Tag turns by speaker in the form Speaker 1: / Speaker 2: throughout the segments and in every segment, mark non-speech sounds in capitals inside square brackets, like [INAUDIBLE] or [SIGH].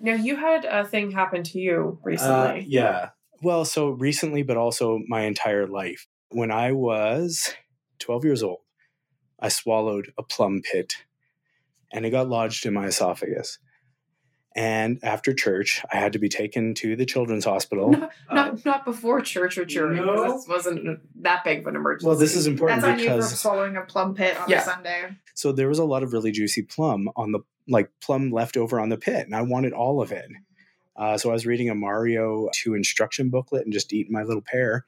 Speaker 1: Now you had a thing happen to you
Speaker 2: Uh,
Speaker 1: recently.
Speaker 2: yeah. Well, so recently, but also my entire life. When I was 12 years old, I swallowed a plum pit and it got lodged in my esophagus. And after church, I had to be taken to the children's hospital.
Speaker 1: No, not not before church or jury. 'cause
Speaker 2: No.
Speaker 1: This wasn't that big of an emergency.
Speaker 2: Well, this is important
Speaker 3: That's on you for
Speaker 2: because
Speaker 3: swallowing a plum pit on
Speaker 1: Yeah.
Speaker 3: a Sunday.
Speaker 2: so there was a lot of really juicy plum on the like plum left over on the pit, and I wanted all of it. Uh, so I was reading a Mario 2 instruction booklet and just eating my little pear,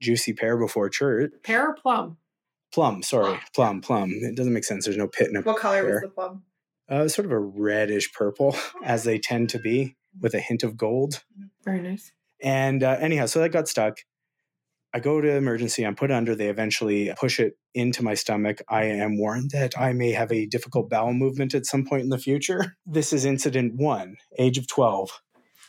Speaker 2: juicy pear before church.
Speaker 1: pear or plum.
Speaker 2: plum sorry plum plum it doesn't make sense there's no pit in it
Speaker 3: What color
Speaker 2: Fair.
Speaker 3: was the plum?
Speaker 2: uh, sort of a reddish purple
Speaker 3: Oh.
Speaker 2: as they tend to be with a hint of gold
Speaker 1: Very nice.
Speaker 2: and uh, anyhow so that got stuck i go to emergency i'm put under they eventually push it into my stomach i am warned that i may have a difficult bowel movement at some point in the future this is incident one age of 12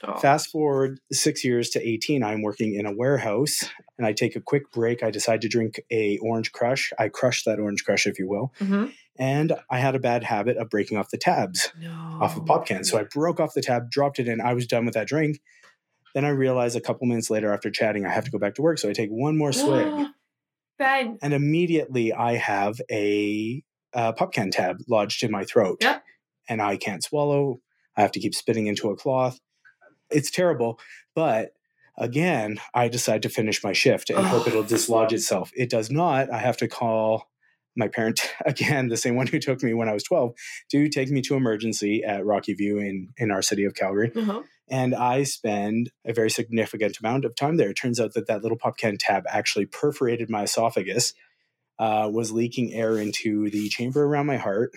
Speaker 1: Oh.
Speaker 2: Fast forward six years to 18, I'm working in a warehouse and I take a quick break. I decide to drink a orange crush. I crush that orange crush, if you will.
Speaker 1: Mhm.
Speaker 2: And I had a bad habit of breaking off the tabs
Speaker 1: No.
Speaker 2: off of pop cans. So I broke off the tab, dropped it in. I was done with that drink. Then I realized a couple minutes later after chatting, I have to go back to work. So I take one
Speaker 1: [GASPS]
Speaker 2: more [LAUGHS] swig
Speaker 3: Ben.
Speaker 2: and immediately I have a uh, pop can tab lodged in my throat,
Speaker 1: Yep.
Speaker 2: and I can't swallow. I have to keep spitting into a cloth. It's terrible, but again, I decide to finish my shift and hope
Speaker 1: Ugh.
Speaker 2: it'll dislodge itself. It does not. I have to call my parent [LAUGHS] again, the same one who took me when I was twelve, to take me to emergency at Rocky View in in our city of Calgary
Speaker 1: Uh-huh.
Speaker 2: and I spend a very significant amount of time there. It turns out that that little pop can tab actually perforated my esophagus, uh, was leaking air into the chamber around my heart.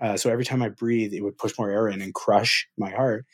Speaker 2: Uh, so every time I breathe, it would push more air in and crush my heart.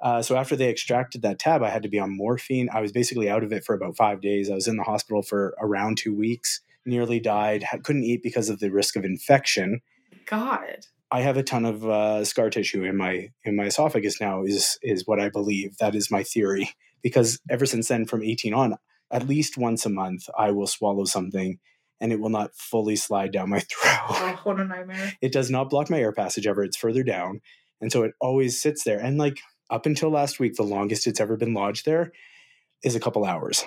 Speaker 2: Uh, so after they extracted that tab, I had to be on morphine. I was basically out of it for about five days. I was in the hospital for around two weeks, nearly died, ha- couldn't eat because of the risk of infection.
Speaker 1: God.
Speaker 2: I have a ton of uh, scar tissue in my in my esophagus now is is what I believe. That is my theory because ever since then, from 18 on, at least once a month, I will swallow something, and it will not fully slide down my [LAUGHS] throat.
Speaker 3: Oh, what a nightmare.
Speaker 2: It does not block my air passage ever. It's further down, and so it always sits there. And like up until last week, the longest it's ever been lodged there is a couple hours.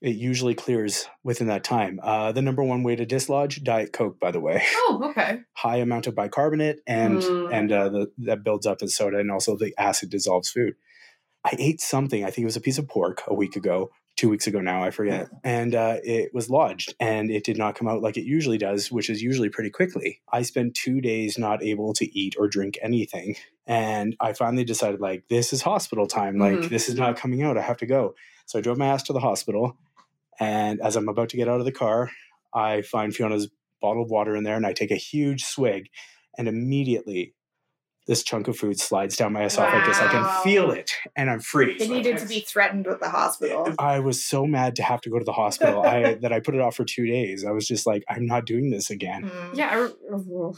Speaker 2: It usually clears within that time. Uh, the number one way to dislodge Diet Coke, by the way
Speaker 1: Oh, okay.
Speaker 2: high amount of bicarbonate and
Speaker 1: Mm.
Speaker 2: and uh, the, that builds up as soda and also the acid dissolves food. I ate something. I think it was a piece of pork a week ago, two weeks ago now. I forget. And uh, it was lodged, and it did not come out like it usually does, which is usually pretty quickly. I spent two days not able to eat or drink anything, and I finally decided like this is hospital time. Like
Speaker 1: Mhm.
Speaker 2: this is not coming out. I have to go. So I drove my ass to the hospital, and as I'm about to get out of the car, I find Fiona's bottle of water in there and I take a huge swig and immediately this chunk of food slides down my esophagus. I
Speaker 3: Wow.
Speaker 2: can feel it and I'm free.
Speaker 3: It needed to be threatened with the hospital.
Speaker 2: I was so mad to have to go to the hospital
Speaker 3: [LAUGHS]
Speaker 2: I, that I put it off for two days. I was just like, I'm not doing this again.
Speaker 3: Mm.
Speaker 1: Yeah. I re-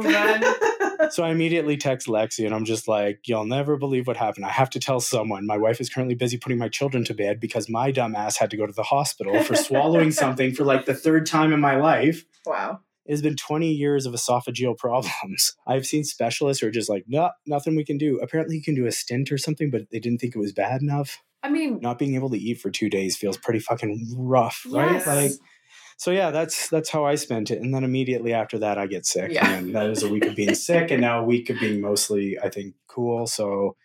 Speaker 1: [LAUGHS] Then-
Speaker 2: So I immediately text Lexi and I'm just like, You'll never believe what happened. I have to tell someone. My wife is currently busy putting my children to bed because my dumb ass had to go to the hospital for swallowing something for like the third time in my life.
Speaker 3: [LAUGHS] wow.
Speaker 2: it has been 20 years of esophageal [LAUGHS] problems. I've seen specialists who are just like, no, nothing we can do. Apparently, you can do a stint or something, but they didn't think it was bad enough.
Speaker 1: I mean,
Speaker 2: Not being able to eat for two days feels pretty fucking rough,
Speaker 1: Yes.
Speaker 2: right? Like, so yeah, that's that's how I spent it, and then immediately after that, I get sick,
Speaker 1: Yeah.
Speaker 2: and then that is a week of being sick, and now a week of being mostly, I think, cool. So,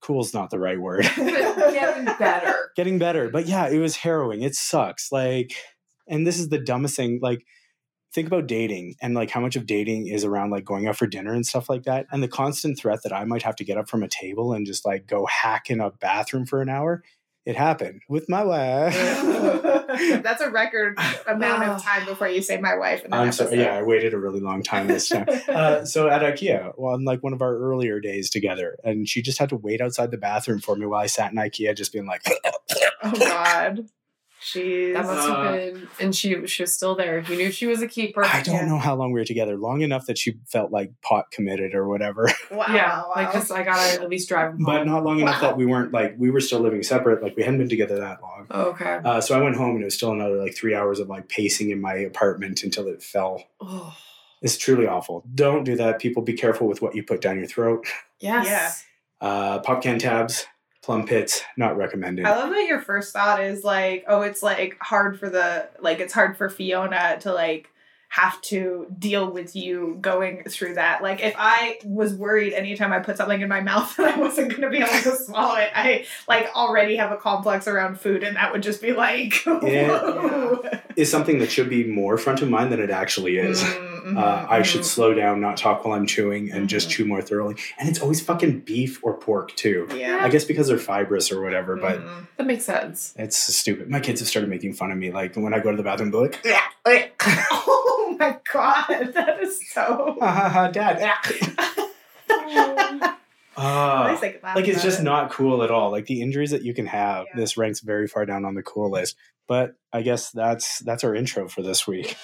Speaker 2: cool's not the right word
Speaker 1: [LAUGHS] but getting better.
Speaker 2: getting better. But yeah, it was harrowing. It sucks. Like, and this is the dumbest thing. Like, think about dating and like how much of dating is around like going out for dinner and stuff like that. And the constant threat that I might have to get up from a table and just like go hack in a bathroom for an hour. It happened with my
Speaker 3: [LAUGHS]
Speaker 2: wife.
Speaker 3: [LAUGHS] That's a record amount
Speaker 1: [SIGHS] Wow.
Speaker 3: of time before you say my wife. In an
Speaker 2: I'm sorry.
Speaker 3: episode.
Speaker 2: Yeah, I waited a really long time this time. Uh, so at IKEA, well, on like one of our earlier days together, and she just had to wait outside the bathroom for me while I sat in IKEA, just being like,
Speaker 3: oh God. Jeez.
Speaker 1: That must
Speaker 2: Uh,
Speaker 1: have been, and she she was still there. You knew she was a keeper.
Speaker 2: I don't
Speaker 3: Yeah.
Speaker 2: know how long we were together. Long enough that she felt like pot committed or whatever, [LAUGHS]
Speaker 3: wow.
Speaker 1: yeah,
Speaker 3: wow.
Speaker 1: like just I gotta at least drive him
Speaker 2: but
Speaker 1: home.
Speaker 2: not long enough
Speaker 3: Wow.
Speaker 2: that we weren't like we were still living separate. Like we hadn't been together that long.
Speaker 1: okay.
Speaker 2: Uh, so I went home and it was still another like three hours of like pacing in my apartment until it fell.
Speaker 1: Oh,
Speaker 2: It's truly awful. Don't do that, people. Be careful with what you put down your throat.
Speaker 1: yes.
Speaker 2: Uh, pop can tabs, plum pits, not recommended.
Speaker 3: I love that your first thought is like, oh, it's like hard for the like it's hard for Fiona to like have to deal with you going through that. Like if I was worried anytime I put something in my [LAUGHS] mouth and I wasn't gonna be able to swallow it, I like already have a complex around food and that would just be like [LAUGHS] whoa.
Speaker 2: Is something that should be more front of mind than it actually is.
Speaker 3: Mm, mhm,
Speaker 2: Uh, I should
Speaker 3: mhm.
Speaker 2: slow down, not talk while I'm chewing, and just
Speaker 3: Mhm.
Speaker 2: chew more thoroughly. And it's always fucking beef or pork too.
Speaker 3: Yeah.
Speaker 2: I guess because they're fibrous or whatever, but
Speaker 3: Mhm.
Speaker 1: That makes sense.
Speaker 2: it's stupid. My kids have started making fun of me. Like when I go to the bathroom, they're like,
Speaker 3: [LAUGHS] oh my god, [LAUGHS] that is so
Speaker 2: ha ha ha,
Speaker 3: [LAUGHS]
Speaker 2: dad. Ah.
Speaker 3: At least I could laugh
Speaker 2: like it's
Speaker 3: about
Speaker 2: just
Speaker 3: it.
Speaker 2: not cool at all. Like the injuries that you can have,
Speaker 3: Yeah.
Speaker 2: this ranks very far down on the cool list. But I guess that's that's our intro for this week.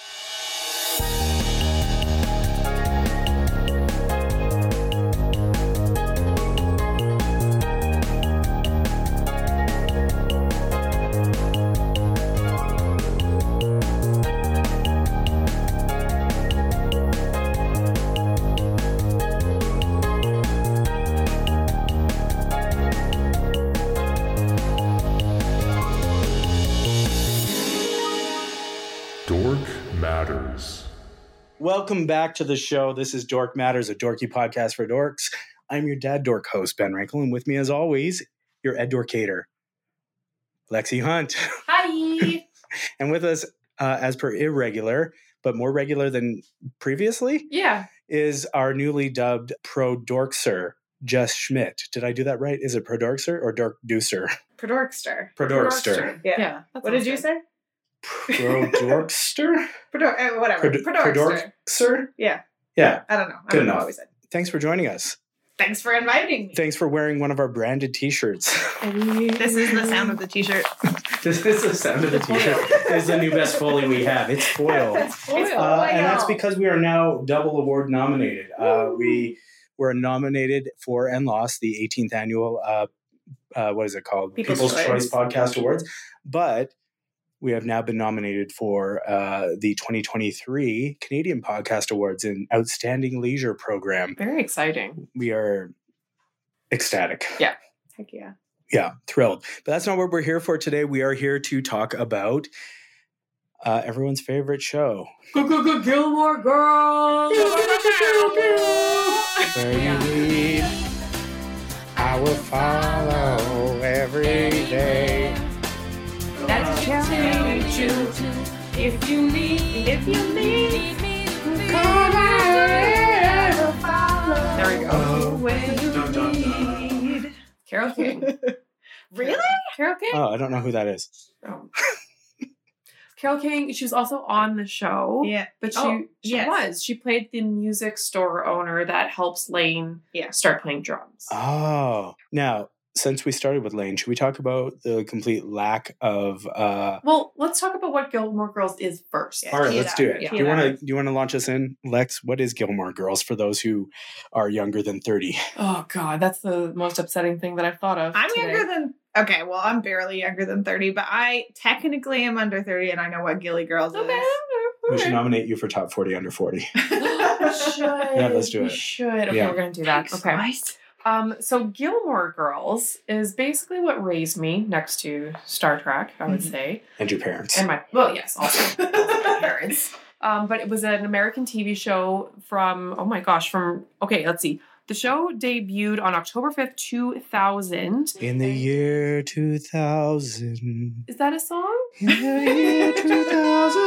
Speaker 4: Dork Matters.
Speaker 2: Welcome back to the show. This is Dork Matters, a dorky podcast for dorks. I'm your dad dork host, Ben Rankle, and with me as always, your ed dorkator, Lexi Hunt.
Speaker 1: Hi.
Speaker 2: And with us, uh, as per irregular, but more regular than previously,
Speaker 1: [LAUGHS] Yeah.
Speaker 2: is our newly dubbed pro dorkser, Jess Schmidt. Did I do that right? Is it pro dorkser or dork deucer?
Speaker 3: Prodorkster.
Speaker 2: Pro
Speaker 3: Yeah.
Speaker 1: Yeah. that
Speaker 3: What did
Speaker 1: sounds
Speaker 3: you
Speaker 1: good.
Speaker 3: say?
Speaker 2: Pro dorkster?
Speaker 3: Prodor- uh, whatever.
Speaker 2: Pro-
Speaker 3: Prodorkster.
Speaker 2: Sir?
Speaker 3: Yeah.
Speaker 2: Yeah.
Speaker 3: I don't know. I
Speaker 2: Good
Speaker 3: don't know
Speaker 2: enough.
Speaker 3: what we said.
Speaker 2: Thanks for joining us.
Speaker 3: Thanks for inviting me.
Speaker 2: Thanks for wearing one of our branded t shirts.
Speaker 3: This is the sound of
Speaker 2: [LAUGHS]
Speaker 3: the t-shirt.
Speaker 2: this is the sound of the t shirt. It's the new best Foley we have. It's
Speaker 3: [LAUGHS]
Speaker 2: foil.
Speaker 3: That's
Speaker 1: foil.
Speaker 3: It's foil.
Speaker 2: Uh, and that's because we are now double award nominated. Uh, we were nominated for and lost the 18th annual, uh, uh, what is it called?
Speaker 3: People's Choice.
Speaker 2: Podcast Awards. But we have now been nominated for uh, the 2023 Canadian Podcast Awards in Outstanding Leisure Program.
Speaker 1: Very exciting.
Speaker 2: we are ecstatic.
Speaker 3: Heck yeah.
Speaker 2: Yeah, thrilled. But that's not what we're here for today. We are here to talk about uh, everyone's favorite show.
Speaker 1: Gilmore Girls.
Speaker 2: Where
Speaker 1: Yeah.
Speaker 2: you lead, I will follow every day.
Speaker 1: That's challenge you if you need if you need me. Come There we go.
Speaker 2: Dun, dun,
Speaker 3: dun.
Speaker 1: Carol King.
Speaker 3: [LAUGHS] Really?
Speaker 1: Carol King.
Speaker 2: Oh, I don't know who that is.
Speaker 1: Oh. Carol King. She was also on the show.
Speaker 3: Yeah.
Speaker 1: But she,
Speaker 3: Oh,
Speaker 1: she
Speaker 3: yes.
Speaker 1: was. She played the music store owner that helps Lane
Speaker 3: Yeah.
Speaker 1: start playing drums.
Speaker 3: Ah.
Speaker 2: Oh, now since we started with Lane, should we talk about the complete lack of? Uh,
Speaker 1: well, let's talk about what Gilmore Girls is first.
Speaker 3: Yeah.
Speaker 2: all right,
Speaker 3: tee it
Speaker 2: let's
Speaker 3: up,
Speaker 2: do it.
Speaker 1: yeah.
Speaker 2: Do you want to? Do you want to launch us in, Lex? What is Gilmore Girls for those who are younger than thirty?
Speaker 1: Oh God, that's the most upsetting thing that I've thought of.
Speaker 3: I'm
Speaker 1: today.
Speaker 3: younger than okay, well, I'm barely younger than 30, but I technically am under 30 and I know what Gilly Girls
Speaker 1: Okay. [LAUGHS]
Speaker 2: We
Speaker 3: [LAUGHS]
Speaker 1: Hmm.
Speaker 2: should nominate you for top forty under forty.
Speaker 1: [GASPS] we
Speaker 3: is.
Speaker 1: should.
Speaker 2: Yeah, let's do
Speaker 1: We
Speaker 2: it.
Speaker 1: should. Okay,
Speaker 2: Yeah.
Speaker 1: we're gonna do that. Okay.
Speaker 3: Thanks,
Speaker 1: Um, so Gilmore Girls is basically what raised me next to Star Trek, I would
Speaker 3: Mhm.
Speaker 1: say.
Speaker 2: And your parents.
Speaker 1: And my well, yes,
Speaker 3: [LAUGHS]
Speaker 1: also my
Speaker 3: guys.
Speaker 1: parents. [LAUGHS] Um, but it was an American TV show from oh my gosh, from okay, let's see. The show debuted on October 5th, 2000.
Speaker 2: In the year two thousand.
Speaker 1: Is that a song?
Speaker 2: In the year
Speaker 3: [LAUGHS]
Speaker 2: two thousand.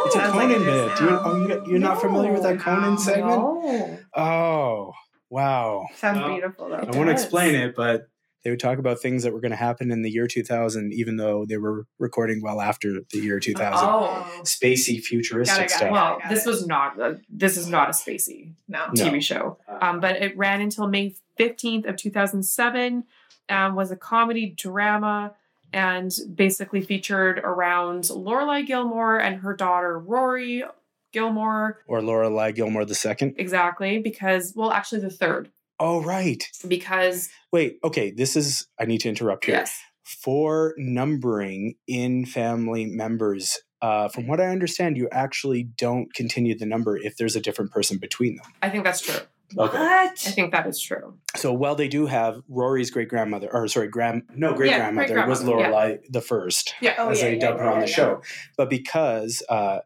Speaker 2: It's a
Speaker 3: Sounds like
Speaker 2: Conan
Speaker 3: it is
Speaker 2: bit. Do you,
Speaker 3: now.
Speaker 2: oh, you, you're not familiar with that
Speaker 3: No,
Speaker 2: Conan
Speaker 3: no.
Speaker 2: segment?
Speaker 1: No.
Speaker 2: Oh, wow.
Speaker 3: Sounds
Speaker 2: Well,
Speaker 3: beautiful though.
Speaker 1: It
Speaker 2: I won't
Speaker 1: does.
Speaker 2: explain it, but they would talk about things that were going to happen in the year 2000, even though they were recording well after the year 2000.
Speaker 1: Oh.
Speaker 2: Spacey
Speaker 3: Got
Speaker 2: futuristic
Speaker 3: it, got it.
Speaker 2: stuff.
Speaker 1: Well,
Speaker 3: Got
Speaker 1: this
Speaker 3: it.
Speaker 1: was not a, this is not a spacey
Speaker 3: No.
Speaker 2: No.
Speaker 1: TV show.
Speaker 3: Uh-huh.
Speaker 1: um, but it ran until May 15th of 2007, um, was a comedy drama, and basically featured around Lorelai Gilmore and her daughter Rory Gilmore,
Speaker 2: or Laura Ly Gilmore the second.
Speaker 1: exactly, because, well, actually the third,
Speaker 2: Oh, right.
Speaker 1: because,
Speaker 2: Wait, okay. This is, I need to interrupt here.
Speaker 1: yes,
Speaker 2: For numbering in family members, uh, from what I understand, you actually don't continue the number if there's a different person between them.
Speaker 1: I think that's true.
Speaker 2: Okay.
Speaker 1: I
Speaker 3: What?
Speaker 1: think that is true.
Speaker 2: So while they do have Rory's great grandmother, or sorry, grand no great grandmother was
Speaker 1: great-grandmother,
Speaker 2: Lorelai the first,
Speaker 1: Yeah.
Speaker 3: Oh,
Speaker 2: as
Speaker 3: yeah,
Speaker 2: they
Speaker 3: yeah,
Speaker 2: dub her
Speaker 3: yeah,
Speaker 2: on the
Speaker 3: yeah.
Speaker 2: show. But because uh,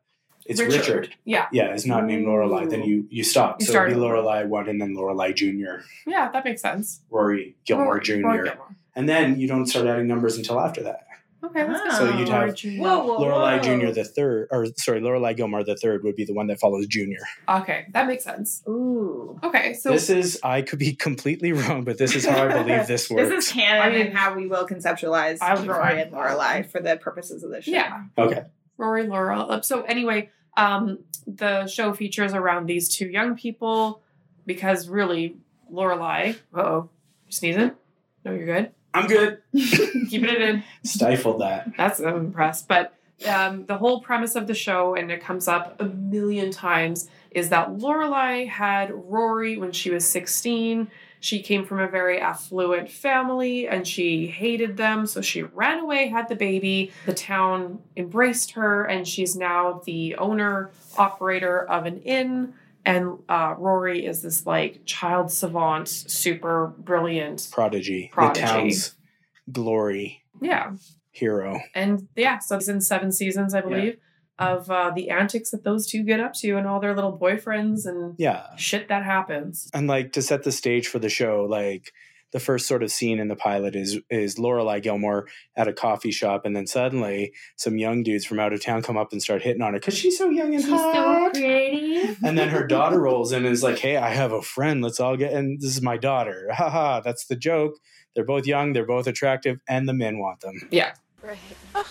Speaker 2: it's Richard.
Speaker 1: Yeah.
Speaker 2: yeah, is not named Lorelai, then you you stop.
Speaker 1: You
Speaker 2: so it'd be
Speaker 1: start over.
Speaker 2: Lorelai one, and then Lorelai Junior,
Speaker 1: Yeah, that makes sense.
Speaker 2: Rory Gilmore
Speaker 1: Rory-
Speaker 2: Junior,
Speaker 1: Rory Gilmore.
Speaker 2: and then you don't start adding numbers until after that.
Speaker 1: Okay, that's good.
Speaker 3: So
Speaker 2: you'd have-
Speaker 1: Rory Junior.
Speaker 3: Ah. Whoa, whoa,
Speaker 2: Lorelai
Speaker 3: whoa.
Speaker 2: Junior the third, or sorry, Lorelai Gilmore the third would be the one that follows Junior.
Speaker 1: Okay, that makes sense.
Speaker 3: Ooh.
Speaker 1: Okay, so
Speaker 2: this is I could be completely wrong, but this is how I believe this works.
Speaker 3: This is canon
Speaker 1: I mean-
Speaker 3: and how we will conceptualize
Speaker 1: I would
Speaker 3: Rory and
Speaker 1: find-
Speaker 3: Lorelai for the purposes of this show.
Speaker 1: yeah,
Speaker 2: okay.
Speaker 1: Rory Laurel. Uh, So anyway, um, the show features around these two young people because really, Lorelai. Uh oh, you sneezing? No, you're good.
Speaker 2: I'm good.
Speaker 1: Keeping it in.
Speaker 2: Stifled that.
Speaker 1: That's I'm impressed. But um, the whole premise of the show, and it comes up a million times, is that Lorelai had Rory when she was 16. She came from a very affluent family and she hated them, so she ran away, had the baby. The town embraced her, and she's now the owner, operator of an inn. And uh, Rory is this like child savant, super brilliant.
Speaker 2: Prodigy,
Speaker 1: Prodigy.
Speaker 2: the town's glory
Speaker 1: Yeah,
Speaker 2: hero.
Speaker 1: and yeah, so it's in seven seasons, I believe, of uh, the antics that those two get up to and all their little boyfriends and
Speaker 2: Yeah,
Speaker 1: shit that happens.
Speaker 2: and like to set the stage for the show, like the first sort of scene in the pilot is is Lorelai Gilmore at a coffee shop, and then suddenly some young dudes from out of town come up and start hitting on her because she's so young and hot.
Speaker 1: creative.
Speaker 2: and then her daughter rolls in and is like, "Hey, I have a friend. Let's all get." And this is my daughter. Ha ha! That's the joke. They're both young. They're both attractive, and the men want them.
Speaker 5: Right. Oh,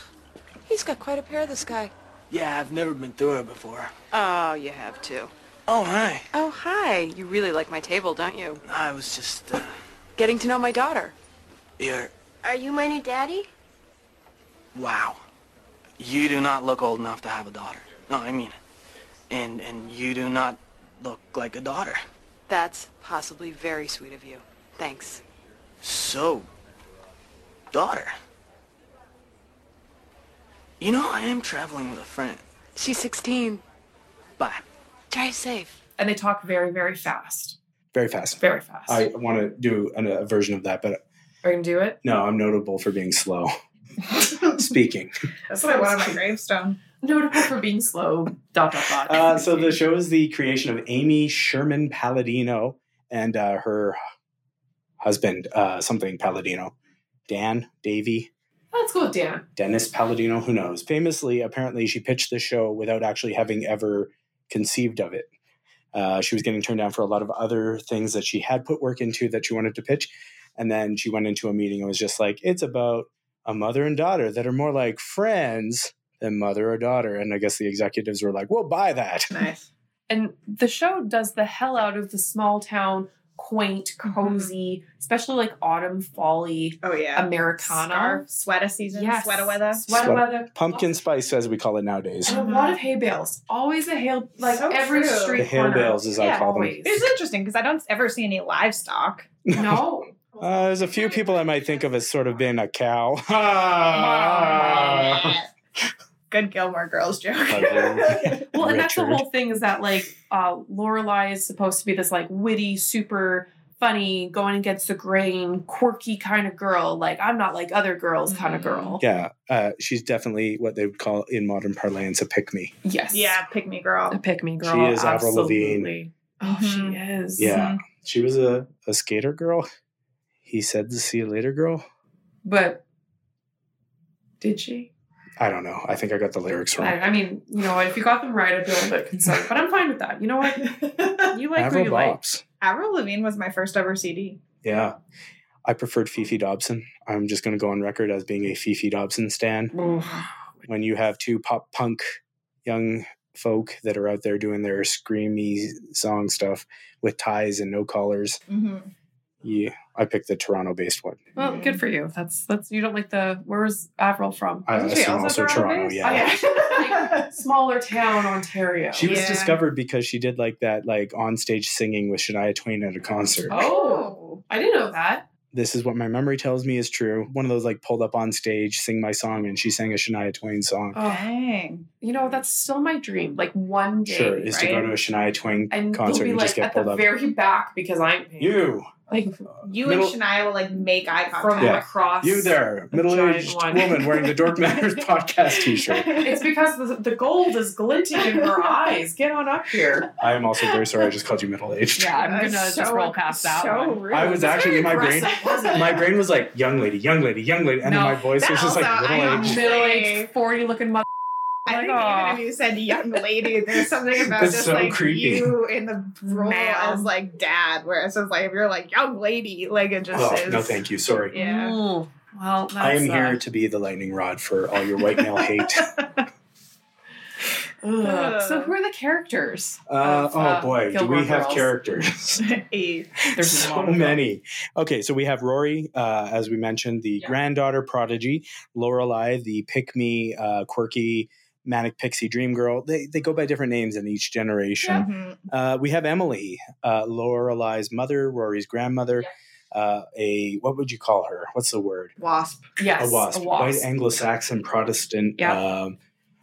Speaker 5: he's got quite a pair, this guy.
Speaker 6: Yeah, I've never been through it before.
Speaker 5: Oh, you have too.
Speaker 6: Oh, hi.
Speaker 5: Oh, hi. You really like my table, don't you?
Speaker 6: I was just, uh,
Speaker 5: Getting to know my daughter.
Speaker 6: you're,
Speaker 7: Are you my new daddy?
Speaker 6: wow. You do not look old enough to have a daughter. No, I mean it. And, and you do not look like a daughter.
Speaker 5: That's possibly very sweet of you. Thanks.
Speaker 6: So, daughter. You know, I am traveling with a friend.
Speaker 5: She's 16.
Speaker 6: Bye.
Speaker 5: Drive safe.
Speaker 1: And they talk very, very fast.
Speaker 2: Very fast.
Speaker 1: Very fast.
Speaker 2: I want to do an, a version of that, but
Speaker 1: Are you going to do it?
Speaker 2: no, I'm notable for being slow. [LAUGHS] Speaking.
Speaker 3: That's what I want on my gravestone.
Speaker 1: Notable for being slow. Dot, dot, dot. [LAUGHS]
Speaker 2: Uh, so the show is the creation of Amy Sherman Palladino and uh, her husband, uh, something Palladino, Dan Davy,
Speaker 1: Let's go with Dan.
Speaker 2: Dennis Palladino. Who knows? Famously, apparently, she pitched the show without actually having ever conceived of it. Uh, she was getting turned down for a lot of other things that she had put work into that she wanted to pitch, and then she went into a meeting and was just like, "It's about a mother and daughter that are more like friends." Than mother or daughter, and I guess the executives were like, "We'll buy that."
Speaker 3: Nice.
Speaker 1: And the show does the hell out of the small town, quaint, cozy, especially like autumn, folly,
Speaker 3: Oh yeah.
Speaker 1: Americana.
Speaker 3: Scarf, sweater season,
Speaker 1: Yes.
Speaker 3: sweater weather.
Speaker 1: Sweater
Speaker 2: Sweat-
Speaker 1: weather.
Speaker 2: pumpkin spice as we call it nowadays
Speaker 1: And a lot of hay bales. Always a hail, like
Speaker 3: So
Speaker 1: every
Speaker 3: true.
Speaker 1: street
Speaker 2: the hail
Speaker 1: corner.
Speaker 2: bales as i
Speaker 3: Yeah,
Speaker 2: call them
Speaker 1: Always.
Speaker 3: It's interesting because I don't ever see any livestock.
Speaker 2: [LAUGHS]
Speaker 1: No.
Speaker 2: uh, there's a few people i might think of as sort of being
Speaker 1: [LAUGHS]
Speaker 2: a cow [LAUGHS] Uh.
Speaker 3: Good Gilmore
Speaker 2: [LAUGHS]
Speaker 3: Girls joke.
Speaker 2: Okay.
Speaker 1: Well, and that's the
Speaker 2: Richard.
Speaker 1: whole thing is that like uh, Lorelai is supposed to be this like witty, super funny, going against the grain, quirky kind of girl. Like I'm not like other girls kind
Speaker 3: Mm-hmm.
Speaker 1: of girl.
Speaker 2: yeah uh, she's definitely what they would call in modern parlance a pick me
Speaker 1: Yes.
Speaker 3: yeah, pick me
Speaker 1: A [LAUGHS]
Speaker 3: girl.
Speaker 1: pick me girl.
Speaker 2: She is Avril
Speaker 1: absolutely.
Speaker 2: Lavigne.
Speaker 1: Oh,
Speaker 3: Mhm.
Speaker 1: she is.
Speaker 2: yeah she was a, a skater girl he said to see you later girl
Speaker 1: But did she?
Speaker 2: i don't know i think i got the lyrics
Speaker 1: I,
Speaker 2: wrong
Speaker 1: I mean, you know what? If you got them right, I'd be a little bit concerned. But I'm fine with that. You know what? You like
Speaker 2: avril
Speaker 1: who you like.
Speaker 2: Bopps.
Speaker 3: Avril Lavigne was my first ever CD.
Speaker 2: yeah i preferred fifi dobson i'm just going to go on record as being a fifi dobson stan when you have two pop punk young folk that are out there doing their screamy song stuff with ties and no collars.
Speaker 3: Mm-hmm.
Speaker 2: Yeah, I picked the Toronto based one.
Speaker 1: Well, good for you. That's that's you don't like the where's Avril from?
Speaker 2: I
Speaker 3: Wasn't she
Speaker 2: assume
Speaker 3: also
Speaker 2: also Toronto,
Speaker 3: Toronto-based?
Speaker 2: yeah.
Speaker 1: Oh,
Speaker 2: [LAUGHS]
Speaker 3: [LAUGHS]
Speaker 1: yeah. [LAUGHS] Smaller town, Ontario.
Speaker 2: She was
Speaker 3: Yeah.
Speaker 2: discovered because she did like that like on stage singing with Shania Twain at a concert.
Speaker 3: Oh.
Speaker 1: Oh, I didn't know that.
Speaker 2: This is what my memory tells me is true. One of those like pulled up on stage, sing my song, and she sang a Shania Twain song.
Speaker 1: Oh,
Speaker 3: Dang.
Speaker 1: you know, that's still my dream. Like one day,
Speaker 2: sure, is
Speaker 1: right?
Speaker 2: to go to a Shania Twain
Speaker 1: and they'll
Speaker 2: concert
Speaker 1: be
Speaker 2: and
Speaker 1: like
Speaker 2: just get
Speaker 1: at the
Speaker 2: pulled up.
Speaker 1: very back because I'm
Speaker 2: you,
Speaker 1: like
Speaker 3: You
Speaker 2: Middle-
Speaker 3: and Shania will like make eye
Speaker 1: from
Speaker 2: [LAUGHS]
Speaker 3: contact.
Speaker 2: Yeah.
Speaker 1: across.
Speaker 2: you there,
Speaker 1: A
Speaker 2: middle aged
Speaker 1: giant one.
Speaker 2: woman wearing
Speaker 1: [LAUGHS]
Speaker 2: the Dork Matters podcast t shirt.
Speaker 1: It's because the, the gold is glinting in
Speaker 3: [LAUGHS]
Speaker 1: her eyes. Get on up here.
Speaker 2: I am also very sorry I just called you middle aged.
Speaker 7: Yeah, I'm gonna
Speaker 1: That's
Speaker 7: just
Speaker 1: so-
Speaker 7: roll past that
Speaker 1: so
Speaker 7: one.
Speaker 1: rude.
Speaker 2: I was actually in my brain.
Speaker 1: Aggressive, wasn't it?
Speaker 7: [LAUGHS]
Speaker 2: My brain was like, young lady, young lady, young lady. And
Speaker 7: No,
Speaker 2: then my voice
Speaker 3: that
Speaker 2: was just like,
Speaker 3: also- I
Speaker 2: middle
Speaker 3: honestly-
Speaker 2: aged.
Speaker 1: middle-aged, forty-looking mother.
Speaker 3: I think
Speaker 1: Aw.
Speaker 3: even if you said young lady,
Speaker 7: [LAUGHS]
Speaker 3: there's something about
Speaker 2: That's
Speaker 3: just
Speaker 2: so
Speaker 3: like
Speaker 2: creepy.
Speaker 3: you in the role
Speaker 1: Ma'am.
Speaker 3: as like dad, whereas it's like if you're like young lady, like it just
Speaker 2: Oh,
Speaker 3: is.
Speaker 2: no,
Speaker 3: [LAUGHS]
Speaker 2: thank you. Sorry.
Speaker 3: Yeah.
Speaker 1: Mm. Well, that's,
Speaker 2: I am
Speaker 1: uh,
Speaker 2: here to be the lightning rod for all your white male
Speaker 1: [LAUGHS]
Speaker 2: hate.
Speaker 1: ugh. So who are the characters?
Speaker 2: Uh,
Speaker 1: of,
Speaker 2: oh
Speaker 1: uh,
Speaker 2: boy, do
Speaker 1: Gilmore
Speaker 2: we have
Speaker 1: Girls?
Speaker 2: characters?
Speaker 3: Eh.
Speaker 1: There's
Speaker 2: [LAUGHS]
Speaker 1: a
Speaker 2: so
Speaker 1: lot of them.
Speaker 2: many. Okay, so we have Rory, uh, as we mentioned, the
Speaker 1: Yeah.
Speaker 2: granddaughter prodigy, Lorelai, the pick me, uh, quirky, manic pixie dream girl. They, they go by different names in each generation.
Speaker 3: Mhm.
Speaker 2: Uh, we have Emily, uh, Lorelai's mother, Rory's grandmother, uh, a what would you call her? What's the word?
Speaker 3: Wasp.
Speaker 1: Yes,
Speaker 2: a wasp, white Anglo-Saxon Protestant.
Speaker 1: Yeah.
Speaker 2: Um,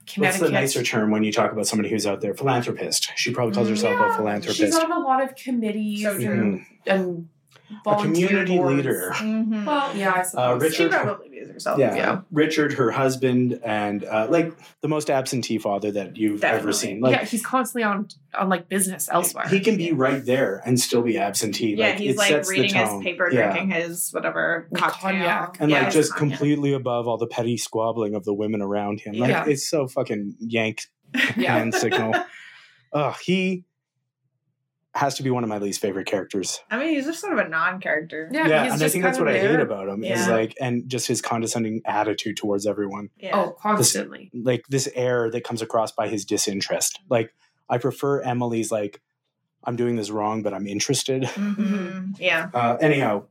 Speaker 2: what's
Speaker 1: Connecticut.
Speaker 2: the nicer term when you talk about somebody who's out there? Philanthropist. She probably calls herself
Speaker 1: Yeah,
Speaker 2: a philanthropist. Mm-hmm.
Speaker 1: She's on a lot of committees
Speaker 3: So true.
Speaker 1: and, and
Speaker 2: a
Speaker 1: volunteer
Speaker 2: community
Speaker 1: boards.
Speaker 2: leader.
Speaker 3: Mhm.
Speaker 7: Mm-hmm.
Speaker 1: Well, yeah, I suppose.
Speaker 2: Uh,
Speaker 3: she
Speaker 2: Richard-
Speaker 3: probably is herself.
Speaker 2: Yeah.
Speaker 3: yeah.
Speaker 2: Richard, her husband, and uh, like the most absentee father that you've ever
Speaker 3: Definitely.
Speaker 2: seen. Like
Speaker 1: yeah, he's constantly on on like business elsewhere.
Speaker 2: he can be right there and still be absentee.
Speaker 3: Yeah,
Speaker 2: like,
Speaker 3: he's
Speaker 2: it
Speaker 3: like
Speaker 2: sets
Speaker 3: reading
Speaker 2: the
Speaker 3: his
Speaker 2: tone.
Speaker 3: paper,
Speaker 2: Yeah.
Speaker 3: drinking his whatever
Speaker 1: Like
Speaker 3: cocktail.
Speaker 1: cognac.
Speaker 2: And
Speaker 3: Yeah,
Speaker 2: like
Speaker 3: it's
Speaker 2: just
Speaker 3: cognac.
Speaker 2: completely above all the petty squabbling of the women around him. Like
Speaker 1: Yeah.
Speaker 2: it's so fucking yank
Speaker 1: yeah, [LAUGHS]
Speaker 2: hand signal. Ugh, he has to be one of my least favorite characters.
Speaker 3: I mean, he's just sort of a non-character.
Speaker 1: yeah, he's
Speaker 2: and I
Speaker 1: just
Speaker 2: think that's what
Speaker 1: kinda
Speaker 2: I hate
Speaker 1: there.
Speaker 2: about him is
Speaker 3: Yeah.
Speaker 2: like, and just his condescending attitude towards everyone.
Speaker 3: Yeah.
Speaker 1: Oh, constantly.
Speaker 2: like this air that comes across by his disinterest. Like I prefer Emily's like I'm doing this wrong, but I'm interested.
Speaker 3: Mhm. Yeah.
Speaker 2: Uh, anyhow,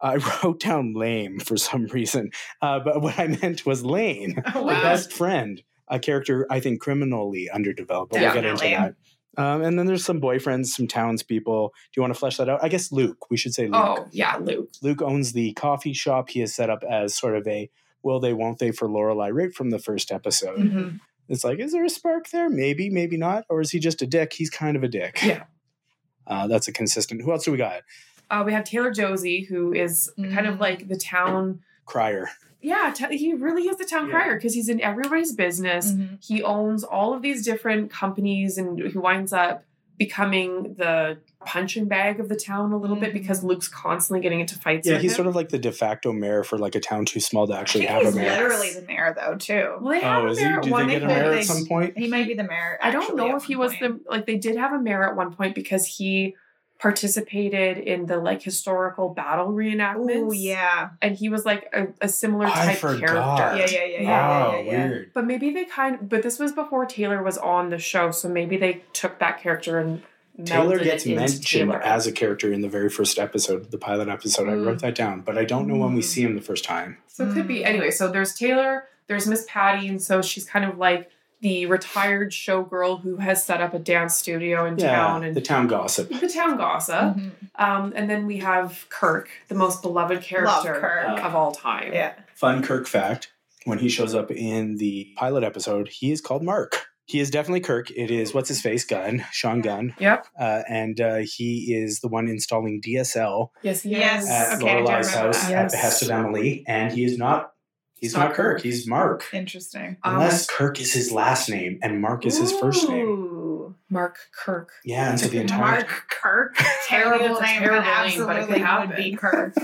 Speaker 2: I [LAUGHS] wrote down lame for some reason, uh, but what I meant was Lane, the best friend, a character I think criminally underdeveloped. But we'll get into that.
Speaker 3: Definitely.
Speaker 2: Um, and then there's some boyfriends, some townspeople. Do you want to flesh that out? I guess Luke. We should say Luke.
Speaker 1: [LAUGHS] Oh yeah, Luke.
Speaker 2: Luke owns the coffee shop. He is set up as sort of a will they, won't they for Lorelai right from the first episode.
Speaker 3: Mhm.
Speaker 2: It's like, is there a spark there? Maybe, maybe not. Or is he just a dick? He's kind of a dick.
Speaker 1: Yeah.
Speaker 2: Uh, that's a consistent. Who else do we got?
Speaker 1: Uh, we have Taylor Josie, who is kind of
Speaker 3: Mm.
Speaker 1: like the town.
Speaker 2: Crier.
Speaker 1: Yeah, t- he really is the town
Speaker 2: Yeah.
Speaker 1: crier because he's in everybody's business.
Speaker 3: Mhm.
Speaker 1: He owns all of these different companies, and he winds up becoming the punching bag of the town a little bit
Speaker 3: Mhm.
Speaker 1: because Luke's constantly getting into fights.
Speaker 2: Yeah,
Speaker 1: with
Speaker 2: he's
Speaker 1: him.
Speaker 2: sort of like the de facto mayor for like a town too small to
Speaker 3: I
Speaker 2: actually
Speaker 3: think
Speaker 2: have a
Speaker 3: he's
Speaker 2: mayor.
Speaker 3: literally the mayor though too.
Speaker 1: Well, they have
Speaker 2: Oh,
Speaker 1: a
Speaker 2: is
Speaker 1: mayor
Speaker 2: he?
Speaker 1: at
Speaker 2: Do
Speaker 1: one
Speaker 2: they get a
Speaker 1: point.
Speaker 2: mayor at
Speaker 3: they-
Speaker 2: some point?
Speaker 3: He might be the mayor.
Speaker 1: I don't
Speaker 3: actually,
Speaker 1: know
Speaker 3: at
Speaker 1: if he
Speaker 3: one
Speaker 1: was
Speaker 3: point.
Speaker 1: the like they did have a mayor at one point because he participated in the like historical battle reenactments.
Speaker 3: Ooh yeah.
Speaker 1: and he was like a, a similar
Speaker 2: I
Speaker 1: type
Speaker 2: forgot.
Speaker 1: character.
Speaker 3: Yeah yeah yeah yeah.
Speaker 2: oh,
Speaker 3: yeah, yeah, yeah.
Speaker 2: weird.
Speaker 1: But maybe they kind but this was before Taylor was on the show, so maybe they took that character and
Speaker 2: Taylor
Speaker 1: melded
Speaker 2: gets
Speaker 1: it into
Speaker 2: mentioned
Speaker 1: Taylor.
Speaker 2: as a character in the very first episode, the pilot episode. I wrote that down, but I don't know when we see him the first time.
Speaker 1: so it could be
Speaker 3: Mm.
Speaker 1: anyway. So there's Taylor, there's Miss Patty, and so she's kind of like the retired showgirl who has set up a dance studio in town
Speaker 2: Yeah,
Speaker 1: and
Speaker 3: [LAUGHS]
Speaker 2: the town gossip.
Speaker 1: the town gossip.
Speaker 3: Mhm.
Speaker 1: Um, and then we have Kirk, the most beloved
Speaker 3: Love
Speaker 1: character
Speaker 3: Kirk.
Speaker 1: of all time.
Speaker 3: Yeah.
Speaker 2: Fun Kirk fact when he shows up in the pilot episode, he is called Mark. He is definitely Kirk. It is what's his face, Gunn, Sean Gunn.
Speaker 1: Yep.
Speaker 2: Uh, and uh, he is the one installing DSL
Speaker 1: Yes, he
Speaker 3: Yes.
Speaker 1: is.
Speaker 2: at
Speaker 3: Okay, I do
Speaker 2: Lorelai's house
Speaker 3: remember
Speaker 1: that.
Speaker 2: at the
Speaker 1: Yes.
Speaker 2: behest of Emily. And he is not, he's not Kirk. He's Mark.
Speaker 3: Interesting.
Speaker 1: Um,
Speaker 2: Unless Kirk is his last name and Mark is his first name.
Speaker 3: Ooh.
Speaker 1: Mark Kirk.
Speaker 2: Yeah, and so the entire
Speaker 3: Mark Kirk. Terrible
Speaker 1: Terrible
Speaker 3: name,
Speaker 1: name,
Speaker 3: but
Speaker 1: but it could
Speaker 3: absolutely would
Speaker 1: happen.
Speaker 3: be Kirk.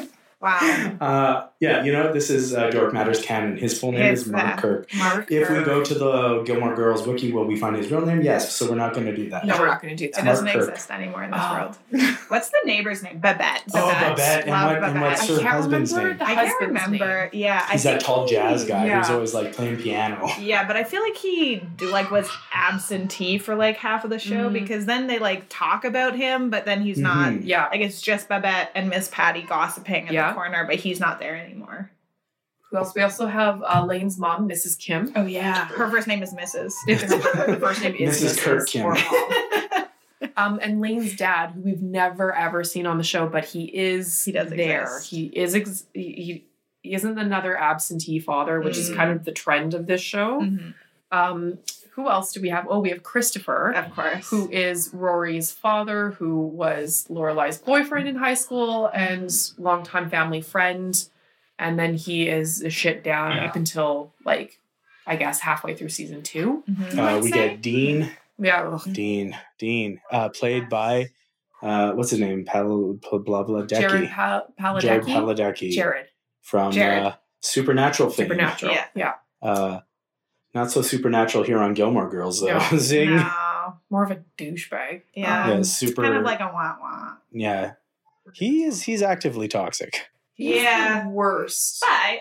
Speaker 3: Wow.
Speaker 2: [LAUGHS] Uh, yeah, you know, this is uh, Dork Matters canon. His full name
Speaker 3: It's
Speaker 2: is [LAUGHS] Mark
Speaker 3: that.
Speaker 2: Kirk.
Speaker 3: Mark
Speaker 2: If we
Speaker 3: Kirk.
Speaker 2: go to the Gilmore Girls wiki, will we find his real name? Yes, so we're not going to do that.
Speaker 1: No, we're not going to do
Speaker 3: It
Speaker 1: that.
Speaker 2: Mark
Speaker 3: doesn't
Speaker 2: Uh, Kirk.
Speaker 3: exist anymore in this
Speaker 1: Oh.
Speaker 2: [LAUGHS]
Speaker 3: world. What's the neighbor's name? Babette.
Speaker 2: Oh, Babette, and
Speaker 3: Love
Speaker 2: what- and what's
Speaker 3: Babette.
Speaker 1: I
Speaker 2: That's
Speaker 1: can't
Speaker 2: her husband's
Speaker 1: remember
Speaker 2: name.
Speaker 1: the
Speaker 3: I can't
Speaker 1: husband's
Speaker 3: remember.
Speaker 1: name.
Speaker 3: Yeah, I
Speaker 2: He's
Speaker 3: think
Speaker 2: that tall jazz
Speaker 3: he-
Speaker 2: guy who's
Speaker 1: yeah.
Speaker 2: always like playing piano.
Speaker 3: Yeah, but I feel like he do, like was absentee for like half of the show
Speaker 1: Mhm.
Speaker 3: because then they like talk about him, but then he's not.
Speaker 2: Mhm.
Speaker 1: Yeah.
Speaker 3: Like it's just Babette and Miss Patty gossiping in
Speaker 1: Yeah.
Speaker 3: the corner, but he's not there anymore.
Speaker 1: Who else? We also have uh, Lane's mom, Mrs. Kim.
Speaker 2: [LAUGHS]
Speaker 3: Oh yeah, her first name is Mrs.
Speaker 1: If it's- the first name is [LAUGHS]
Speaker 2: Mrs. Kirk Kim.
Speaker 1: or mom. Um, and Lane's dad, who we've never ever seen on the show, but he is
Speaker 3: He does
Speaker 1: there.
Speaker 3: exist.
Speaker 1: He is ex- he, he isn't another absentee father, which is
Speaker 3: Mm.
Speaker 1: kind of the trend of this show.
Speaker 3: Mhm.
Speaker 1: Um, who else do we have? Oh, we have Christopher,
Speaker 3: Of course.
Speaker 1: who is Rory's father, who was Lorelai's boyfriend in high school and
Speaker 3: Mm.
Speaker 1: longtime family friend. And then he is a shit down up until like I guess halfway through season two.
Speaker 3: Mhm.
Speaker 2: [LAUGHS] Uh,
Speaker 1: might
Speaker 2: we
Speaker 1: say.
Speaker 2: get Dean,
Speaker 1: Yeah. ugh.
Speaker 2: Dean, Dean, uh, played by uh, what's his name? Pal- Pal-
Speaker 1: Jared
Speaker 2: Pavlovdecky.
Speaker 1: Pal- Paladecki.
Speaker 2: Jared Paladecki
Speaker 1: Jared.
Speaker 2: from
Speaker 3: Jared.
Speaker 2: Uh, Supernatural fame.
Speaker 1: Supernatural.
Speaker 3: Yeah.
Speaker 1: yeah.
Speaker 2: Uh, not so supernatural here on Gilmore Girls though.
Speaker 1: No.
Speaker 2: [LAUGHS] Zing.
Speaker 3: No.
Speaker 1: more of a douchebag.
Speaker 3: Yeah.
Speaker 2: Yeah,
Speaker 1: Um,
Speaker 2: super.
Speaker 3: Kind of like a wah wah.
Speaker 2: yeah, he is. He's actively toxic.
Speaker 1: he's
Speaker 3: Yeah.
Speaker 1: the worst.
Speaker 3: But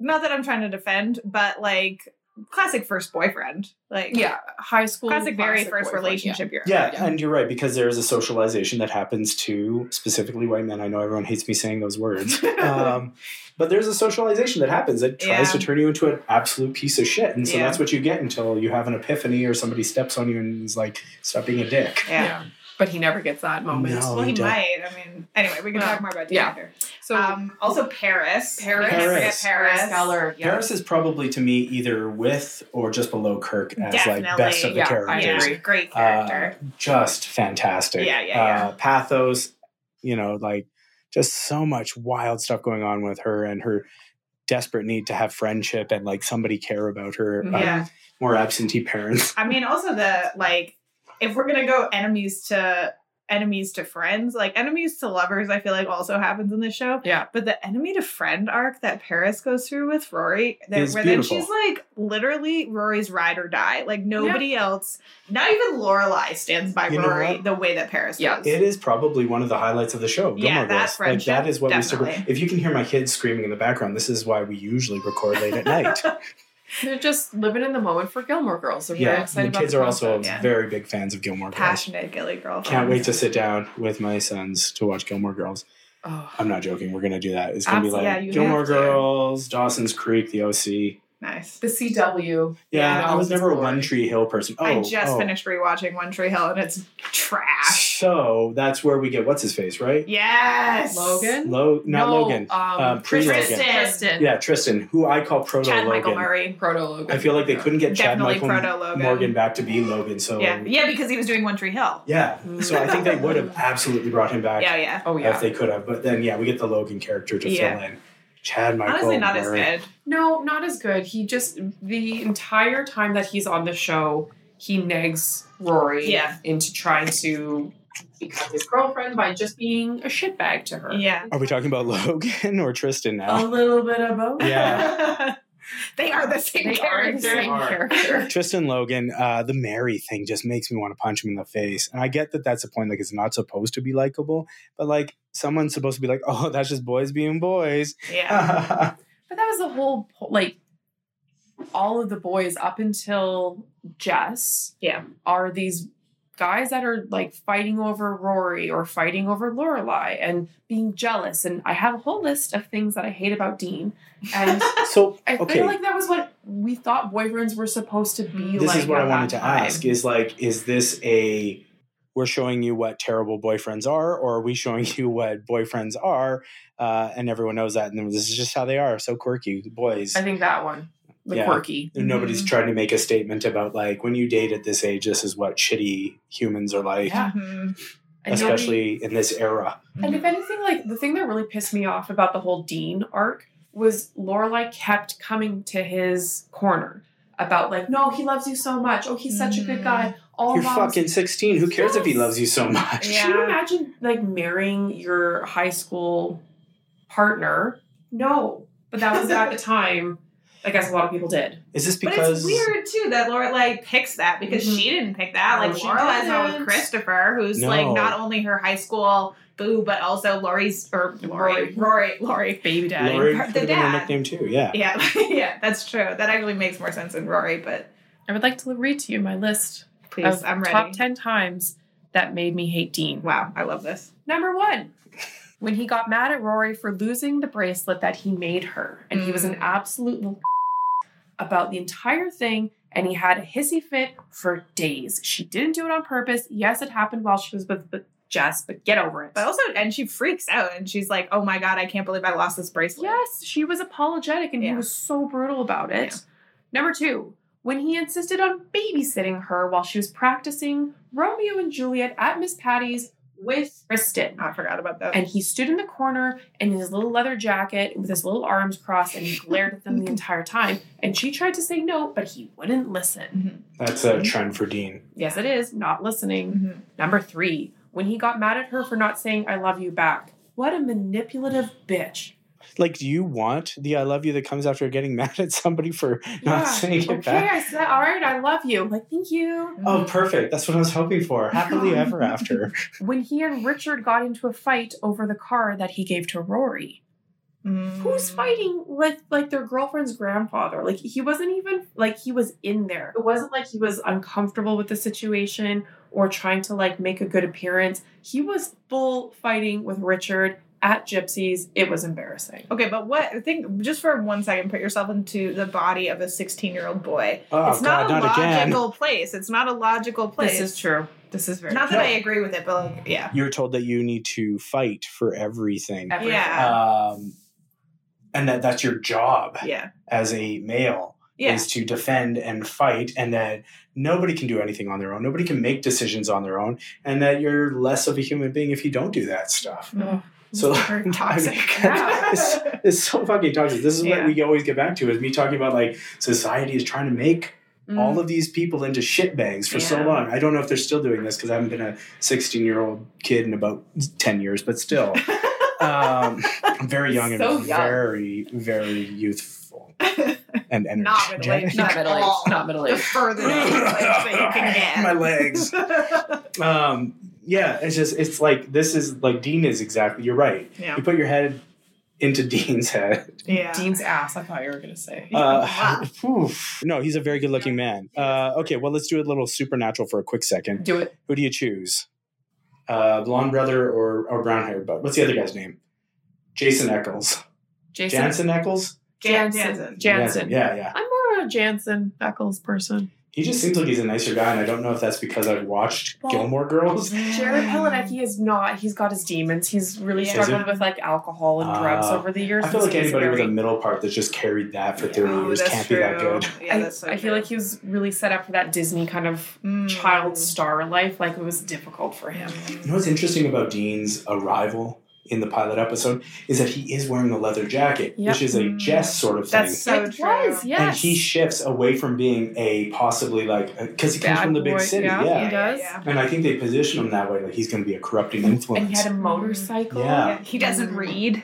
Speaker 3: not that I'm trying to defend, but like classic first boyfriend. Like
Speaker 1: yeah, high school
Speaker 3: classic very
Speaker 1: classic
Speaker 3: first
Speaker 1: boyfriend,
Speaker 3: relationship you're in.
Speaker 2: Yeah,
Speaker 1: Yeah.
Speaker 2: and you're right because there is a socialization that happens to specifically white men. I know everyone hates me saying those words, um, but there's a socialization that happens that tries to
Speaker 3: Yeah.
Speaker 2: turn you into an absolute piece of shit, and so
Speaker 3: Yeah.
Speaker 2: that's what you get until you have an epiphany or somebody steps on you and is like, "Stop being a dick."
Speaker 1: Yeah. Yeah. but he never gets that moment.
Speaker 2: No.
Speaker 3: Well, he
Speaker 2: Oh, don't.
Speaker 3: might. I mean, anyway, we can
Speaker 1: Well,
Speaker 3: talk more about
Speaker 1: yeah.
Speaker 3: that later.
Speaker 1: So
Speaker 3: um, also Paris.
Speaker 1: Paris,
Speaker 3: Can't forget
Speaker 2: Paris.
Speaker 3: Paris.
Speaker 1: Geller, yeah.
Speaker 2: Paris is probably to me either with or just below Kirk as like
Speaker 3: Definitely.
Speaker 2: best of the
Speaker 1: Yeah, I
Speaker 2: characters.
Speaker 1: agree.
Speaker 3: Yeah, great
Speaker 2: Uh,
Speaker 3: character.
Speaker 2: just fantastic.
Speaker 3: Yeah, yeah, yeah.
Speaker 2: Uh, pathos, you know, like just so much wild stuff going on with her and her desperate need to have friendship and like somebody care about her.
Speaker 1: Mm-hmm.
Speaker 2: uh,
Speaker 3: yeah.
Speaker 2: more absentee
Speaker 3: [LAUGHS]
Speaker 2: parents.
Speaker 3: I mean, also the like, if we're gonna go enemies to enemies to friends, like enemies to lovers, I feel like also happens in this show.
Speaker 1: Yeah.
Speaker 3: But the enemy to friend arc that Paris goes through with Rory, that,
Speaker 2: Is
Speaker 3: where
Speaker 2: beautiful.
Speaker 3: then she's like literally Rory's ride or die. Like nobody else, not even Lorelai stands by
Speaker 2: You know
Speaker 3: Rory
Speaker 2: what?
Speaker 3: the way that Paris
Speaker 1: Yeah.
Speaker 3: does.
Speaker 2: It is probably one of the highlights of the show.
Speaker 3: Yeah,
Speaker 2: Gilmore
Speaker 3: that
Speaker 2: Girls. Like
Speaker 3: friendship,
Speaker 2: that is what we super.
Speaker 3: definitely.
Speaker 2: If you can hear my kids screaming in the background, this is why we usually record late at night.
Speaker 3: [LAUGHS]
Speaker 1: they're just living in the moment for Gilmore Girls. They're very
Speaker 2: yeah,
Speaker 1: excited
Speaker 2: the
Speaker 1: about
Speaker 2: kids
Speaker 1: the
Speaker 2: are also
Speaker 1: concept.
Speaker 3: yeah.
Speaker 2: very big fans of Gilmore Girls.
Speaker 3: Passionate Gilly girl.
Speaker 2: Can't wait to sit down with my sons to watch Gilmore Girls.
Speaker 1: Oh,
Speaker 2: I'm not joking. We're gonna do that. It's gonna
Speaker 3: Absolutely,
Speaker 2: be
Speaker 3: yeah,
Speaker 2: like
Speaker 3: you
Speaker 2: Gilmore
Speaker 3: have to.
Speaker 2: Girls, Dawson's Creek, The OC.
Speaker 3: Nice.
Speaker 1: the CW.
Speaker 2: Yeah,
Speaker 1: Yeah,
Speaker 2: I was
Speaker 1: Dawson's
Speaker 2: never a
Speaker 1: Creek.
Speaker 2: One Tree Hill person. Oh,
Speaker 3: I just
Speaker 2: oh.
Speaker 3: finished rewatching One Tree Hill and it's trash.
Speaker 2: So that's where we get what's his face, right?
Speaker 3: Yes.
Speaker 1: Logan?
Speaker 2: Lo- not
Speaker 1: No,
Speaker 2: Logan.
Speaker 1: Um,
Speaker 2: Uh, pre-Logan.
Speaker 1: Tristan.
Speaker 3: Tristan.
Speaker 2: yeah, Tristan, who I call Proto
Speaker 3: Chad Michael
Speaker 2: Logan.
Speaker 3: Murray.
Speaker 1: Proto Logan.
Speaker 2: I feel like they couldn't get Chad
Speaker 3: Definitely
Speaker 2: Michael
Speaker 3: proto-Logan.
Speaker 2: Morgan back to be Logan. So
Speaker 3: Yeah, yeah, because he was doing One Tree Hill.
Speaker 2: Yeah. So I think they would
Speaker 3: [LAUGHS]
Speaker 2: have absolutely brought him back
Speaker 3: Yeah, yeah.
Speaker 1: Oh yeah.
Speaker 2: if they could have. But then yeah, we get the Logan character to
Speaker 3: Yeah.
Speaker 2: fill in. Chad Michael.
Speaker 3: Honestly, not as
Speaker 2: Murray.
Speaker 3: good.
Speaker 1: No, not as good. He just the entire time that he's on the show, he negs Rory
Speaker 3: Yeah.
Speaker 1: into trying to become his girlfriend by just being a shitbag to her.
Speaker 3: Yeah.
Speaker 2: Are we talking about [LAUGHS] Logan or Tristan
Speaker 3: Oh,
Speaker 1: A
Speaker 2: now?
Speaker 1: little bit of both.
Speaker 2: Yeah.
Speaker 3: [LAUGHS] they are the same
Speaker 1: They are the
Speaker 3: character.
Speaker 1: same
Speaker 2: Are.
Speaker 1: character.
Speaker 2: Tristan Logan, uh, the Mary thing just makes me want to punch him in the face. And I get that that's a point, like, it's not supposed to be likable, but like, someone's supposed to be like, oh, [LAUGHS] that's just boys being boys.
Speaker 3: Yeah.
Speaker 1: But that was the whole po- like all of the boys up until Jess
Speaker 3: Yeah.
Speaker 1: are these guys that are like fighting over Rory or fighting over Lorelai and being jealous and I have a whole list of things that I hate about Dean and
Speaker 2: so,
Speaker 1: I
Speaker 2: okay,
Speaker 1: feel like that was what we thought boyfriends were supposed to be
Speaker 3: This
Speaker 1: like.
Speaker 2: this is what
Speaker 1: at
Speaker 2: I wanted
Speaker 1: that
Speaker 2: to
Speaker 1: time.
Speaker 2: ask is like, is this a, we're showing you what terrible boyfriends are, or are we showing you what boyfriends are? Uh, and everyone knows that. And this is just how they are so quirky, boys.
Speaker 1: I think that one, the
Speaker 2: Yeah.
Speaker 1: quirky.
Speaker 2: And Nobody's
Speaker 3: Mhm.
Speaker 2: trying to make a statement about like when you date at this age, this is what shitty humans are like,
Speaker 1: Yeah.
Speaker 3: Mhm.
Speaker 1: And nobody-
Speaker 2: especially in this era.
Speaker 3: Mm-hmm.
Speaker 1: and if anything, like the thing that really pissed me off about the whole Dean arc was Lorelai kept coming to his corner about like, no, he loves you so much. Oh, he's such a good
Speaker 3: Mhm.
Speaker 1: guy. All
Speaker 2: Mm. You're
Speaker 1: moms.
Speaker 2: fucking 16. Who cares if he
Speaker 1: Yes.
Speaker 2: loves you so much?
Speaker 3: Yeah.
Speaker 1: Can you imagine like marrying your high school partner? No, but that was
Speaker 2: [LAUGHS]
Speaker 1: at the time. I guess a lot of people did.
Speaker 2: Is this
Speaker 3: But
Speaker 2: because
Speaker 3: it's weird too that Lorelai picks that because
Speaker 1: Mhm.
Speaker 3: Mm-hmm. she didn't pick that.
Speaker 1: No,
Speaker 3: Like
Speaker 1: she
Speaker 3: Lorelai's not
Speaker 1: didn't.
Speaker 3: with Christopher, who's
Speaker 2: No.
Speaker 3: like not only her high school boo, but also Lori's or Lori, Rory, Lori.
Speaker 1: Baby
Speaker 2: Lori
Speaker 3: Her-
Speaker 2: could
Speaker 3: the
Speaker 2: have been a
Speaker 3: dad.
Speaker 2: nickname too? Yeah.
Speaker 3: Yeah, [LAUGHS] yeah, that's true. That actually makes more sense than Rory, but
Speaker 1: I would like to read to you my list
Speaker 3: please,
Speaker 1: of
Speaker 3: I'm ready.
Speaker 1: top 10 times that made me hate Dean.
Speaker 3: Wow, I love this.
Speaker 1: Number one, when he got mad at Rory for losing the bracelet that he made her, and he was an
Speaker 3: Mm.
Speaker 1: absolute little about the entire thing and he had a hissy fit for days. She didn't do it on purpose. Yes, it happened while she was with with Jess, but get over it.
Speaker 3: But also, and she freaks out and she's like, oh my God, I can't believe I lost this bracelet.
Speaker 1: Yes, she was apologetic and he
Speaker 3: Yeah.
Speaker 1: was so brutal about it.
Speaker 3: Yeah.
Speaker 1: Number two, when he insisted on babysitting her while she was practicing Romeo and Juliet at Miss Patty's with Kristen.
Speaker 3: I forgot about that.
Speaker 1: And he stood in the corner in his little leather jacket with his little arms crossed and he glared at
Speaker 3: [LAUGHS]
Speaker 1: them the entire time. And she tried to say no, but he wouldn't listen.
Speaker 3: Mhm.
Speaker 2: That's a trend for Dean.
Speaker 1: Yes, it is, not listening.
Speaker 3: Mhm.
Speaker 1: Number three, when he got mad at her for not saying I love you back. What a manipulative bitch.
Speaker 2: Like, do you want the "I love you" that comes after getting [LAUGHS] mad at somebody for
Speaker 1: Yeah,
Speaker 2: not saying it
Speaker 1: okay,
Speaker 2: back?
Speaker 1: I said, Oh, all right, I love you. Like, thank you.
Speaker 3: Mm-hmm.
Speaker 2: Oh, perfect. That's what I was hoping
Speaker 3: [LAUGHS]
Speaker 2: for. Happily ever after.
Speaker 1: When he and Richard got into a fight over the car that he gave to Rory,
Speaker 3: Mhm.
Speaker 1: who's fighting with like their girlfriend's grandfather? Like, he wasn't even like he was in there. It wasn't like he was uncomfortable with the situation or trying to like make a good appearance. He was full fighting with Richard at Gypsy's. It was embarrassing.
Speaker 3: Okay, but what? Think just for one second. Put yourself into the body of a sixteen-year-old boy.
Speaker 2: Oh
Speaker 3: it's
Speaker 2: God,
Speaker 3: not a
Speaker 2: not again.
Speaker 3: logical place. It's not a logical place.
Speaker 1: This is true. This is very
Speaker 3: Not that
Speaker 2: No.
Speaker 3: I agree with it, but like, yeah.
Speaker 2: You're told that you need to fight for everything,
Speaker 1: Everything.
Speaker 3: Yeah.
Speaker 2: um, and that that's your job
Speaker 3: Yeah.
Speaker 2: as a male.
Speaker 3: Yeah.
Speaker 2: is to defend and fight and that nobody can do anything on their own nobody can make decisions on their own and that you're less of a human being if you don't do that stuff
Speaker 3: Mm.
Speaker 1: Ugh.
Speaker 2: so
Speaker 3: [LAUGHS]
Speaker 2: [LAUGHS]
Speaker 1: Very toxic.
Speaker 2: I mean, it's, it's so fucking toxic this is
Speaker 3: Yeah.
Speaker 2: what we always get back to is me talking about like society is trying to make
Speaker 1: Mm.
Speaker 2: all of these people into shitbags for so
Speaker 3: Yeah.
Speaker 2: long i don't know if they're still doing this because i haven't been a 16 year old kid in about 10 years but
Speaker 3: [LAUGHS]
Speaker 2: still um, I'm very young and
Speaker 1: So young.
Speaker 2: very very
Speaker 3: [LAUGHS]
Speaker 2: youthful and energetic
Speaker 3: Not middle aged.
Speaker 1: Not middle
Speaker 2: [LAUGHS]
Speaker 1: aged. Not middle
Speaker 3: The
Speaker 1: aged.
Speaker 3: furthest that you can get.
Speaker 2: My legs. Um, yeah, it's just it's like this is like Dean is exactly. You're right.
Speaker 3: yeah.
Speaker 2: You put your head into
Speaker 1: [LAUGHS]
Speaker 2: Dean's head.
Speaker 3: Yeah.
Speaker 1: Dean's ass. I thought you were gonna say.
Speaker 2: Uh, oof. no, he's a very good looking man. Uh, okay, well let's do a little supernatural for a quick second.
Speaker 1: Do it.
Speaker 2: Who do you choose? Uh, blonde brother or, or brown haired bud? What's the other guy's name? Jason Eccles.
Speaker 1: Jason.
Speaker 2: Jansen Eccles.
Speaker 1: Jansen.
Speaker 3: Jansen.
Speaker 1: Jansen.
Speaker 2: Yeah, yeah.
Speaker 1: I'm more of a Jansen Beckles person.
Speaker 2: He just seems like he's a nicer guy, and I don't know if that's because I've watched
Speaker 1: Well-
Speaker 2: Gilmore Girls.
Speaker 1: Jared Padalecki he is not. He's got his demons. He's really
Speaker 3: Yeah.
Speaker 2: Is
Speaker 1: struggled
Speaker 2: he?
Speaker 1: with like alcohol and
Speaker 2: Ah.
Speaker 1: drugs over the years.
Speaker 2: I feel
Speaker 1: He's
Speaker 2: like anybody with a
Speaker 1: very-
Speaker 2: middle part that's just carried that for 30
Speaker 3: Oh,
Speaker 2: years
Speaker 3: that's
Speaker 2: can't
Speaker 3: true.
Speaker 2: be that good.
Speaker 3: Yeah,
Speaker 1: I-
Speaker 3: that's so
Speaker 1: I feel
Speaker 3: true.
Speaker 1: like he was really set up for that Disney kind of
Speaker 3: Mm.
Speaker 1: child star life. Like it was difficult for him.
Speaker 2: You know what's interesting about Dean's arrival in the pilot episode is that he is wearing a leather jacket,
Speaker 1: Yep.
Speaker 2: which is a Jess sort of thing.
Speaker 3: That's so
Speaker 1: it
Speaker 3: true.
Speaker 1: was, yes.
Speaker 2: And he shifts away from being a possibly like because he comes
Speaker 1: Bad
Speaker 2: from the
Speaker 1: boy,
Speaker 2: big city, yeah.
Speaker 1: yeah.
Speaker 3: Yeah,
Speaker 1: He does.
Speaker 3: Yeah,
Speaker 2: And I think they position him that way, like he's going to be a corrupting influence,
Speaker 1: and he had a motorcycle.
Speaker 2: Yeah.
Speaker 3: yeah. He doesn't
Speaker 2: Mm.
Speaker 3: read.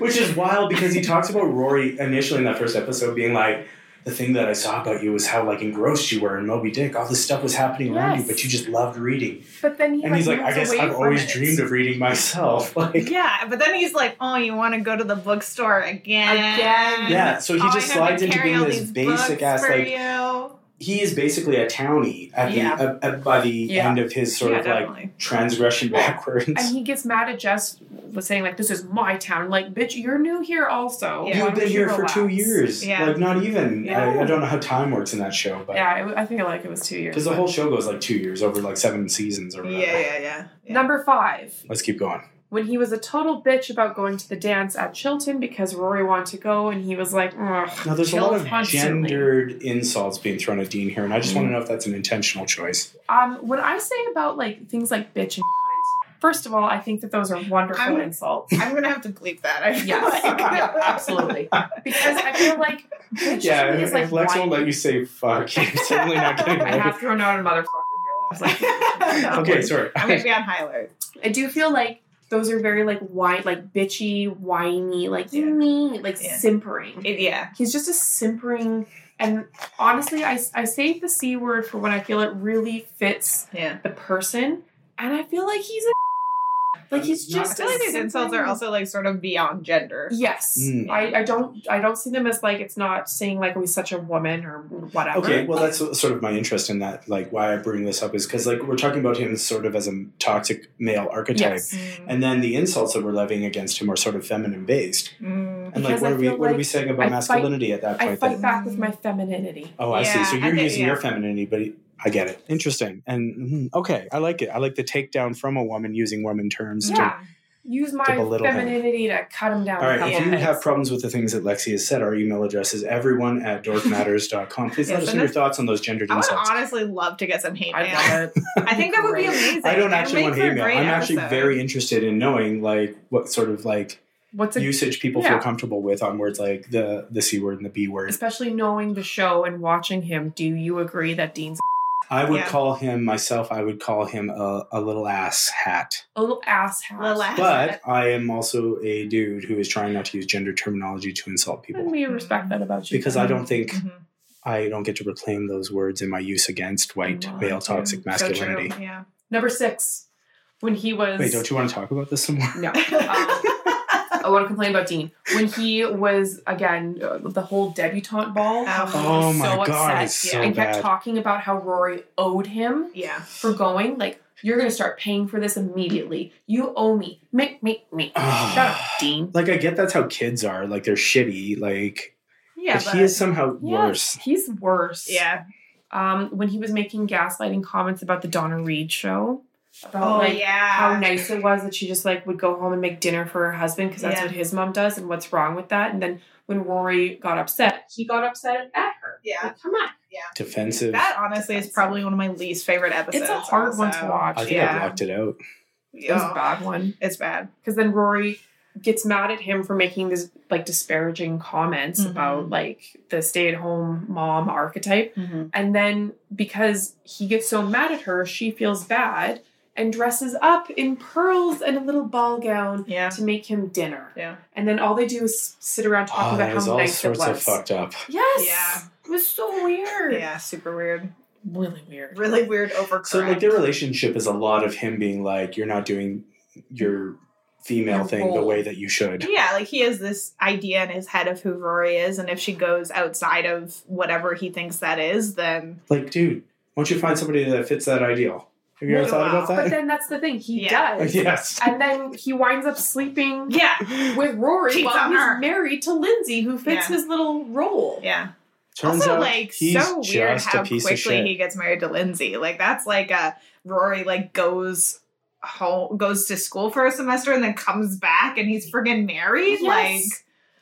Speaker 2: which is wild because he talks about Rory initially in that first episode being like. The thing that I saw about you was how like engrossed you were in Moby Dick. All this stuff was happening around you,
Speaker 1: Yes.
Speaker 2: but you just loved reading.
Speaker 1: But then he
Speaker 2: And he's like, I
Speaker 1: moves
Speaker 2: guess
Speaker 1: away
Speaker 2: I've
Speaker 1: from
Speaker 2: always
Speaker 1: it.
Speaker 2: dreamed of reading myself. [LAUGHS] Like,
Speaker 3: yeah, but then he's like, "Oh, you want to go to the bookstore again?"
Speaker 1: Again.
Speaker 2: yeah. So he
Speaker 3: Oh, I
Speaker 2: just
Speaker 3: have
Speaker 2: slides
Speaker 3: to
Speaker 2: into
Speaker 3: carry
Speaker 2: being
Speaker 3: all
Speaker 2: this
Speaker 3: these
Speaker 2: basic
Speaker 3: books
Speaker 2: ass.
Speaker 3: for
Speaker 2: Like,
Speaker 3: you.
Speaker 2: he is basically a townie at
Speaker 3: Yeah.
Speaker 2: the uh, uh, by the
Speaker 1: Yeah.
Speaker 2: end of his sort
Speaker 3: Yeah,
Speaker 2: of
Speaker 3: definitely.
Speaker 2: like transgression backwards.
Speaker 1: And he gets mad at Jess was saying like, "This is my town." Like, bitch, you're new here also.
Speaker 3: Yeah.
Speaker 1: Why
Speaker 2: You've
Speaker 1: don't
Speaker 2: been
Speaker 1: you
Speaker 2: here for two
Speaker 1: relax?"
Speaker 2: years.
Speaker 3: Yeah.
Speaker 2: Like, not even. I,
Speaker 1: Yeah.
Speaker 2: I don't know how time works in that show, but
Speaker 1: Yeah, it, wa- I feel like it was two years.
Speaker 2: because the whole show goes like two years over like seven seasons or
Speaker 3: Yeah,
Speaker 2: whatever.
Speaker 3: yeah, yeah. yeah.
Speaker 1: Number five,
Speaker 2: Let's keep going.
Speaker 1: when he was a total bitch about going to the dance at Chilton because Rory wanted to go and he was like, Ugh,
Speaker 2: Now, there's a
Speaker 1: Chills
Speaker 2: lot of
Speaker 1: constantly.
Speaker 2: gendered insults being thrown at Dean here, and I just want to know if that's an intentional choice.
Speaker 1: Um, when I say about like things like bitch and first of all, I think that those are wonderful
Speaker 3: I'm-
Speaker 1: insults.
Speaker 3: I'm gonna have to bleep that. I
Speaker 1: [LAUGHS]
Speaker 3: feel
Speaker 1: Yes,
Speaker 3: like.
Speaker 1: [LAUGHS] yeah, absolutely. Because I feel like bitch to me is like whining. [LAUGHS]
Speaker 2: say fuck, you're certainly not getting
Speaker 1: I
Speaker 2: away
Speaker 1: have thrown out a motherfucker here. I was like, that
Speaker 2: [LAUGHS] okay,
Speaker 1: one.
Speaker 2: sorry.
Speaker 3: [LAUGHS] I'm gonna be on high alert.
Speaker 1: I do feel like those are very like whine, like bitchy, whiny, like
Speaker 3: Yeah.
Speaker 1: me, like
Speaker 3: Yeah.
Speaker 1: simpering.
Speaker 3: It- yeah,
Speaker 1: He's just a simpering, and honestly, I I say the c word for when I feel it really fits
Speaker 3: yeah.
Speaker 1: the person, and I feel like he's a [LAUGHS]
Speaker 7: Like he's
Speaker 2: Not-
Speaker 7: just.
Speaker 3: I feel like these insults are also like sort of beyond gender.
Speaker 1: Yes,
Speaker 2: Mm.
Speaker 1: I, I don't I don't see them as like it's not saying like oh he's such a woman or whatever.
Speaker 2: Okay, well, that's sort of my interest in that. Like, why I bring this up is because, like, we're talking about him sort of as a toxic male archetype,
Speaker 1: Yes.
Speaker 2: and then the insults that we're levying against him are sort of feminine based.
Speaker 3: Mm.
Speaker 2: And
Speaker 1: Because I
Speaker 2: like, what are we
Speaker 1: feel
Speaker 2: what are we
Speaker 1: like
Speaker 2: saying
Speaker 1: I
Speaker 2: about
Speaker 1: fight-
Speaker 2: masculinity at that
Speaker 1: I
Speaker 2: point?
Speaker 1: fight
Speaker 2: then?
Speaker 1: back with my femininity.
Speaker 2: oh, I see.
Speaker 3: Yeah,
Speaker 2: So
Speaker 3: I
Speaker 2: you're
Speaker 3: think-
Speaker 2: using your
Speaker 3: yeah.
Speaker 2: femininity, but I get it. Interesting. And mm, okay, I like it. I like the takedown from a woman using woman terms. To,
Speaker 1: Yeah, use my
Speaker 2: to belittle him.
Speaker 1: femininity to cut him down.
Speaker 2: all
Speaker 1: a
Speaker 2: right,
Speaker 1: couple
Speaker 2: if you
Speaker 1: pegs.
Speaker 2: have problems with the things that Lexi has said, our email address is everyone at dorkmatters.com. Please let
Speaker 3: Yes,
Speaker 2: us
Speaker 3: and
Speaker 2: know your
Speaker 3: this-
Speaker 2: thoughts on those gendered
Speaker 3: I would
Speaker 2: insults.
Speaker 3: honestly love to get some hate
Speaker 1: I
Speaker 3: mail.
Speaker 1: love it.
Speaker 3: [LAUGHS] I think that would be
Speaker 1: Great.
Speaker 3: amazing.
Speaker 2: I don't
Speaker 3: That'd
Speaker 2: actually
Speaker 3: make
Speaker 2: want
Speaker 3: for a
Speaker 2: hate mail.
Speaker 3: great
Speaker 2: I'm actually
Speaker 3: episode.
Speaker 2: very interested in knowing like what sort of like
Speaker 1: What's a,
Speaker 2: usage people
Speaker 1: yeah.
Speaker 2: feel comfortable with on words like the the c word and the b word.
Speaker 1: especially knowing the show and watching him. Do you agree that Dean's
Speaker 2: I would
Speaker 3: Yeah.
Speaker 2: call him myself. I would call him a, a little ass hat.
Speaker 1: a little ass hat?
Speaker 3: Little ass.
Speaker 2: But I am also a dude who is trying not to use gender terminology to insult
Speaker 1: And
Speaker 2: people
Speaker 1: we respect that about you
Speaker 2: because I don't think
Speaker 3: Mhm.
Speaker 2: I don't get to reclaim those words in my use against white
Speaker 1: Wow.
Speaker 2: male toxic
Speaker 3: So true,
Speaker 2: masculinity.
Speaker 3: Mm-hmm. yeah. [LAUGHS]
Speaker 1: Number six, when he was
Speaker 2: Wait, don't you want to talk about this some
Speaker 1: [LAUGHS]
Speaker 2: more?
Speaker 1: no.
Speaker 3: Oh,
Speaker 1: Um, I want to complain about Dean when he was again uh, the whole debutante ball. How he
Speaker 2: Oh
Speaker 1: was
Speaker 2: my
Speaker 1: so
Speaker 2: God,
Speaker 1: upset
Speaker 2: it's
Speaker 3: yeah,
Speaker 2: so
Speaker 1: and kept
Speaker 2: [SIGHS] bad.
Speaker 1: talking about how Rory owed him
Speaker 3: yeah.
Speaker 1: for going. Like you're going to start paying for this immediately. You owe me. Me me me.
Speaker 2: [SIGHS] Ah.
Speaker 1: Shut up, Dean.
Speaker 2: Like I get that's how kids are. Like they're shitty. Like
Speaker 3: Yeah.
Speaker 2: but he is somehow worse.
Speaker 1: Yes, he's worse.
Speaker 3: yeah.
Speaker 1: Um, when he was making gaslighting comments about the Donna Reed show, about
Speaker 3: Oh,
Speaker 1: like
Speaker 3: yeah.
Speaker 1: how nice it was that she just like would go home and make dinner for her husband because that's
Speaker 3: Yeah.
Speaker 1: what his mom does and what's wrong with that and then when rory got upset he got upset at her
Speaker 3: Yeah.
Speaker 1: Like, come on
Speaker 2: Defensive.
Speaker 3: That honestly is probably one of my least favorite episodes.
Speaker 1: it's a hard one to
Speaker 3: also.
Speaker 1: watch
Speaker 2: I think I
Speaker 3: yeah.
Speaker 2: blocked it out.
Speaker 1: it was a
Speaker 3: Oh,
Speaker 1: bad one
Speaker 3: It's bad.
Speaker 1: because then rory gets mad at him for making this like disparaging comments
Speaker 3: Mhm.
Speaker 1: about like the stay-at-home mom archetype and then because he gets so mad at her she feels bad and dresses up in pearls and a little ball gown
Speaker 3: Yeah.
Speaker 1: to make him dinner
Speaker 3: Yeah.
Speaker 1: and then all they do is sit around talking
Speaker 2: Oh,
Speaker 1: about
Speaker 2: that was
Speaker 1: how
Speaker 2: all
Speaker 1: nice
Speaker 2: sorts
Speaker 1: it was.
Speaker 2: of fucked up.
Speaker 1: Yes.
Speaker 3: Yeah.
Speaker 1: It was so weird.
Speaker 3: Yeah. Super weird.
Speaker 1: Really weird.
Speaker 3: Really weird overcorrect.
Speaker 2: So like their relationship is a lot of him being like, "You're not doing your female
Speaker 1: Your
Speaker 2: thing the
Speaker 1: role.
Speaker 2: way that you should."
Speaker 3: Yeah, like he has this idea in his head of who Rory is, and if she goes outside of whatever he thinks that is, then
Speaker 2: Like, dude, why don't you find somebody that fits that ideal? Have you ever
Speaker 3: Wow.
Speaker 2: thought about
Speaker 1: But
Speaker 2: that?
Speaker 1: then that's the thing. He
Speaker 3: Yeah.
Speaker 1: does.
Speaker 2: [LAUGHS] yes.
Speaker 1: And then he winds up sleeping
Speaker 3: yeah,
Speaker 1: with Rory
Speaker 3: Cheats
Speaker 1: while
Speaker 3: on
Speaker 1: he's
Speaker 3: her.
Speaker 1: married to Lindsay, who fits
Speaker 3: Yeah.
Speaker 1: his little role.
Speaker 3: yeah.
Speaker 2: Turns
Speaker 3: also,
Speaker 2: out
Speaker 3: like
Speaker 2: he's
Speaker 3: so weird
Speaker 2: just
Speaker 3: how
Speaker 2: a piece of
Speaker 3: quickly
Speaker 2: shit.
Speaker 3: he gets married to Lindsay. Like that's like a Rory like goes home, goes to school for a semester, and then comes back, and he's friggin' married.
Speaker 1: Yes.
Speaker 3: Like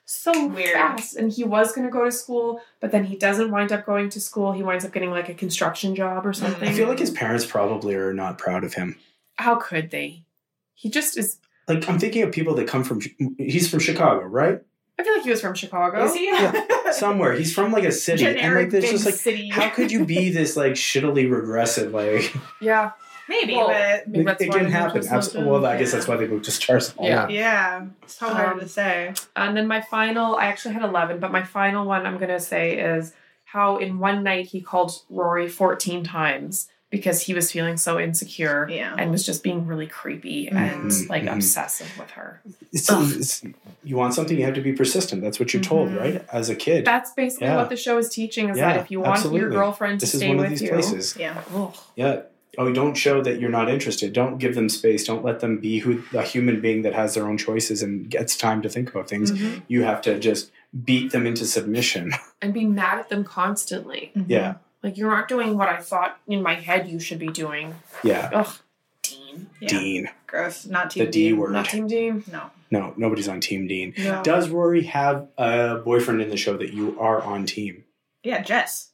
Speaker 1: So
Speaker 3: Weird.
Speaker 1: fast. And he was going to go to school, but then he doesn't wind up going to school. He winds up getting like a construction job or
Speaker 3: Mm-hmm.
Speaker 1: something.
Speaker 2: I feel like his parents probably are not proud of him.
Speaker 1: How could they? He just is.
Speaker 2: Like, I'm thinking of people that come from. He's from Chicago,
Speaker 1: [LAUGHS]
Speaker 2: right?
Speaker 1: I feel like he was from Chicago.
Speaker 3: is he [LAUGHS]
Speaker 2: Somewhere he's from like a city,
Speaker 3: generic
Speaker 2: and like there's
Speaker 3: big
Speaker 2: just like,
Speaker 3: city?
Speaker 2: how could you be this like shittily regressive? Like,
Speaker 1: Yeah.
Speaker 3: [LAUGHS] Maybe,
Speaker 1: Well,
Speaker 3: but
Speaker 1: Maybe
Speaker 2: it
Speaker 1: that's why
Speaker 2: didn't
Speaker 1: he
Speaker 2: happen.
Speaker 1: just
Speaker 2: Abs-
Speaker 1: lived in-
Speaker 2: well, I guess
Speaker 3: yeah.
Speaker 2: that's why they moved to Stars.
Speaker 1: Yeah.
Speaker 3: yeah, so hard
Speaker 1: Um,
Speaker 3: to say.
Speaker 1: And then my final, I actually had 11, but my final one I'm going to say is how in one night he called Rory 14 times because he was feeling so insecure
Speaker 3: Yeah.
Speaker 1: and was just being really creepy
Speaker 2: Mhm.
Speaker 1: and like
Speaker 2: Mhm.
Speaker 1: obsessive with her.
Speaker 2: It's,
Speaker 1: Ugh. Mm-hmm.
Speaker 2: it's- you want something, you have to be persistent. That's what you're told,
Speaker 3: Mhm.
Speaker 2: right? As a kid,
Speaker 1: That's basically
Speaker 2: Yeah.
Speaker 1: what the show is teaching is
Speaker 2: Yeah,
Speaker 1: that if you want your
Speaker 2: absolutely.
Speaker 1: girlfriend to
Speaker 2: this is
Speaker 1: stay
Speaker 2: one
Speaker 1: with
Speaker 2: of these
Speaker 1: you.
Speaker 2: places.
Speaker 3: Yeah.
Speaker 1: Ugh.
Speaker 2: Yeah. Oh, don't show that you're not interested. Don't give them space. Don't let them be who a human being that has their own choices and gets time to think about things.
Speaker 3: Mm-hmm,
Speaker 1: Mhm.
Speaker 2: You have to just beat them into submission. [LAUGHS]
Speaker 1: And be mad at them constantly.
Speaker 3: mm-hmm.
Speaker 2: yeah,
Speaker 1: Like, you're not doing what I thought in my head you should be doing.
Speaker 2: yeah.
Speaker 1: Ugh, Dean.
Speaker 3: Yeah.
Speaker 2: Dean,
Speaker 3: Gross. Not team
Speaker 2: the D
Speaker 3: Dean.
Speaker 2: word.
Speaker 1: Not Team Dean.
Speaker 3: No.
Speaker 2: no, nobody's on Team Dean.
Speaker 3: No.
Speaker 2: Does Rory have a boyfriend in the show that you are on team?
Speaker 3: yeah, Jess.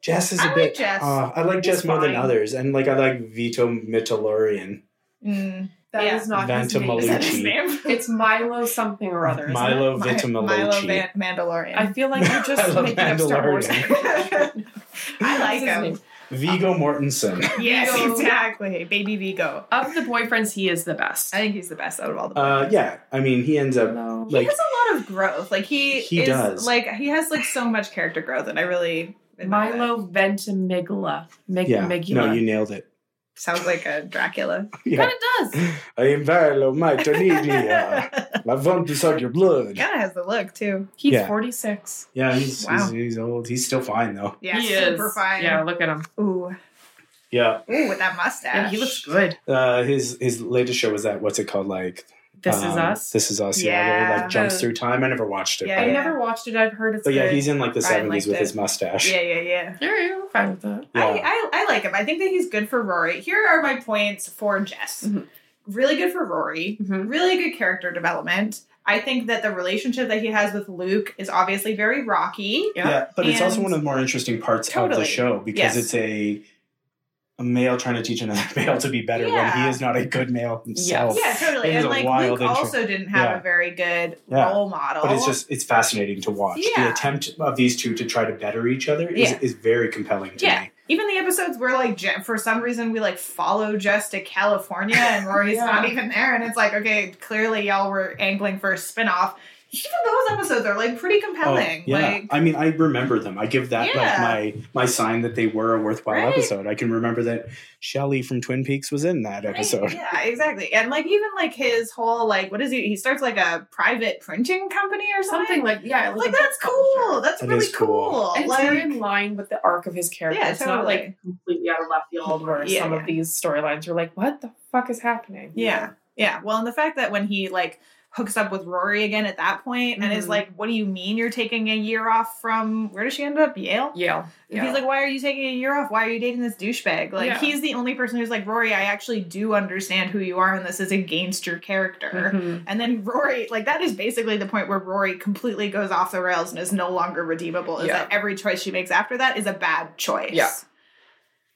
Speaker 2: Jess is
Speaker 3: I
Speaker 2: a
Speaker 3: like
Speaker 2: bit.
Speaker 3: Jess.
Speaker 2: uh, I like
Speaker 1: He's
Speaker 2: Jess more than
Speaker 1: fine.
Speaker 2: others, and like I like Vito Mitellurian.
Speaker 3: Mm.
Speaker 1: That is
Speaker 3: Yeah.
Speaker 1: not his
Speaker 2: Vanta
Speaker 1: name.
Speaker 2: Malucci.
Speaker 3: Is that his name?
Speaker 1: [LAUGHS]
Speaker 2: [LAUGHS]
Speaker 1: It's Milo something or other. isn't it?
Speaker 2: Milo
Speaker 3: [LAUGHS] Mi- Milo
Speaker 2: Vitamology.
Speaker 3: Van- Mandalorian.
Speaker 1: I feel like you're
Speaker 2: [LAUGHS] I
Speaker 1: just
Speaker 2: love
Speaker 1: making up Star Wars. [LAUGHS]
Speaker 3: [LAUGHS] I like him.
Speaker 2: Vigo Mortensen. [LAUGHS]
Speaker 3: Yes,
Speaker 1: [LAUGHS] Vigo.
Speaker 3: exactly. Baby Vigo.
Speaker 1: Of the boyfriends, he is the best.
Speaker 3: I think he's the best out of all the.
Speaker 2: Uh, yeah, I mean, he ends up
Speaker 1: No.
Speaker 2: like
Speaker 3: he has a lot of growth. Like he,
Speaker 2: He
Speaker 3: is,
Speaker 2: does.
Speaker 3: Like he has like so much character growth, and I really admire
Speaker 1: Milo Ventimiglia. Mig-
Speaker 2: yeah.
Speaker 1: Migula.
Speaker 2: No, you nailed it. [LAUGHS]
Speaker 3: Sounds like a Dracula.
Speaker 1: But
Speaker 2: Yeah.
Speaker 1: it does.
Speaker 2: I am very might need
Speaker 3: [LAUGHS]
Speaker 2: I
Speaker 3: kind
Speaker 2: want to suck your blood.
Speaker 3: of has the look too.
Speaker 1: He's
Speaker 2: Yeah.
Speaker 1: 46.
Speaker 2: Yeah, he's,
Speaker 3: Wow.
Speaker 2: he's he's old. He's still fine though.
Speaker 3: Yeah,
Speaker 1: he
Speaker 3: super
Speaker 1: is.
Speaker 3: fine.
Speaker 1: Yeah, look at him.
Speaker 3: Ooh,
Speaker 2: Yeah.
Speaker 3: ooh, with that mustache.
Speaker 1: Yeah, he looks good.
Speaker 2: Uh, his his latest show was that what's it called like
Speaker 1: This is
Speaker 2: um,
Speaker 1: us.
Speaker 2: This is us. Yeah, where he,
Speaker 3: Yeah.
Speaker 2: like jumps through time. I never watched it.
Speaker 3: Yeah,
Speaker 1: I
Speaker 2: but,
Speaker 3: yeah.
Speaker 1: never watched it. I've heard it's
Speaker 2: but yeah,
Speaker 1: good.
Speaker 2: he's in like the
Speaker 3: Brian
Speaker 2: seventies
Speaker 3: liked
Speaker 2: with
Speaker 3: it.
Speaker 2: his mustache.
Speaker 3: Yeah, yeah, yeah.
Speaker 1: Yeah, yeah, I'm fine with that.
Speaker 2: Yeah.
Speaker 3: I, I, I like him. I think that he's good for Rory. Here are my points for Jess.
Speaker 1: Mhm.
Speaker 3: Really good for Rory.
Speaker 1: Mhm.
Speaker 3: Really good character development. I think that the relationship that he has with Luke is obviously very rocky.
Speaker 1: Yeah.
Speaker 2: Yeah, but it's also
Speaker 3: And-
Speaker 2: one of the more interesting parts of
Speaker 3: Totally.
Speaker 2: the show because
Speaker 3: Yes.
Speaker 2: it's a a male trying to teach another [LAUGHS] male to be better when
Speaker 3: Yeah.
Speaker 2: he is not a good male himself.
Speaker 3: Yeah, totally.
Speaker 2: It is
Speaker 3: And
Speaker 2: a
Speaker 3: like
Speaker 2: wild
Speaker 3: Luke
Speaker 2: intro.
Speaker 3: also didn't have
Speaker 2: Yeah.
Speaker 3: a very good
Speaker 2: Yeah.
Speaker 3: role model.
Speaker 2: But it's just it's fascinating to watch.
Speaker 3: Yeah.
Speaker 2: The attempt of these two to try to better each other is,
Speaker 3: Yeah.
Speaker 2: is very compelling to
Speaker 3: Yeah.
Speaker 2: me.
Speaker 3: even the episodes where like Je- for some reason we like follow Jess to California and
Speaker 2: [LAUGHS]
Speaker 3: Rory's
Speaker 1: Yeah.
Speaker 3: not even there, and it's like okay, clearly y'all were angling for a spinoff. Even those episodes are like pretty compelling.
Speaker 2: Oh, yeah.
Speaker 3: Like
Speaker 2: I mean, I remember them. I give that
Speaker 3: Yeah.
Speaker 2: like my my sign that they were a worthwhile
Speaker 3: Right?
Speaker 2: episode. I can remember that Shelley from Twin Peaks was in that episode.
Speaker 3: Yeah, exactly. And like even like his whole like what is he? He starts like a private printing company or something.
Speaker 1: Something like, yeah.
Speaker 3: like
Speaker 1: a
Speaker 3: that's
Speaker 1: book publisher.
Speaker 3: cool. That's
Speaker 2: That
Speaker 3: really
Speaker 2: is cool.
Speaker 3: cool.
Speaker 1: And it's
Speaker 3: Like
Speaker 1: very in line with the arc of his character.
Speaker 3: Yeah,
Speaker 1: it's not
Speaker 3: totally.
Speaker 1: like completely out of left field where
Speaker 3: Yeah,
Speaker 1: some
Speaker 3: yeah.
Speaker 1: of these storylines are like, what the fuck is happening?
Speaker 3: Yeah. Yeah. Well, and the fact that when he like hooks up with Rory again at that point and
Speaker 2: Mm-hmm.
Speaker 3: is
Speaker 1: Mhm.
Speaker 3: like, what do you mean you're taking a year off from where does she end up? Yale?
Speaker 1: Yeah.
Speaker 3: And He's like, why are you taking a year off? Why are you dating this douchebag? Like,
Speaker 1: Yeah.
Speaker 3: he's the only person who's like, Rory, I actually do understand who you are, and this is against your character.
Speaker 2: Mm-hmm.
Speaker 1: Mhm.
Speaker 3: And then Rory, like, that is basically the point where Rory completely goes off the rails and is no longer redeemable. Is
Speaker 1: Yeah.
Speaker 3: that every choice she makes after that is a bad choice.
Speaker 1: Yeah.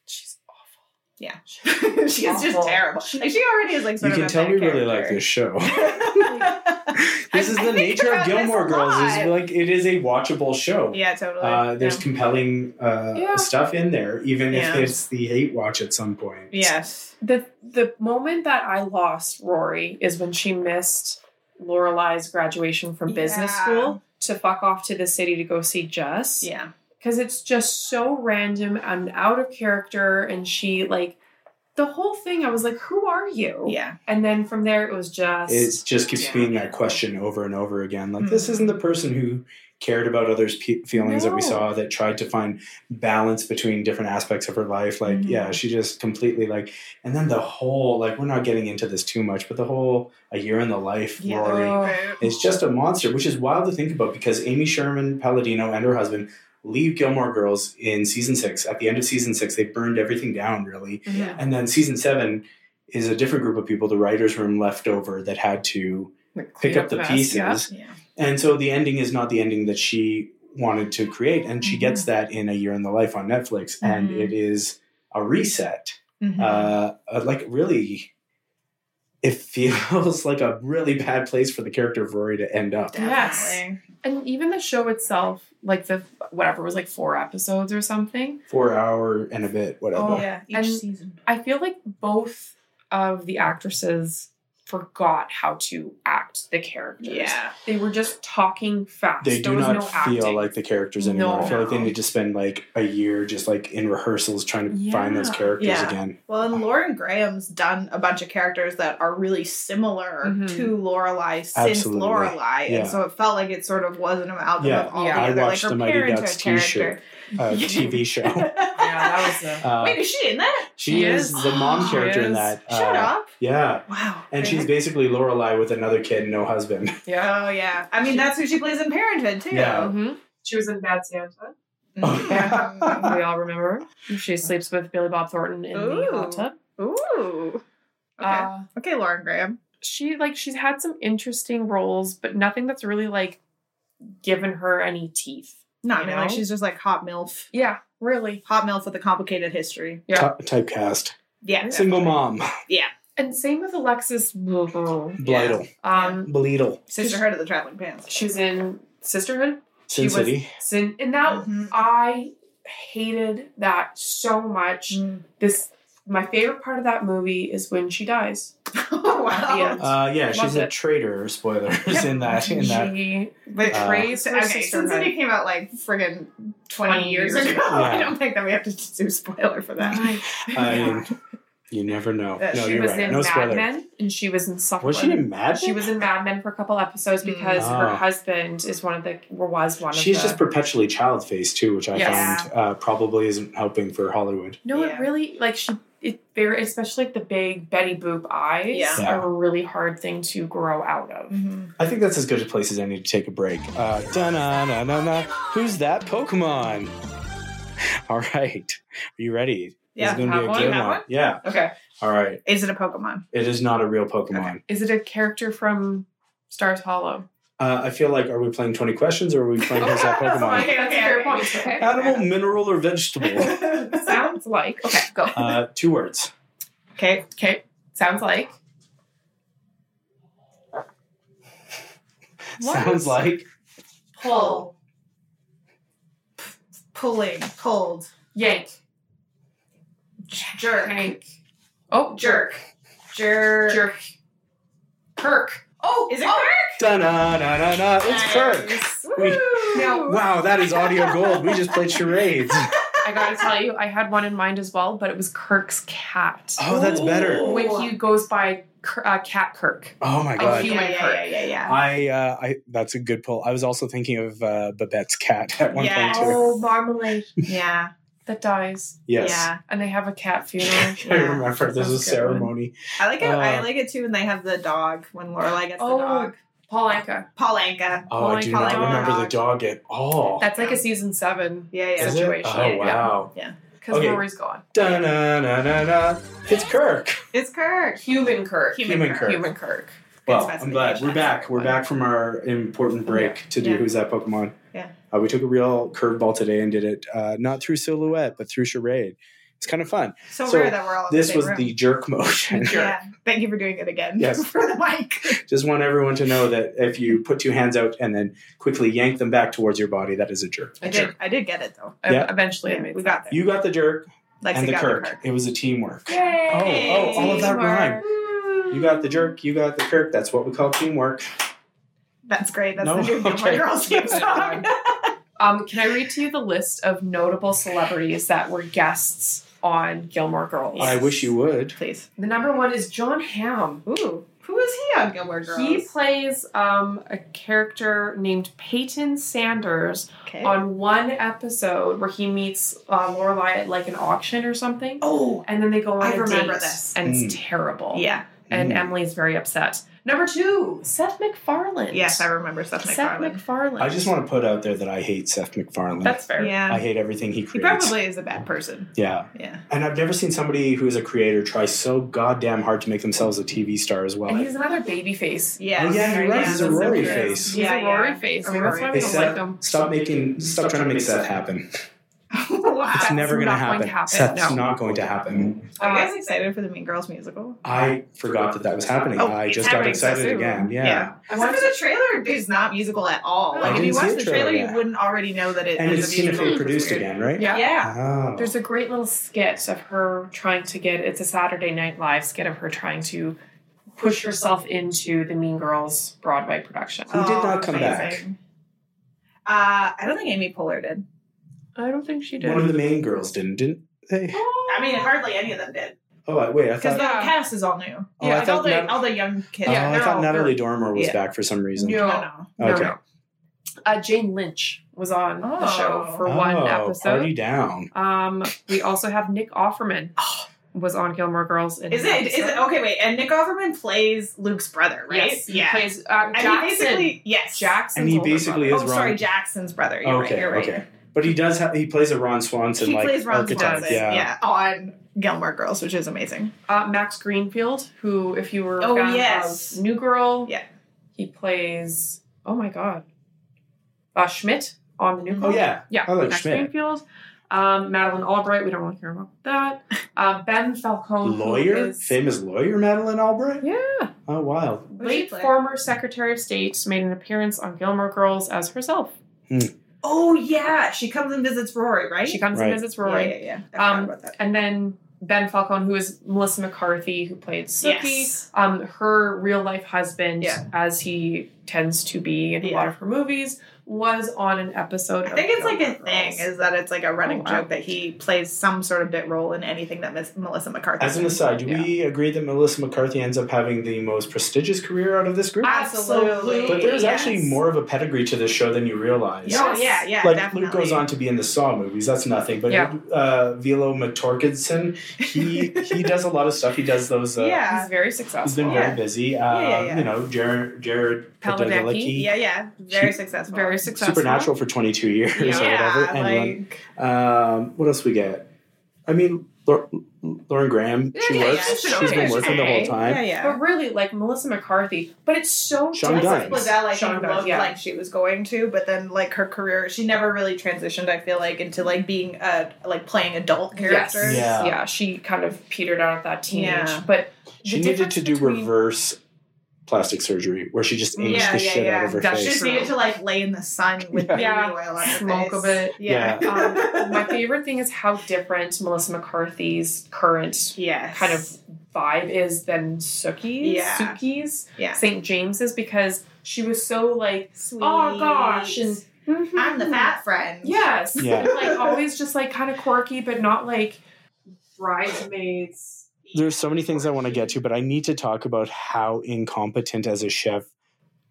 Speaker 1: she's awful.
Speaker 3: Yeah. [LAUGHS] She's just
Speaker 1: Awful.
Speaker 3: terrible. Like, she already is, like,
Speaker 2: You
Speaker 3: sort
Speaker 2: can
Speaker 3: of a
Speaker 2: tell
Speaker 3: bad
Speaker 2: we really like
Speaker 3: character.
Speaker 2: this
Speaker 3: [LAUGHS]
Speaker 2: show. [LAUGHS]
Speaker 3: this
Speaker 2: this is the nature of Gilmore Girls. Is like it is a watchable show.
Speaker 3: yeah, totally.
Speaker 2: Uh, there's
Speaker 3: yeah.
Speaker 2: compelling uh,
Speaker 1: Yeah.
Speaker 2: stuff in there, even
Speaker 3: Yeah.
Speaker 2: if it's the hate watch at some point.
Speaker 3: yes,
Speaker 1: The the moment that I lost Rory is when she missed Lorelai's graduation from business
Speaker 3: Yeah.
Speaker 1: school to fuck off to the city to go see Jess.
Speaker 3: yeah,
Speaker 1: because it's just so random and out of character and she like the whole thing i was like who are you
Speaker 3: yeah,
Speaker 1: and then from there it was just
Speaker 2: It just keeps
Speaker 3: Yeah.
Speaker 2: being that question over and over again. Like this isn't the person who cared about others' pe- feelings that we
Speaker 1: No.
Speaker 2: saw that tried to find balance between different aspects of her life. Like
Speaker 3: Mhm.
Speaker 2: yeah, she just completely like. And then the whole like we're not getting into this too much, but the whole a year in the life
Speaker 3: Yeah. Oh.
Speaker 2: Rory
Speaker 3: Right.
Speaker 2: is just a monster, which is wild to think about because Amy Sherman Palladino and her husband leave Gilmore Girls in season six. At the end of season six, they burned everything down really.
Speaker 1: Mhm.
Speaker 2: And then season seven is a different group of people, the writer's room left over that had to pick up the
Speaker 1: mess,
Speaker 2: pieces.
Speaker 1: yeah.
Speaker 3: yeah.
Speaker 2: And so the ending is not the ending that she wanted to create. And
Speaker 1: Mm-hmm.
Speaker 2: she gets that in A Year in the Life on Netflix. And
Speaker 3: Mhm.
Speaker 2: it is a reset.
Speaker 3: Mhm.
Speaker 1: Mm-hmm.
Speaker 2: Uh, uh, like, really, it feels [LAUGHS] like a really bad place for the character of Rory to end up.
Speaker 1: yes.
Speaker 3: Definitely.
Speaker 1: and even the show itself like the whatever it was like four episodes or something
Speaker 2: Four hour and a bit, whatever.
Speaker 1: Oh,
Speaker 3: yeah. Each
Speaker 1: and-
Speaker 3: season.
Speaker 1: i feel like both of the actresses forgot how to act the characters
Speaker 3: Yeah.
Speaker 1: they were just talking fast
Speaker 2: They
Speaker 1: there
Speaker 2: do
Speaker 1: was
Speaker 2: not
Speaker 1: no
Speaker 2: feel
Speaker 1: acting.
Speaker 2: like the characters anymore. I feel like they
Speaker 1: No.
Speaker 2: need to spend like a year just like in rehearsals trying to find those
Speaker 1: Yeah.
Speaker 2: characters
Speaker 3: Yeah.
Speaker 2: again.
Speaker 3: Well, and Lauren Graham's done a bunch of characters that are really similar
Speaker 1: Mhm.
Speaker 3: to Lorelai since
Speaker 2: Absolutely.
Speaker 3: Lorelai,
Speaker 2: Yeah.
Speaker 3: and so it felt like it sort of was an amalgam
Speaker 2: Yeah.
Speaker 3: of all
Speaker 1: Yeah.
Speaker 3: the
Speaker 1: I
Speaker 3: other, like
Speaker 2: watched
Speaker 3: her
Speaker 2: the Mighty
Speaker 3: parent
Speaker 2: Ducks
Speaker 3: her character.
Speaker 1: [LAUGHS]
Speaker 2: Uh, TV
Speaker 3: [LAUGHS]
Speaker 2: show.
Speaker 1: yeah that was a
Speaker 2: Uh,
Speaker 3: Wait, is she in that?
Speaker 2: she
Speaker 1: She
Speaker 2: is
Speaker 1: is?
Speaker 2: the mom
Speaker 1: She
Speaker 2: character in
Speaker 1: is?
Speaker 2: that. uh,
Speaker 3: Shut up!
Speaker 2: Yeah,
Speaker 3: Wow.
Speaker 2: and
Speaker 3: Very
Speaker 2: she's basically Lorelai with another kid, and no husband.
Speaker 1: yeah
Speaker 3: Oh yeah. I mean, that's who she plays in Parenthood too.
Speaker 2: Yeah.
Speaker 1: Mhm. she was in bad santa
Speaker 2: [LAUGHS]
Speaker 3: Mhm.
Speaker 1: we all remember. She sleeps with Billy Bob Thornton in the
Speaker 3: Ooh.
Speaker 1: hot tub.
Speaker 3: Ooh. Okay.
Speaker 1: Uh,
Speaker 3: okay, Lauren Graham.
Speaker 1: she like she's had some interesting roles, but nothing that's really like given her any teeth.
Speaker 3: No, I
Speaker 1: You
Speaker 3: mean, like
Speaker 1: know?
Speaker 3: she's just like hot milf.
Speaker 1: Yeah, really.
Speaker 3: Hot milf with a complicated history.
Speaker 1: Yeah.
Speaker 2: Ty- typecast.
Speaker 3: Yeah.
Speaker 2: Single mom.
Speaker 1: And same with
Speaker 3: [LAUGHS]
Speaker 1: Alexis Bledel.
Speaker 2: Blightle.
Speaker 1: Um,
Speaker 2: Bleedle.
Speaker 3: Sisterhood of the Traveling Pants.
Speaker 1: she's in Sisterhood.
Speaker 2: Sin
Speaker 1: she
Speaker 2: City.
Speaker 1: was Sin, and that
Speaker 3: Mhm.
Speaker 1: I hated that so much.
Speaker 3: Mm.
Speaker 1: This my favorite part of that movie is when she dies.
Speaker 3: oh, [LAUGHS] wow.
Speaker 1: Mm. Yeah.
Speaker 2: Uh, yeah, she's
Speaker 1: Loved
Speaker 2: a
Speaker 1: it.
Speaker 2: traitor. Spoilers in that. In that.
Speaker 1: she
Speaker 3: Betrays
Speaker 1: betrays
Speaker 3: uh,
Speaker 1: her
Speaker 3: okay, since
Speaker 1: sisterhood.
Speaker 3: it came out like friggin' 20,
Speaker 1: 20
Speaker 3: years
Speaker 1: years
Speaker 3: ago,
Speaker 1: ago.
Speaker 3: [LAUGHS]
Speaker 2: Yeah.
Speaker 3: I
Speaker 1: [LAUGHS]
Speaker 3: don't think that we have to do spoiler for that.
Speaker 2: I mean, You never know. no,
Speaker 3: Uh, she
Speaker 1: she
Speaker 2: Oh, you're
Speaker 1: was
Speaker 2: right.
Speaker 1: in
Speaker 2: No
Speaker 1: Mad
Speaker 2: spoiler.
Speaker 1: Men and she was in Sufferer.
Speaker 2: Was she in Mad
Speaker 1: She
Speaker 2: Men?
Speaker 1: was in Mad Men for a couple episodes because her
Speaker 2: Oh.
Speaker 1: husband is one of the or was one
Speaker 2: She's
Speaker 1: of the
Speaker 2: just perpetually child faced too, which I
Speaker 1: Yes.
Speaker 2: found uh, probably isn't helping for Hollywood.
Speaker 1: No,
Speaker 3: Yeah.
Speaker 1: it really like she it very especially like the big Betty Boop eyes
Speaker 3: Yeah.
Speaker 2: Yeah.
Speaker 1: are a really hard thing to grow out of.
Speaker 3: Mm-hmm.
Speaker 2: I think that's as good a place as any to take a break. Uh, da-na-na-na-na. Who's that Pokemon? [LAUGHS] All right. Are you ready? This is
Speaker 3: Yeah,
Speaker 2: gonna
Speaker 1: have one,
Speaker 3: have one?
Speaker 2: Yeah.
Speaker 3: Okay.
Speaker 2: All right.
Speaker 3: Is it a Pokemon?
Speaker 2: It is not a real Pokemon.
Speaker 1: Is it a character from Stars Hollow?
Speaker 2: Uh, I feel like, are we playing 20 questions or are we playing Who's That Pokemon?
Speaker 1: Okay, [LAUGHS] that's a fair point.
Speaker 3: okay.
Speaker 1: Okay.
Speaker 2: Animal, mineral, or vegetable?
Speaker 1: [LAUGHS] Sounds like. Okay, go.
Speaker 2: Uh, two words.
Speaker 3: Okay.
Speaker 1: okay. Sounds like. What?
Speaker 2: Sounds like
Speaker 3: Pull. Pulling. Pulled.
Speaker 1: Yank.
Speaker 3: Jerk.
Speaker 1: Hank. Oh, jerk.
Speaker 3: Jerk. Jerk.
Speaker 1: Jerk. Kirk.
Speaker 3: Oh, is it Kirk?
Speaker 2: da na na na na. It's Kirk. We-
Speaker 1: Now,
Speaker 2: Wow, that is audio gold. We just played charades.
Speaker 1: I gotta tell you, I had one in mind as well, but it was Kirk's cat.
Speaker 2: Oh, that's better.
Speaker 1: When he goes by Kir- uh, Cat Kirk.
Speaker 2: Oh my
Speaker 1: I
Speaker 2: god.
Speaker 1: feel-
Speaker 3: Yeah, yeah, yeah, yeah, yeah.
Speaker 2: I, uh, I that's a good pull. I was also thinking of uh, Babette's cat [LAUGHS] at one
Speaker 3: Yes.
Speaker 2: point too.
Speaker 3: Oh,
Speaker 1: marmalade.
Speaker 2: [LAUGHS]
Speaker 3: Yeah.
Speaker 1: That dies.
Speaker 2: Yes,
Speaker 3: Yeah.
Speaker 1: And they have a cat funeral.
Speaker 2: I
Speaker 3: Yeah.
Speaker 2: remember
Speaker 1: That's
Speaker 2: there's
Speaker 1: a
Speaker 2: a
Speaker 1: good
Speaker 2: ceremony.
Speaker 3: I like it. I
Speaker 2: Uh,
Speaker 3: like it too when they have the dog when Lorelai gets
Speaker 1: Oh.
Speaker 3: the dog.
Speaker 1: Paul Anka.
Speaker 3: Paul Anka.
Speaker 2: Oh, I
Speaker 1: Pulling
Speaker 2: do
Speaker 1: Paul
Speaker 2: not
Speaker 1: Anka.
Speaker 2: remember the dog at all.
Speaker 1: That's like a season seven
Speaker 3: Yeah, yeah.
Speaker 2: Is it?
Speaker 1: situation.
Speaker 2: Oh wow.
Speaker 1: Because
Speaker 2: Okay.
Speaker 1: Rory's gone.
Speaker 2: Da na na na na. It's Kirk.
Speaker 3: It's Kirk.
Speaker 1: Human Kirk.
Speaker 3: Human
Speaker 2: Human Kirk.
Speaker 1: Kirk. Human Kirk.
Speaker 2: Well,
Speaker 3: specification.
Speaker 2: I'm glad we're back. We're back from our important break to do
Speaker 3: Yeah.
Speaker 2: Who's That Pokemon.
Speaker 3: Yeah.
Speaker 2: Uh, we took a real curveball today and did it uh, not through silhouette, but through charade. It's kind of fun.
Speaker 3: So,
Speaker 2: So
Speaker 3: rare that we're all in
Speaker 2: This
Speaker 3: the same
Speaker 2: was
Speaker 3: room.
Speaker 2: the jerk [LAUGHS] motion.
Speaker 3: Yeah. Thank you for doing it again.
Speaker 2: Yes.
Speaker 3: [LAUGHS] for the
Speaker 2: [LAUGHS]
Speaker 3: mic.
Speaker 2: Just want everyone to know that if you put two hands out and then quickly yank them back towards your body, that is a jerk.
Speaker 3: I
Speaker 1: Jerk.
Speaker 3: did. I did get it though.
Speaker 2: Yeah.
Speaker 1: Eventually, I
Speaker 3: Yeah,
Speaker 1: made
Speaker 3: we got there.
Speaker 2: You got the jerk
Speaker 3: Lexi
Speaker 2: and the
Speaker 3: got
Speaker 2: Kirk.
Speaker 3: the Kirk.
Speaker 2: It was a teamwork. Oh,
Speaker 3: Yay.
Speaker 2: oh, all of that
Speaker 1: Teamwork.
Speaker 2: rhyme. You got the jerk, you got the Kirk. That's what we call teamwork.
Speaker 3: That's great. That's
Speaker 2: No?
Speaker 3: the new
Speaker 2: [LAUGHS]
Speaker 3: Gilmore
Speaker 2: Okay.
Speaker 3: Girls theme song.
Speaker 1: [LAUGHS]
Speaker 3: [LAUGHS]
Speaker 1: Um, can I read to you the list of notable celebrities that were guests on Gilmore Girls?
Speaker 2: I wish you would.
Speaker 3: Please.
Speaker 1: The number one is John Hamm.
Speaker 3: Ooh, who is he on Gilmore Girls?
Speaker 1: He plays um, a character named Peyton Sanders
Speaker 3: okay.
Speaker 1: on one episode where he meets uh, Lorelai at like an auction or something,
Speaker 3: oh,
Speaker 1: and then they go on
Speaker 3: I
Speaker 1: a
Speaker 3: remember
Speaker 1: date,
Speaker 3: this.
Speaker 1: and it's
Speaker 2: Mm.
Speaker 1: terrible.
Speaker 3: yeah.
Speaker 1: and
Speaker 2: Mm.
Speaker 1: Emily's very upset. Number two, Seth McFarlane.
Speaker 3: Yes, I remember Seth
Speaker 1: Seth
Speaker 3: MacFarlane.
Speaker 1: McFarlane.
Speaker 2: I just want to put out there that I hate Seth MacFarlane.
Speaker 1: That's fair.
Speaker 2: I
Speaker 3: Yeah.
Speaker 2: hate everything he
Speaker 3: He
Speaker 2: creates.
Speaker 3: probably is a bad person.
Speaker 2: yeah.
Speaker 3: Yeah.
Speaker 2: And I've never seen somebody who is a creator try so goddamn hard to make themselves a TV star as well.
Speaker 1: And he's another baby face.
Speaker 3: Yeah.
Speaker 2: Oh, yeah, you're right, he's a
Speaker 3: that's so
Speaker 2: Rory
Speaker 3: true.
Speaker 2: face.
Speaker 1: He's
Speaker 3: Yeah,
Speaker 1: a Rory
Speaker 3: yeah.
Speaker 1: face.
Speaker 3: A
Speaker 1: and that's why
Speaker 3: Rory
Speaker 1: we
Speaker 2: Hey,
Speaker 1: don't
Speaker 2: Seth,
Speaker 1: like him.
Speaker 2: Stop making, stop trying to make Seth happen.
Speaker 3: wow.
Speaker 2: It's
Speaker 1: That's
Speaker 2: never going to
Speaker 1: not going
Speaker 2: happen.
Speaker 1: to happen,
Speaker 2: Seth's
Speaker 1: no.
Speaker 2: not going to happen.
Speaker 3: Are you
Speaker 1: Uh,
Speaker 3: guys excited for the Mean Girls musical?
Speaker 2: I forgot that that was happening.
Speaker 3: Oh,
Speaker 2: I
Speaker 3: it's
Speaker 2: just got
Speaker 3: happening so
Speaker 2: excited
Speaker 3: soon.
Speaker 2: again. Yeah.
Speaker 3: I wonder the trailer is not musical at all.
Speaker 1: No.
Speaker 3: Like
Speaker 1: I
Speaker 3: if you
Speaker 2: didn't see
Speaker 3: watch
Speaker 2: a
Speaker 3: the
Speaker 2: trailer
Speaker 3: trailer,
Speaker 2: yet.
Speaker 3: you wouldn't already know that it
Speaker 2: And
Speaker 3: is
Speaker 2: it's
Speaker 3: a
Speaker 2: Tina
Speaker 3: musical.
Speaker 2: Fey produced
Speaker 3: It's weird.
Speaker 2: again, right?
Speaker 1: Yeah.
Speaker 3: Yeah.
Speaker 2: Oh.
Speaker 1: There's a great little skit of her trying to get it's a Saturday Night Live skit of her trying to push herself into the Mean Girls Broadway production.
Speaker 2: Who did not come
Speaker 3: back? Uh, I don't think Amy Poehler did.
Speaker 1: I don't think she
Speaker 2: One of the main girls didn't, didn't they?
Speaker 3: I mean, hardly any of them did
Speaker 2: Oh, I- wait, I
Speaker 3: because
Speaker 2: thought.
Speaker 3: the
Speaker 1: Yeah.
Speaker 3: cast is all new.
Speaker 2: Oh,
Speaker 3: yeah,
Speaker 2: I
Speaker 3: like
Speaker 2: thought
Speaker 3: all the
Speaker 2: Nat-
Speaker 3: all the young kids.
Speaker 2: oh, I
Speaker 1: no,
Speaker 2: thought Natalie
Speaker 1: they're-
Speaker 2: Dormer was
Speaker 3: yeah.
Speaker 2: back for some reason.
Speaker 1: Yeah.
Speaker 3: No, no.
Speaker 1: No,
Speaker 2: Okay.
Speaker 1: no. Uh, Jane Lynch was on the show for
Speaker 2: Oh,
Speaker 1: one episode.
Speaker 2: Party down.
Speaker 1: Um, we also have Nick Offerman was on Gilmore Girls. In
Speaker 3: Oh. Is
Speaker 1: an
Speaker 3: it? Is it?
Speaker 1: episode.
Speaker 3: Okay, wait. And Nick Offerman plays Luke's brother, right?
Speaker 1: Yes, he
Speaker 3: yeah.
Speaker 1: plays uh,
Speaker 3: and
Speaker 1: Jackson.
Speaker 3: he basically yes.
Speaker 1: Jackson's
Speaker 2: And he
Speaker 1: older
Speaker 2: basically
Speaker 1: brother.
Speaker 2: is
Speaker 3: Oh, sorry,
Speaker 2: Ron-
Speaker 3: Jackson's brother. You're
Speaker 2: Okay,
Speaker 3: right. You're right.
Speaker 2: okay. But he does have he plays a Ron Swanson
Speaker 3: He
Speaker 2: like
Speaker 3: plays Ron
Speaker 2: archetype.
Speaker 3: Swanson,
Speaker 2: Yeah.
Speaker 3: on Gilmore Girls, which is amazing.
Speaker 1: Uh, Max Greenfield, who, if you were a
Speaker 3: Oh,
Speaker 1: fan
Speaker 3: yes.
Speaker 1: of New Girl,
Speaker 3: Yeah.
Speaker 1: he plays. Oh my God, uh, Schmidt on the New
Speaker 3: Mm-hmm.
Speaker 2: Oh
Speaker 1: Girl.
Speaker 2: yeah.
Speaker 1: yeah,
Speaker 2: I like
Speaker 1: Max
Speaker 2: Schmidt.
Speaker 1: Greenfield. Um, Madeline Albright, we don't want to hear about that. Uh, ben
Speaker 3: Oh,
Speaker 1: Falcone, who
Speaker 2: Lawyer?
Speaker 1: is-
Speaker 2: Famous lawyer Madeline Albright?
Speaker 1: yeah,
Speaker 2: Oh wow.
Speaker 3: What'd she
Speaker 1: late
Speaker 3: play?
Speaker 1: former Secretary of State, made an appearance on Gilmore Girls as herself.
Speaker 3: Oh yeah, she comes and visits Rory, right?
Speaker 1: She comes
Speaker 2: Right.
Speaker 1: and visits Rory,
Speaker 3: Yeah, yeah, yeah. I forgot
Speaker 1: Um,
Speaker 3: about that.
Speaker 1: and then Ben Falcone, who is Melissa McCarthy, who played Suki,
Speaker 3: Yes.
Speaker 1: um, her real life husband,
Speaker 3: Yeah.
Speaker 1: as he tends to be in a
Speaker 3: Yeah.
Speaker 1: lot of her movies, was on an episode.
Speaker 3: I think
Speaker 1: of
Speaker 3: it's like a
Speaker 1: Gilmore
Speaker 3: thing
Speaker 1: Girls.
Speaker 3: is that it's like a running
Speaker 1: Oh, wow.
Speaker 3: joke that he plays some sort of bit role in anything that Miss Melissa McCarthy.
Speaker 2: As an aside, do we agree that Melissa McCarthy ends up having the most prestigious career out of this group?
Speaker 3: Absolutely.
Speaker 2: but there's
Speaker 3: yes.
Speaker 2: actually more of a pedigree to this show than you realize.
Speaker 3: Oh yeah, yeah.
Speaker 2: like
Speaker 3: definitely.
Speaker 2: Luke goes on to be in the Saw movies. That's nothing. But
Speaker 1: Yeah.
Speaker 2: uh, Vilo Matorkinson,
Speaker 3: [LAUGHS]
Speaker 2: he he does a lot of stuff. He does those. Uh,
Speaker 1: He's
Speaker 3: yeah.
Speaker 1: very successful.
Speaker 2: He's been
Speaker 3: Yeah.
Speaker 2: very busy. Uh,
Speaker 3: Yeah, yeah, yeah.
Speaker 2: You know, Jared Jared
Speaker 1: Padalecki,
Speaker 2: Padalecki,
Speaker 3: Yeah, yeah. Very
Speaker 2: She-
Speaker 3: successful.
Speaker 1: very successful.
Speaker 2: Supernatural for 22 years
Speaker 1: Yeah.
Speaker 2: or whatever.
Speaker 3: Yeah,
Speaker 2: And
Speaker 3: like
Speaker 2: um, what else we get? I mean, Lor- Lauren Graham. she
Speaker 1: yeah,
Speaker 2: works.
Speaker 1: yeah,
Speaker 2: She's
Speaker 1: she's
Speaker 2: been
Speaker 1: okay.
Speaker 2: working the whole time.
Speaker 3: yeah, yeah.
Speaker 1: But really, like Melissa McCarthy, but it's so
Speaker 2: Sean
Speaker 1: different.
Speaker 2: Gunn.
Speaker 3: Lizelle, I
Speaker 1: Sean
Speaker 3: think,
Speaker 1: Gunn,
Speaker 3: looked
Speaker 1: yeah.
Speaker 3: like she was going to, but then like her career, she never really transitioned. I feel like into like being a like playing adult
Speaker 1: Yes.
Speaker 3: characters.
Speaker 2: Yeah.
Speaker 1: yeah, she kind of petered out at that teenage.
Speaker 3: Yeah.
Speaker 1: But
Speaker 2: She
Speaker 1: the
Speaker 2: needed to
Speaker 1: difference
Speaker 2: do
Speaker 1: between-
Speaker 2: reverse plastic surgery where she just aged
Speaker 3: Mm, Yeah,
Speaker 2: the
Speaker 3: yeah,
Speaker 2: shit out
Speaker 3: yeah.
Speaker 2: of her
Speaker 1: That's
Speaker 3: She
Speaker 2: face.
Speaker 3: just
Speaker 1: true.
Speaker 3: needed to like lay in the sun with baby
Speaker 1: Yeah.
Speaker 3: oil on her
Speaker 1: Smoke
Speaker 3: face.
Speaker 1: a bit.
Speaker 3: Yeah.
Speaker 1: um, my favorite thing is how different Melissa McCarthy's current
Speaker 3: yes.
Speaker 1: kind of vibe is than Suki's,
Speaker 3: Yeah.
Speaker 1: Suki's,
Speaker 3: yeah.
Speaker 1: St. James's, because she was so like,
Speaker 3: Sweet.
Speaker 1: oh gosh, and
Speaker 3: I'm the fat friend.
Speaker 1: Yes.
Speaker 2: Yeah.
Speaker 1: And, [LAUGHS] like always just like kind of quirky, but not like bridesmaids.
Speaker 2: There's so many things I want to get to, but I need to talk about how incompetent as a chef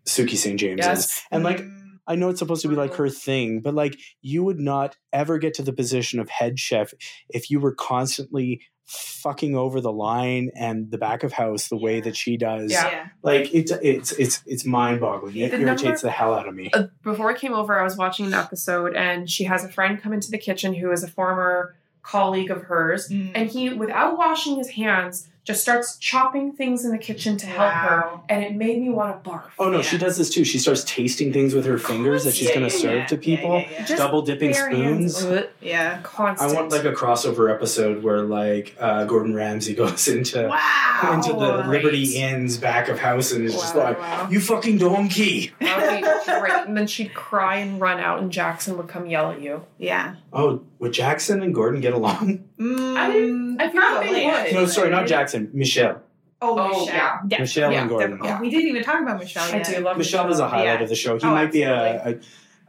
Speaker 2: Suki St. James is.
Speaker 1: Yes. Mm-hmm.
Speaker 2: And like,
Speaker 3: Mm.
Speaker 2: I know it's supposed to be like her thing, but like, you would not ever get to the position of head chef if you were constantly fucking over the line and the back of house the way that she does.
Speaker 1: Yeah.
Speaker 2: Like, it's it's it's it's mind boggling. It
Speaker 1: The
Speaker 2: irritates
Speaker 1: number-
Speaker 2: the hell out of me.
Speaker 1: Uh, before I came over, I was watching an episode and she has a friend come into the kitchen who is a former colleague of hers.
Speaker 3: Mm.
Speaker 1: And he, without washing his hands, just starts chopping things in the kitchen to help her.
Speaker 3: Wow.
Speaker 1: And it made me want to barf.
Speaker 2: Oh no,
Speaker 3: Yeah.
Speaker 2: she does this too. She starts tasting things with her fingers that she's
Speaker 1: yeah,
Speaker 2: going to
Speaker 1: yeah,
Speaker 2: serve
Speaker 3: yeah,
Speaker 2: to
Speaker 3: yeah,
Speaker 2: people.
Speaker 3: yeah, yeah.
Speaker 1: Just
Speaker 2: Double dipping
Speaker 1: bare hands.
Speaker 2: spoons.
Speaker 1: Ugh,
Speaker 3: Yeah.
Speaker 2: I
Speaker 1: Constant.
Speaker 2: want like a crossover episode where like uh, Gordon Ramsay [LAUGHS] goes into
Speaker 3: Wow.
Speaker 2: into the
Speaker 1: great.
Speaker 2: Liberty Inn's back of house and is just
Speaker 3: Wow,
Speaker 2: like,
Speaker 3: wow.
Speaker 2: "You fucking donkey!"
Speaker 1: That
Speaker 3: [LAUGHS]
Speaker 1: would be great. And then she'd cry and run out, and Jackson would come yell at you.
Speaker 3: Yeah.
Speaker 2: Oh, would Jackson and Gordon
Speaker 1: [LAUGHS]
Speaker 2: get along?
Speaker 3: Mm,
Speaker 1: I feel
Speaker 3: probably.
Speaker 1: they would.
Speaker 2: No, sorry, not Jackson. Michelle.
Speaker 3: Oh,
Speaker 1: Oh,
Speaker 3: Michelle.
Speaker 1: yeah.
Speaker 2: Michelle
Speaker 1: yeah,
Speaker 2: and Gordon. Oh,
Speaker 3: Oh, we didn't even talk about Michelle
Speaker 1: I
Speaker 3: yet.
Speaker 1: do love
Speaker 2: Michelle is a highlight
Speaker 3: Yeah.
Speaker 2: of the show. He
Speaker 3: Oh,
Speaker 2: might be a,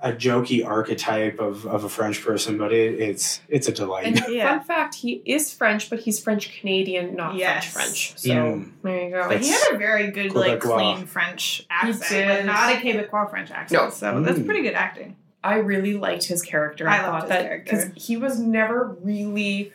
Speaker 2: a a jokey archetype of, of a French person, but it, it's it's a delight.
Speaker 1: And
Speaker 3: Yeah.
Speaker 1: fun fact, he is French, but he's French Canadian, not
Speaker 3: Yes.
Speaker 1: French French. So
Speaker 2: Mm.
Speaker 1: there you go.
Speaker 3: But he had a very good, like,
Speaker 2: Quebecois.
Speaker 3: clean French accent,
Speaker 1: did.
Speaker 3: but not a Quebecois French accent.
Speaker 1: No.
Speaker 3: So that's
Speaker 2: Mm.
Speaker 3: pretty good acting.
Speaker 1: I really liked his character.
Speaker 3: I loved his character.
Speaker 1: because he was never really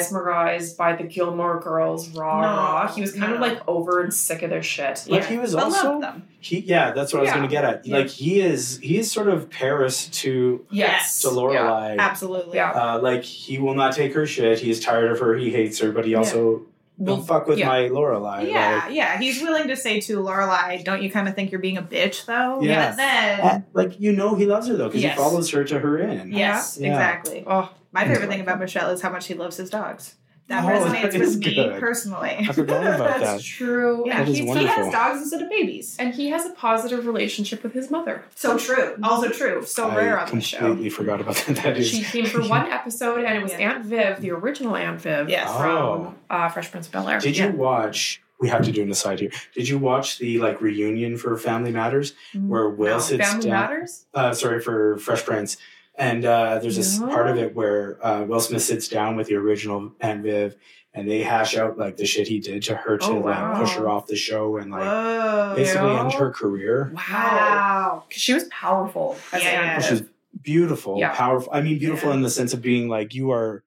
Speaker 1: mesmerized by the Gilmore Girls rah
Speaker 3: No,
Speaker 1: rah. He was kind of
Speaker 3: no.
Speaker 1: like over and sick of their shit.
Speaker 2: But
Speaker 3: Yeah.
Speaker 2: he was
Speaker 3: But
Speaker 2: also
Speaker 3: love them.
Speaker 2: He, yeah, that's what I was
Speaker 1: Yeah.
Speaker 2: going to get at.
Speaker 1: Yeah.
Speaker 2: Like he is, he is sort of Paris to
Speaker 1: Yes.
Speaker 2: to Lorelai.
Speaker 3: Absolutely.
Speaker 1: Yeah.
Speaker 2: Uh, like he will not take her shit. He's tired of her. He hates her, but he also
Speaker 1: Well,
Speaker 2: don't fuck with
Speaker 1: yeah.
Speaker 2: my Lorelai.
Speaker 3: Yeah,
Speaker 2: Like,
Speaker 3: yeah. He's willing to say to Lorelai, don't you kind of think you're being a bitch, though?
Speaker 2: Yeah.
Speaker 3: But then,
Speaker 2: Uh, like you know, he loves her though because
Speaker 3: Yes.
Speaker 2: he follows her to her inn.
Speaker 3: yes,
Speaker 2: Yeah.
Speaker 3: exactly.
Speaker 1: Oh,
Speaker 3: My favorite thing about Michelle is how much he loves his dogs. That
Speaker 2: Oh,
Speaker 3: resonates
Speaker 2: that is
Speaker 3: with me
Speaker 2: good.
Speaker 3: personally.
Speaker 2: I
Speaker 3: [LAUGHS]
Speaker 2: forgot about
Speaker 1: that's
Speaker 2: that.
Speaker 1: true.
Speaker 3: Yeah,
Speaker 2: That is
Speaker 1: he's-
Speaker 3: he
Speaker 2: wonderful.
Speaker 3: has dogs instead of babies.
Speaker 1: and he has a positive relationship with his mother.
Speaker 3: So true. Also true. So rare
Speaker 2: I
Speaker 3: on the show.
Speaker 2: completely forgot about that. [LAUGHS] That is
Speaker 1: She came for one episode, and it was
Speaker 3: Yeah.
Speaker 1: Aunt Viv, the original Aunt Viv
Speaker 3: Yes.
Speaker 2: Oh.
Speaker 1: from uh, Fresh Prince of Bel Air.
Speaker 2: Did you watch? We have to do an aside here. Did you watch the like reunion for Family Matters
Speaker 3: Mm,
Speaker 2: where Will sits
Speaker 1: Family
Speaker 2: down?
Speaker 1: Matters?
Speaker 2: uh, sorry for Fresh Prince. And uh, there's this
Speaker 1: No.
Speaker 2: part of it where uh, Will Smith sits down with the original Aunt Viv, and they hash out like the shit he did to her to
Speaker 1: Oh,
Speaker 2: like
Speaker 1: wow.
Speaker 2: push her off the show and like
Speaker 3: Whoa.
Speaker 2: basically
Speaker 1: Yeah.
Speaker 2: end her career.
Speaker 3: Wow.
Speaker 1: 'Cause She was powerful as
Speaker 3: Yeah.
Speaker 1: Aunt
Speaker 2: Which
Speaker 1: Viv.
Speaker 2: is beautiful,
Speaker 1: Yeah.
Speaker 2: powerful. I mean, beautiful
Speaker 3: Yeah.
Speaker 2: in the sense of being like you are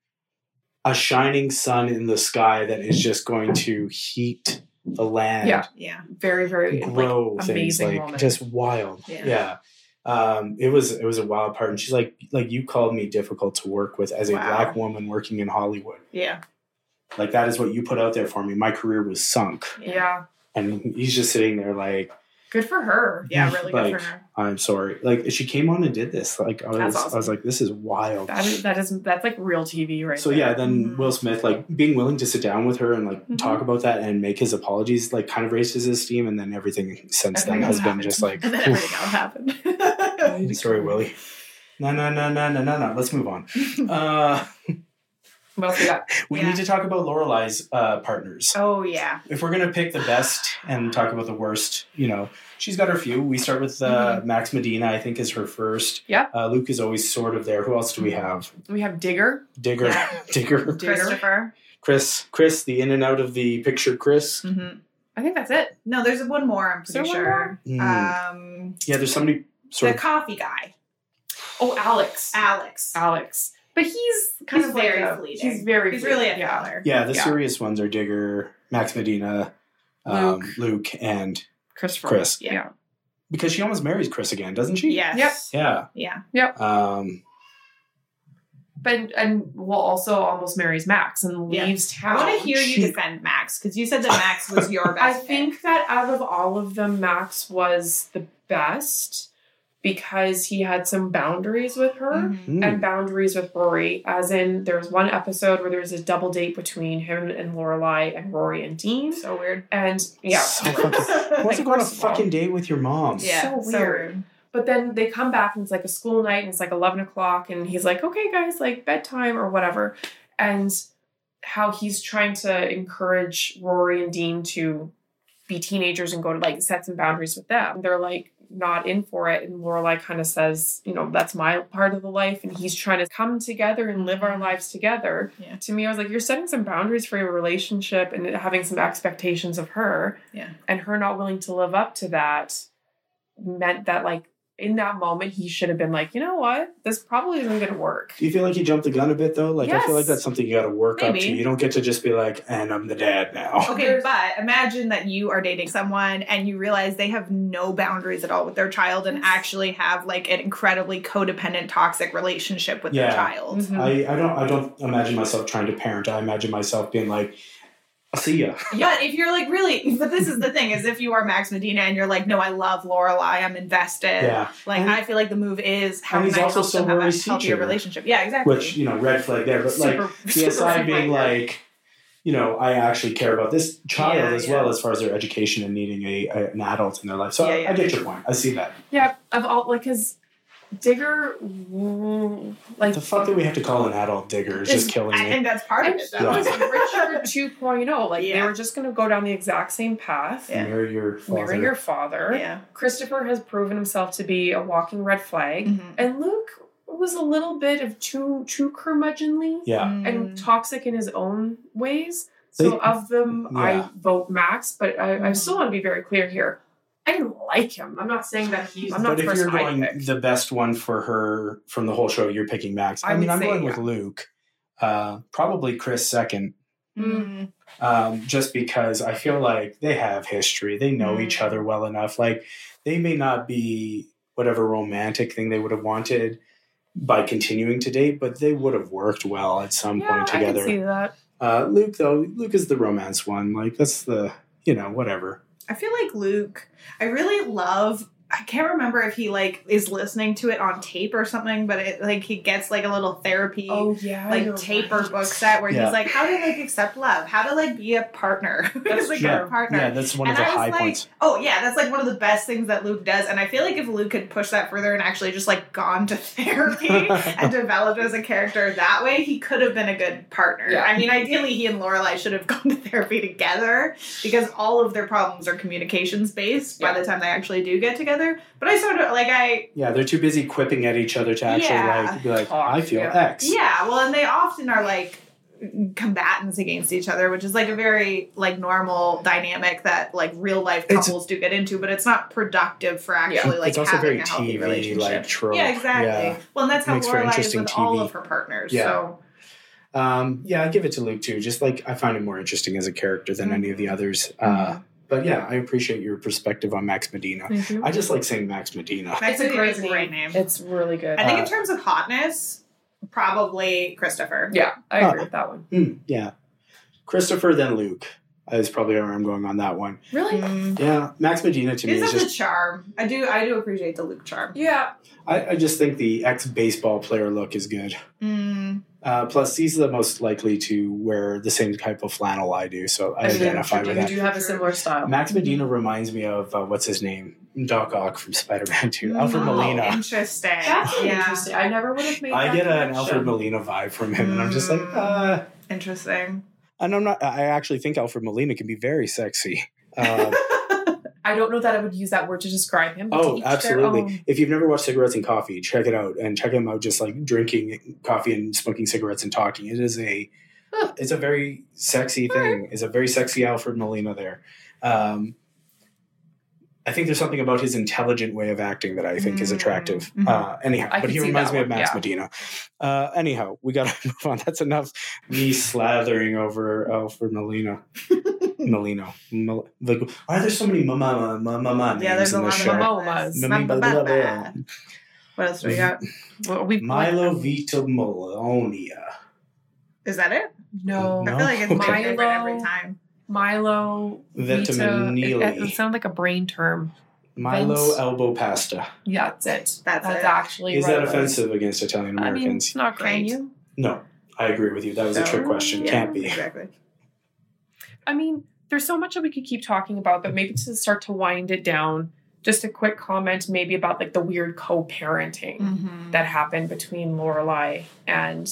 Speaker 2: a shining sun in the sky that is just going to heat the land,
Speaker 1: Yeah.
Speaker 3: Yeah.
Speaker 1: Very, very like,
Speaker 2: grow things,
Speaker 1: amazing
Speaker 2: like
Speaker 1: woman.
Speaker 2: just wild.
Speaker 3: Yeah.
Speaker 2: yeah um it was it was a wild part and she's like like you called me difficult to work with as a
Speaker 3: Wow.
Speaker 2: black woman working in hollywood
Speaker 3: Yeah.
Speaker 2: like that is what you put out there for me my career was sunk
Speaker 3: [LAUGHS]
Speaker 1: yeah.
Speaker 2: and he's just sitting there like
Speaker 1: Good for her.
Speaker 3: Yeah, really good
Speaker 2: Like-
Speaker 3: for her.
Speaker 2: i'm sorry like she came on and did this like i was,
Speaker 1: That's
Speaker 2: I was
Speaker 1: awesome.
Speaker 2: like this is wild
Speaker 1: That is, that is that's Mm-hmm. like real TV right
Speaker 2: so
Speaker 1: there.
Speaker 2: yeah then
Speaker 3: Mhm.
Speaker 2: will smith like being willing to sit down with her and like
Speaker 1: Mhm.
Speaker 2: talk about that and make his apologies like kind of raises his steam and then everything since
Speaker 1: Everything
Speaker 2: then has been
Speaker 3: happened.
Speaker 2: just like
Speaker 3: And then
Speaker 2: oof.
Speaker 3: everything else [LAUGHS] happened.
Speaker 2: Sorry, Willie. No, no, no, no, no, no, no. Let's move on. Uh,
Speaker 3: Mostly got.
Speaker 2: We
Speaker 3: Yeah.
Speaker 2: need to talk about Lorelai's uh, partners.
Speaker 3: Oh yeah.
Speaker 2: If we're gonna pick the best and talk about the worst, you know, she's got her few. We start with uh, Max Medina, I think, is her first.
Speaker 1: Yep.
Speaker 2: Uh, Luke is always sort of there. Who else do we have?
Speaker 1: We have Digger.
Speaker 2: Digger,
Speaker 3: Yeah.
Speaker 2: [LAUGHS] Digger,
Speaker 1: Digger.
Speaker 3: Christopher.
Speaker 2: Chris, Chris, the in and out of the picture, Chris.
Speaker 3: Mm-hmm.
Speaker 1: I think that's it.
Speaker 3: No, there's one more. I'm
Speaker 1: Is
Speaker 3: pretty
Speaker 1: there one
Speaker 3: sure.
Speaker 2: more?
Speaker 3: Um,
Speaker 2: Mm. Yeah, there's somebody
Speaker 3: the
Speaker 2: sort of.
Speaker 3: coffee guy,
Speaker 1: Oh, Alex.
Speaker 3: Alex.
Speaker 1: Alex. But he's kind
Speaker 3: He's
Speaker 1: of like
Speaker 3: very
Speaker 1: a-
Speaker 3: fleeting.
Speaker 1: He's very.
Speaker 3: He's
Speaker 1: fleeting,
Speaker 3: really a
Speaker 1: yeah.
Speaker 3: father.
Speaker 2: Yeah, the
Speaker 1: Yeah.
Speaker 2: serious ones are Digger, Max Medina, um, Luke. and
Speaker 1: Christopher.
Speaker 2: Chris.
Speaker 1: Yeah.
Speaker 3: Yeah.
Speaker 2: because she almost marries Chris again, doesn't she?
Speaker 3: Yes.
Speaker 2: Yeah.
Speaker 3: Yeah.
Speaker 2: Um,
Speaker 1: But and well, also almost marries Max and
Speaker 3: Yeah.
Speaker 1: leaves
Speaker 3: I
Speaker 1: town.
Speaker 3: want to hear
Speaker 2: she-
Speaker 3: you defend Max because you said that Max
Speaker 1: [LAUGHS]
Speaker 3: was your
Speaker 1: I
Speaker 3: best. pick.
Speaker 1: think that out of all of them, Max was the best because he had some boundaries with her.
Speaker 3: Mhm.
Speaker 2: hmm.
Speaker 1: and boundaries with Rory, as in there's one episode where there's a double date between him and Lorelai and Rory and Dean.
Speaker 3: so weird.
Speaker 1: And yeah. [LAUGHS]
Speaker 2: So fucking- What's it
Speaker 1: Like,
Speaker 2: going on a
Speaker 1: first of all-
Speaker 2: fucking date with your mom?
Speaker 3: yeah.
Speaker 1: so weird. But then they come back and it's like a school night and it's like eleven o'clock and he's like, Okay guys, like bedtime or whatever. And how he's trying to encourage Rory and Dean to be teenagers and go to like set some boundaries with them. They're like not in for it. And Lorelai kind of says, you know, that's my part of the life. And he's trying to come together and live our lives together.
Speaker 3: Mm-hmm. Yeah.
Speaker 1: To me, I was like, you're setting some boundaries for your relationship and having some expectations of her.
Speaker 3: Yeah.
Speaker 1: And her not willing to live up to that meant that like in that moment he should have been like, you know what? This probably isn't gonna work.
Speaker 2: Do you feel like you jumped the gun a bit though? Like I feel like
Speaker 1: Yes.
Speaker 2: that's something you got to work up
Speaker 3: Maybe.
Speaker 2: to. You don't get to just be like, "And I'm the dad now."
Speaker 3: Okay, but imagine that you are dating someone and you realize they have no boundaries at all with their child and actually have like an incredibly codependent, toxic relationship with
Speaker 2: Yeah.
Speaker 3: their child.
Speaker 1: Mhm.
Speaker 2: [LAUGHS] I, I don't I don't imagine myself trying to parent. I imagine myself being like, "I'll see ya."
Speaker 3: Mm-hmm. But if you're like really, but this is the thing is if you are Max Medina and you're like, no, I love Lorelai, I'm invested.
Speaker 2: Yeah,
Speaker 3: Like
Speaker 2: And-
Speaker 3: I feel like the move is how
Speaker 2: and
Speaker 3: can
Speaker 2: he's
Speaker 3: I
Speaker 2: also
Speaker 3: help them have
Speaker 2: Sorori's
Speaker 3: a healthier
Speaker 2: teacher.
Speaker 3: relationship? Yeah, exactly.
Speaker 2: which you know, red flag there. But like
Speaker 1: Super-
Speaker 2: the
Speaker 1: super
Speaker 2: aside
Speaker 1: red
Speaker 2: being
Speaker 1: flag.
Speaker 2: like, you know, I actually care about this child
Speaker 3: Yeah,
Speaker 2: as
Speaker 3: yeah.
Speaker 2: well as far as their education and needing a, a- an adult in their life. So
Speaker 3: Yeah,
Speaker 2: I,
Speaker 3: yeah.
Speaker 2: I get your point. I see that.
Speaker 1: Yeah, of all like his Digger, mm, like
Speaker 2: The fuck that we have to call an adult digger is
Speaker 1: Is-
Speaker 2: just killing
Speaker 3: I
Speaker 2: me.
Speaker 3: think that's part of
Speaker 1: and
Speaker 3: it
Speaker 1: he
Speaker 3: though.
Speaker 1: was
Speaker 2: [LAUGHS]
Speaker 1: Richard 2.0. Like they
Speaker 3: Yeah.
Speaker 1: were just going to go down the exact same path.
Speaker 3: Yeah.
Speaker 2: Marry your father.
Speaker 1: Marry your father.
Speaker 3: yeah.
Speaker 1: Christopher has proven himself to be a walking red flag,
Speaker 2: Mm-hmm.
Speaker 3: Mhm.
Speaker 1: and Luke was a little bit of too too curmudgeonly
Speaker 2: [LAUGHS] yeah.
Speaker 1: and
Speaker 3: Mm.
Speaker 1: toxic in his own ways. So
Speaker 2: They-
Speaker 1: of them,
Speaker 2: Yeah. Mm.
Speaker 1: I vote Max, but I, I
Speaker 3: Mhm.
Speaker 1: still want to be very clear here. I didn't like him. I'm not saying that he's. I'm not
Speaker 2: But
Speaker 1: the
Speaker 2: if
Speaker 1: person
Speaker 2: you're
Speaker 1: I'd
Speaker 2: going
Speaker 1: pick.
Speaker 2: the best one for her from the whole show, you're picking Max.
Speaker 1: I
Speaker 2: I, mean,
Speaker 1: would
Speaker 2: I'm
Speaker 1: say,
Speaker 2: going with Luke. Uh, probably Chris second,
Speaker 3: Mm.
Speaker 2: um, just because I feel like they have history. They know
Speaker 1: Mm-hmm.
Speaker 3: Mhm.
Speaker 2: each other well enough. Like they may not be whatever romantic thing they would have wanted by continuing to date, but they would have worked well at some
Speaker 1: yeah,
Speaker 2: point
Speaker 1: I
Speaker 2: together.
Speaker 1: can see that.
Speaker 2: Uh, Luke though, Luke is the romance one. Like that's the you know whatever.
Speaker 3: I feel like Luke, I really love I can't remember if he like is listening to it on tape or something, but it like he gets like a little therapy
Speaker 1: Oh yeah,
Speaker 3: like
Speaker 1: you're
Speaker 3: tape
Speaker 1: right.
Speaker 3: or book set where
Speaker 2: Yeah.
Speaker 3: he's like, how to like accept love, how to like be a partner, [LAUGHS]
Speaker 1: That's
Speaker 3: like
Speaker 2: yeah,
Speaker 3: a partner.
Speaker 2: yeah, that's one
Speaker 3: and
Speaker 2: of
Speaker 3: I
Speaker 2: the
Speaker 3: was
Speaker 2: high
Speaker 3: like,
Speaker 2: points.
Speaker 3: oh yeah, that's like one of the best things that Luke does. And I feel like if Luke had pushed that further and actually just like gone
Speaker 1: [LAUGHS]
Speaker 3: to [LAUGHS] therapy and developed as a character that way, he could have been a good partner.
Speaker 1: Yeah.
Speaker 3: I mean, ideally, he and Lorelai should have [LAUGHS] gone to therapy together because all of their problems are communications based by
Speaker 1: Yeah.
Speaker 3: the time they actually do get together. But I sort of like I
Speaker 2: Yeah, they're too busy quipping at each other to actually
Speaker 3: Yeah.
Speaker 2: like be like,
Speaker 1: Talk,
Speaker 2: I feel
Speaker 1: yeah.
Speaker 2: X.
Speaker 3: Yeah, well, and they often are like combatants against each other, which is like a very like normal dynamic that like real life
Speaker 2: It's-
Speaker 3: couples do get into, but it's not productive for actually like
Speaker 2: it's also
Speaker 3: having
Speaker 2: very
Speaker 3: a healthy
Speaker 2: TV like
Speaker 3: relationship.
Speaker 2: trope.
Speaker 3: yeah, exactly. Well, and that's how
Speaker 2: Makes for
Speaker 3: Lorelai is
Speaker 2: interesting
Speaker 3: with all
Speaker 2: TV.
Speaker 3: of her partners.
Speaker 2: Yeah.
Speaker 3: So
Speaker 2: Yeah. Um, yeah, I give it to Luke too. Just like I find him more interesting as a character than any of
Speaker 3: Mm-hmm.
Speaker 2: the others. Uh, but yeah, I appreciate your perspective on Max Medina.
Speaker 3: Mm-hmm.
Speaker 1: Thank you.
Speaker 2: I just like saying Max Medina.
Speaker 3: that's
Speaker 1: It's a great
Speaker 3: name.
Speaker 1: It's really good.
Speaker 3: I think
Speaker 2: Uh,
Speaker 3: in terms of hotness, probably Christopher.
Speaker 1: yeah, I
Speaker 2: Huh.
Speaker 1: agree with that one.
Speaker 2: Hmm, yeah, Christopher then Luke. is probably where I'm going on that one.
Speaker 1: Really?
Speaker 2: Yeah, Max Medina to me
Speaker 3: Mm. He's
Speaker 2: is
Speaker 3: of the
Speaker 2: just.
Speaker 3: charm. I do. I do appreciate the Luke charm.
Speaker 1: Yeah.
Speaker 2: I, I just think the ex baseball player look is good.
Speaker 3: Mm.
Speaker 2: Uh, plus, he's the most likely to wear the same type of flannel I do, so I
Speaker 1: I mean,
Speaker 2: identify
Speaker 1: we
Speaker 2: with
Speaker 1: do
Speaker 2: that.
Speaker 1: have a similar style.
Speaker 2: Max Medina reminds me of uh, what's his name, Doc Ock from Spider Man Two, Alfred
Speaker 1: Oh,
Speaker 3: [LAUGHS]
Speaker 2: Molina.
Speaker 3: Interesting.
Speaker 1: That's
Speaker 3: yeah.
Speaker 1: interesting. I never would have made.
Speaker 2: I
Speaker 1: that
Speaker 2: get an
Speaker 1: connection.
Speaker 2: Alfred Molina vibe from him, and I'm just like, uh,
Speaker 3: Interesting.
Speaker 2: and I'm not. I actually think Alfred Molina can be very sexy. Uh,
Speaker 1: I don't know that I would use that word to describe him. But to
Speaker 2: oh,
Speaker 1: each their
Speaker 2: absolutely!
Speaker 1: own.
Speaker 2: If you've never watched Cigarettes and Coffee, check it out, and check him out just like drinking coffee and smoking cigarettes and talking. It is a,
Speaker 1: Huh.
Speaker 2: it's a very sexy thing. It's a very sexy Alfred Molina there. Um, I think there's something about his intelligent way of acting that I think is attractive.
Speaker 3: Mhm.
Speaker 2: Uh, anyhow,
Speaker 1: Mm, mm-hmm. I
Speaker 2: but
Speaker 1: can
Speaker 2: he
Speaker 1: see
Speaker 2: reminds
Speaker 1: that
Speaker 2: me of
Speaker 1: one,
Speaker 2: Max
Speaker 1: yeah.
Speaker 2: Medina. Uh, anyhow, we got to [LAUGHS] move on. That's enough me slathering over
Speaker 1: [LAUGHS]
Speaker 2: Alfred Molina. Molino. Mol- like, why are there so many mama mama mama names
Speaker 3: Yeah, there's a
Speaker 2: in
Speaker 3: lot
Speaker 2: this
Speaker 3: of
Speaker 2: show?
Speaker 1: Mamas.
Speaker 2: Mami
Speaker 3: Mama,
Speaker 2: blah, blah,
Speaker 3: mama.
Speaker 1: [LAUGHS]
Speaker 2: blah.
Speaker 3: What else do we got?
Speaker 1: Well, we
Speaker 2: Milo Vito Molonia.
Speaker 3: Is that it?
Speaker 1: No.
Speaker 2: No.
Speaker 3: I feel like it's my
Speaker 2: Okay.
Speaker 3: favorite every
Speaker 1: Milo.
Speaker 3: time.
Speaker 1: Milo. Vito-
Speaker 2: Vitaminili.
Speaker 1: It, it sounded like a brain term.
Speaker 2: Milo
Speaker 1: Vince.
Speaker 2: Elbow Pasta.
Speaker 1: Yeah, that's it.
Speaker 3: That's it.
Speaker 1: actually.
Speaker 2: Is that
Speaker 1: right.
Speaker 2: offensive against Italian
Speaker 1: I mean, it's
Speaker 2: Americans?
Speaker 1: not
Speaker 3: Can
Speaker 1: great.
Speaker 3: you?
Speaker 2: no, I agree with you. That was a
Speaker 3: So,
Speaker 1: Oh,
Speaker 2: trick question.
Speaker 3: yeah,
Speaker 2: Can't be.
Speaker 3: Exactly.
Speaker 1: I mean, there's so much that we could keep talking about, but maybe to start to wind it down, just a quick comment maybe about like the weird co-parenting
Speaker 3: Mm-hmm.
Speaker 1: that happened between Lorelai and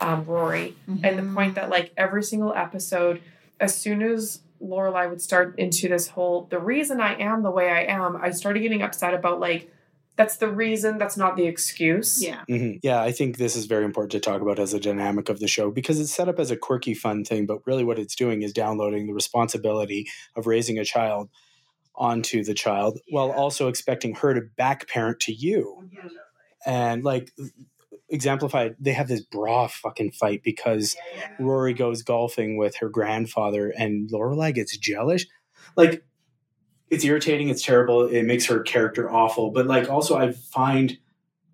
Speaker 1: um, Rory, and the point that like every single episode, as soon as Lorelai would start into this whole the reason I am the way I am, I started getting upset about like that's the reason, that's not the excuse.
Speaker 3: Yeah.
Speaker 2: Mhm. Yeah, I think this is very important to talk about as a dynamic of the show because it's set up as a quirky, fun thing, but really what it's doing is downloading the responsibility of raising a child onto the child while also expecting her to back parent to you. And like, e-, exemplified, they have this bra fucking fight because Rory goes golfing with her grandfather and Lorelai gets jealous. Like, it's irritating, it's terrible, it makes her character awful. But like also I find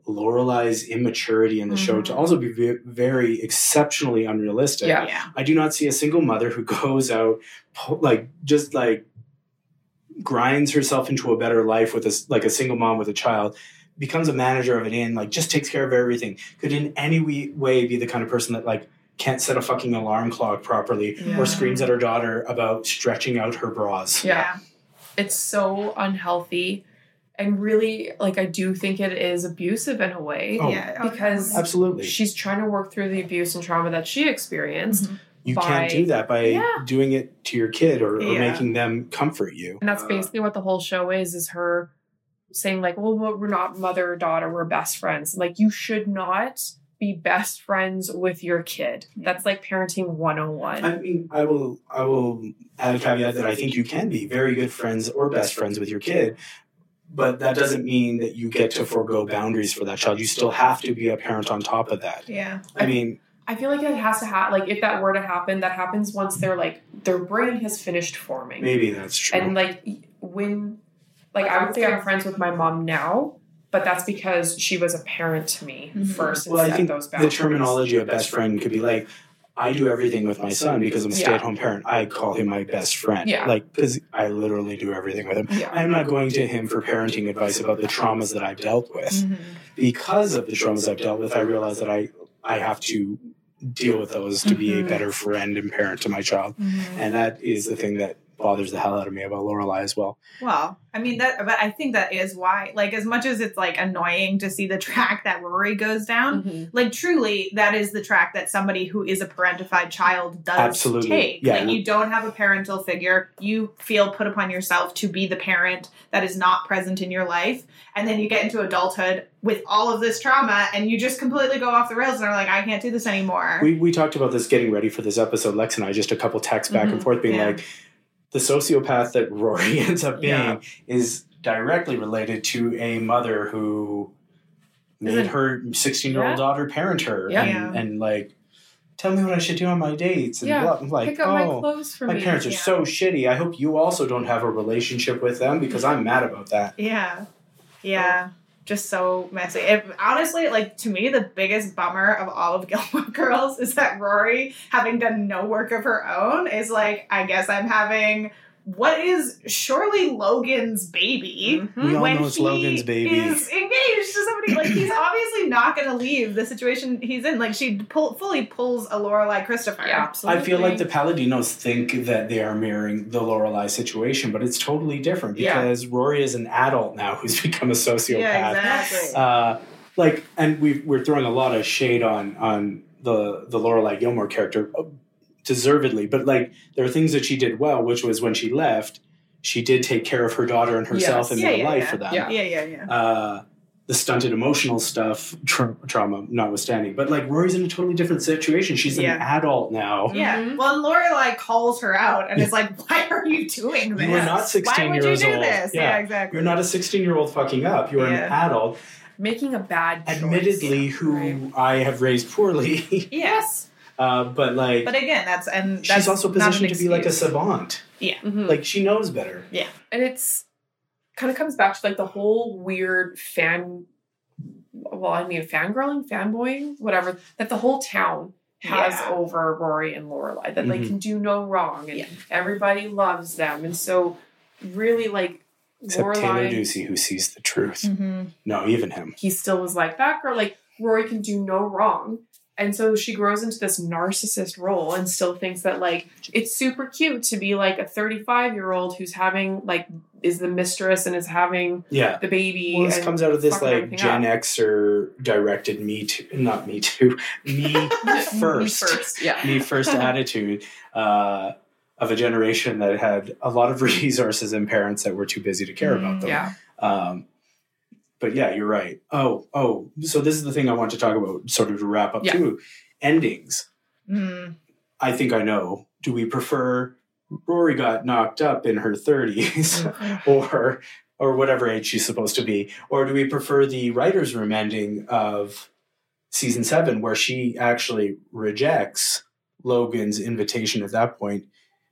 Speaker 2: Lorelai's immaturity in the show to
Speaker 3: Mhm.
Speaker 2: also be ve- very exceptionally unrealistic.
Speaker 1: Yeah.
Speaker 3: Yeah.
Speaker 2: I do not see a single mother who [LAUGHS] goes out po- like just like grinds herself into a better life with a s- like a single mom with a child becomes a manager of an inn like just takes care of everything could in any we- way be the kind of person that like can't set a fucking alarm clock properly
Speaker 1: Yeah.
Speaker 2: or screams at her daughter about stretching out her bras
Speaker 1: Yeah. It's so unhealthy. And really, like, I do think it is abusive in a way.
Speaker 2: Oh.
Speaker 3: yeah. Oh,
Speaker 1: Because-
Speaker 3: totally.
Speaker 2: absolutely
Speaker 1: She's trying to work through the abuse and trauma that she
Speaker 2: Mm-hmm.
Speaker 1: experienced.
Speaker 3: mm-hmm.
Speaker 2: you
Speaker 1: by-
Speaker 2: can't do that by
Speaker 1: Yeah.
Speaker 2: doing it to your kid or, or
Speaker 3: Yeah.
Speaker 2: making them comfort you
Speaker 1: And that's basically what the whole show is, is her saying, like, well, we're we're not mother or daughter, we're best friends. Like, you should not be best friends with your kid. That's like parenting 101.
Speaker 2: I mean, I will. I will add a caveat that I think you can be very good friends or best friends with your kid, but that doesn't mean that you get to forego boundaries for that child. You still have to be a parent on top of that.
Speaker 3: Yeah.
Speaker 2: I mean,
Speaker 1: I feel like it has to happen. Like, if that were to happen, that happens once they're like, their brain has finished forming.
Speaker 2: maybe that's true.
Speaker 1: And like y- when, like I would say I'm friends with my mom now, but that's because she was a parent to me
Speaker 3: Mhm.
Speaker 1: first and
Speaker 2: Mm-hmm. well, I
Speaker 1: set
Speaker 2: think
Speaker 1: those
Speaker 2: the
Speaker 1: boundaries.
Speaker 2: terminology of best friend could be like, I do everything with my son because I'm a
Speaker 1: Yeah.
Speaker 2: stay-at-home parent. I call him my best friend,
Speaker 1: Yeah.
Speaker 2: like because I literally do everything with him.
Speaker 1: Yeah.
Speaker 2: I'm not going to him for parenting advice about the traumas that I've dealt with.
Speaker 3: Mm-hmm.
Speaker 2: because of the traumas I've dealt with, I realize that I I have to deal with those to be a
Speaker 1: Mhm.
Speaker 2: better friend and parent to my child, and that is the thing that bothers the hell out of me about Lorelai as well.
Speaker 3: Well, I mean that, but I think that is why. Like, as much as it's like annoying to see the track that Rory goes down,
Speaker 2: um,
Speaker 1: Mhm.
Speaker 3: like truly, that is the track that somebody who is a parentified child does
Speaker 2: Absolutely.
Speaker 3: take.
Speaker 2: Yeah.
Speaker 3: Like, you don't have a parental figure, you feel put upon yourself to be the parent that is not present in your life, and then you get into adulthood with all of this trauma, and you just completely go off the rails and are like, I can't do this anymore.
Speaker 2: We we talked about this getting ready for this episode, Lex and I, just a couple texts back and
Speaker 1: Mhm.
Speaker 2: forth, being
Speaker 3: Yeah.
Speaker 2: like, the sociopath that Rory [LAUGHS] ends up being
Speaker 1: Yeah.
Speaker 2: is directly related to a mother who
Speaker 1: Is
Speaker 2: made
Speaker 1: it-
Speaker 2: her sixteen-year-old
Speaker 1: Yeah.
Speaker 2: daughter parent her,
Speaker 1: Yeah.
Speaker 2: and, and like. Tell me what I should do on my dates, and
Speaker 1: Yeah.
Speaker 2: blah. I'm like,
Speaker 1: Pick up
Speaker 2: oh,
Speaker 1: my clothes for
Speaker 2: My
Speaker 1: me.
Speaker 2: parents are
Speaker 3: yeah.
Speaker 2: so shitty. I hope you also don't have a relationship with them because I'm mad about that.
Speaker 3: yeah. Yeah. just so messy. It, honestly, like to me, the biggest bummer of all of [LAUGHS] Gilmore Girls is that Rory, having done no work of her own, is like, I guess I'm having what is surely Logan's baby.
Speaker 1: Mhm.
Speaker 2: We all
Speaker 3: when
Speaker 2: know it's
Speaker 3: he
Speaker 2: Logan's baby.
Speaker 3: is engaged to somebody. Like
Speaker 2: [LAUGHS]
Speaker 3: he's obviously not going to leave the situation he's in. Like she pull, fully pulls a Lorelai Christopher.
Speaker 1: Yeah,
Speaker 2: I
Speaker 1: absolutely.
Speaker 2: feel like the Paladinos think that they are mirroring the Lorelei situation, but it's totally different
Speaker 1: Yeah.
Speaker 2: because Rory is an adult now who's [LAUGHS] become a sociopath.
Speaker 3: Yeah, exactly.
Speaker 2: Uh, like, and we we're throwing a lot of shade on on the the Lorelai Gilmore character, uh, deservedly. But like, there are things that she did well, which was when she left, she did take care of her daughter and herself
Speaker 1: Yes.
Speaker 2: and
Speaker 3: Yeah,
Speaker 2: made a
Speaker 3: yeah,
Speaker 2: life
Speaker 3: yeah.
Speaker 2: for them.
Speaker 1: Yeah.
Speaker 3: yeah, yeah, yeah.
Speaker 2: Uh, the stunted emotional stuff, tra- trauma notwithstanding, but like Rory's in a totally different situation. She's
Speaker 3: Yeah.
Speaker 2: an adult now.
Speaker 3: Yeah.
Speaker 1: Mhm.
Speaker 3: Well, Lorelai calls her out and is like, "Why are you doing this?
Speaker 2: You are not 16
Speaker 3: Why would
Speaker 2: years
Speaker 3: you do
Speaker 2: old."
Speaker 3: this?
Speaker 2: Yeah.
Speaker 3: Yeah, exactly.
Speaker 2: You're not a 16 year old fucking up. You're an
Speaker 3: Yeah.
Speaker 2: adult,
Speaker 1: making a bad choice.
Speaker 2: admittedly, who
Speaker 1: Right.
Speaker 2: I have raised poorly. [LAUGHS]
Speaker 3: Yes,
Speaker 2: uh, but like,
Speaker 3: but again, that's and that's
Speaker 2: she's also
Speaker 3: not an
Speaker 2: positioned to be like a
Speaker 3: excuse.
Speaker 2: savant.
Speaker 1: Mhm.
Speaker 2: Like, she knows better.
Speaker 1: and it's kind of comes back to like the whole weird fan well i mean fangirling fanboying whatever that the whole town has
Speaker 3: Yeah.
Speaker 1: over rory and lorelei that they
Speaker 2: Mhm.
Speaker 1: can do no wrong and
Speaker 3: Yeah.
Speaker 1: everybody loves them and so really like
Speaker 2: Except Taylor
Speaker 1: lorelei
Speaker 2: Ducey, who sees the truth.
Speaker 3: Mhm.
Speaker 2: No, even him.
Speaker 1: he still was like that girl like rory can do no wrong and so she grows into this narcissist role and still thinks that like it's super cute to be like a 35 year old who's having like is the mistress and is having
Speaker 2: Yeah.
Speaker 1: the baby.
Speaker 2: Well, this
Speaker 1: and
Speaker 2: comes out of this
Speaker 1: fucking
Speaker 2: like
Speaker 1: everything
Speaker 2: Gen
Speaker 1: up.
Speaker 2: Xer directed me to, [LAUGHS] not me too,
Speaker 3: [LAUGHS]
Speaker 2: me first.
Speaker 1: Me first, yeah. [LAUGHS]
Speaker 2: me first attitude uh, of a generation that had a lot of [LAUGHS] resources and parents that were too busy to care about
Speaker 3: Mm,
Speaker 2: them.
Speaker 1: Yeah.
Speaker 2: Um, but yeah, you're right. Oh, oh, so this is the thing I want to talk about, sort of to wrap up
Speaker 1: Yeah.
Speaker 2: too. Endings.
Speaker 3: Mm.
Speaker 2: I think I know. Do we prefer Rory got knocked up in her
Speaker 1: Mm.
Speaker 2: 30s or or whatever age she's supposed to be? Or do we prefer the writer's room ending of season seven where she actually rejects Logan's invitation at that point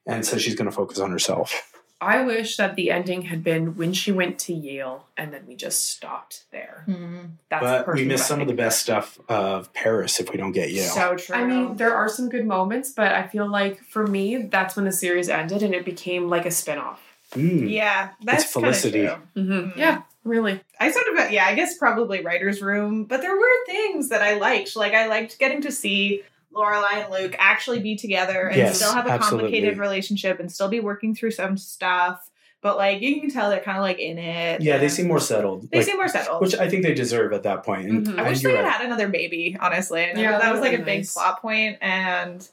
Speaker 2: and says she's gonna focus on herself.
Speaker 1: I wish that the ending had been when she went to Yale and then we just stopped there.
Speaker 3: Mm.
Speaker 1: That's
Speaker 2: but we
Speaker 1: personally
Speaker 2: miss
Speaker 1: what I
Speaker 2: some of the
Speaker 1: think.
Speaker 2: best stuff of Paris if we don't get Yale.
Speaker 3: So true.
Speaker 1: I mean, there are some good moments, but I feel like for me, that's when the series ended and it became like a spin off.
Speaker 2: Mm.
Speaker 3: yeah, that's
Speaker 2: It's
Speaker 3: kinda
Speaker 2: Felicity.
Speaker 3: true.
Speaker 1: Mm-hmm.
Speaker 3: Mm.
Speaker 1: Yeah, really.
Speaker 3: I sort of yeah, I guess probably writer's room, but there were things that I liked. Like I liked getting to see Lorelai and Luke actually be together and
Speaker 2: Yes,
Speaker 3: still have a complicated
Speaker 2: absolutely.
Speaker 3: relationship and still be working through some stuff. But like you can tell they're kind of like in it.
Speaker 2: Yeah, they
Speaker 3: and
Speaker 2: seem more settled.
Speaker 3: they
Speaker 2: like-
Speaker 3: seem more settled. Mm-hmm.
Speaker 2: which I think they deserve at that point. And,
Speaker 1: Mhm.
Speaker 3: I
Speaker 2: and
Speaker 3: wish
Speaker 2: you're
Speaker 3: they had
Speaker 2: right.
Speaker 3: had another baby, honestly. And
Speaker 1: Yeah,
Speaker 3: that was like a
Speaker 1: that'd be
Speaker 3: big
Speaker 1: nice.
Speaker 3: plot point, and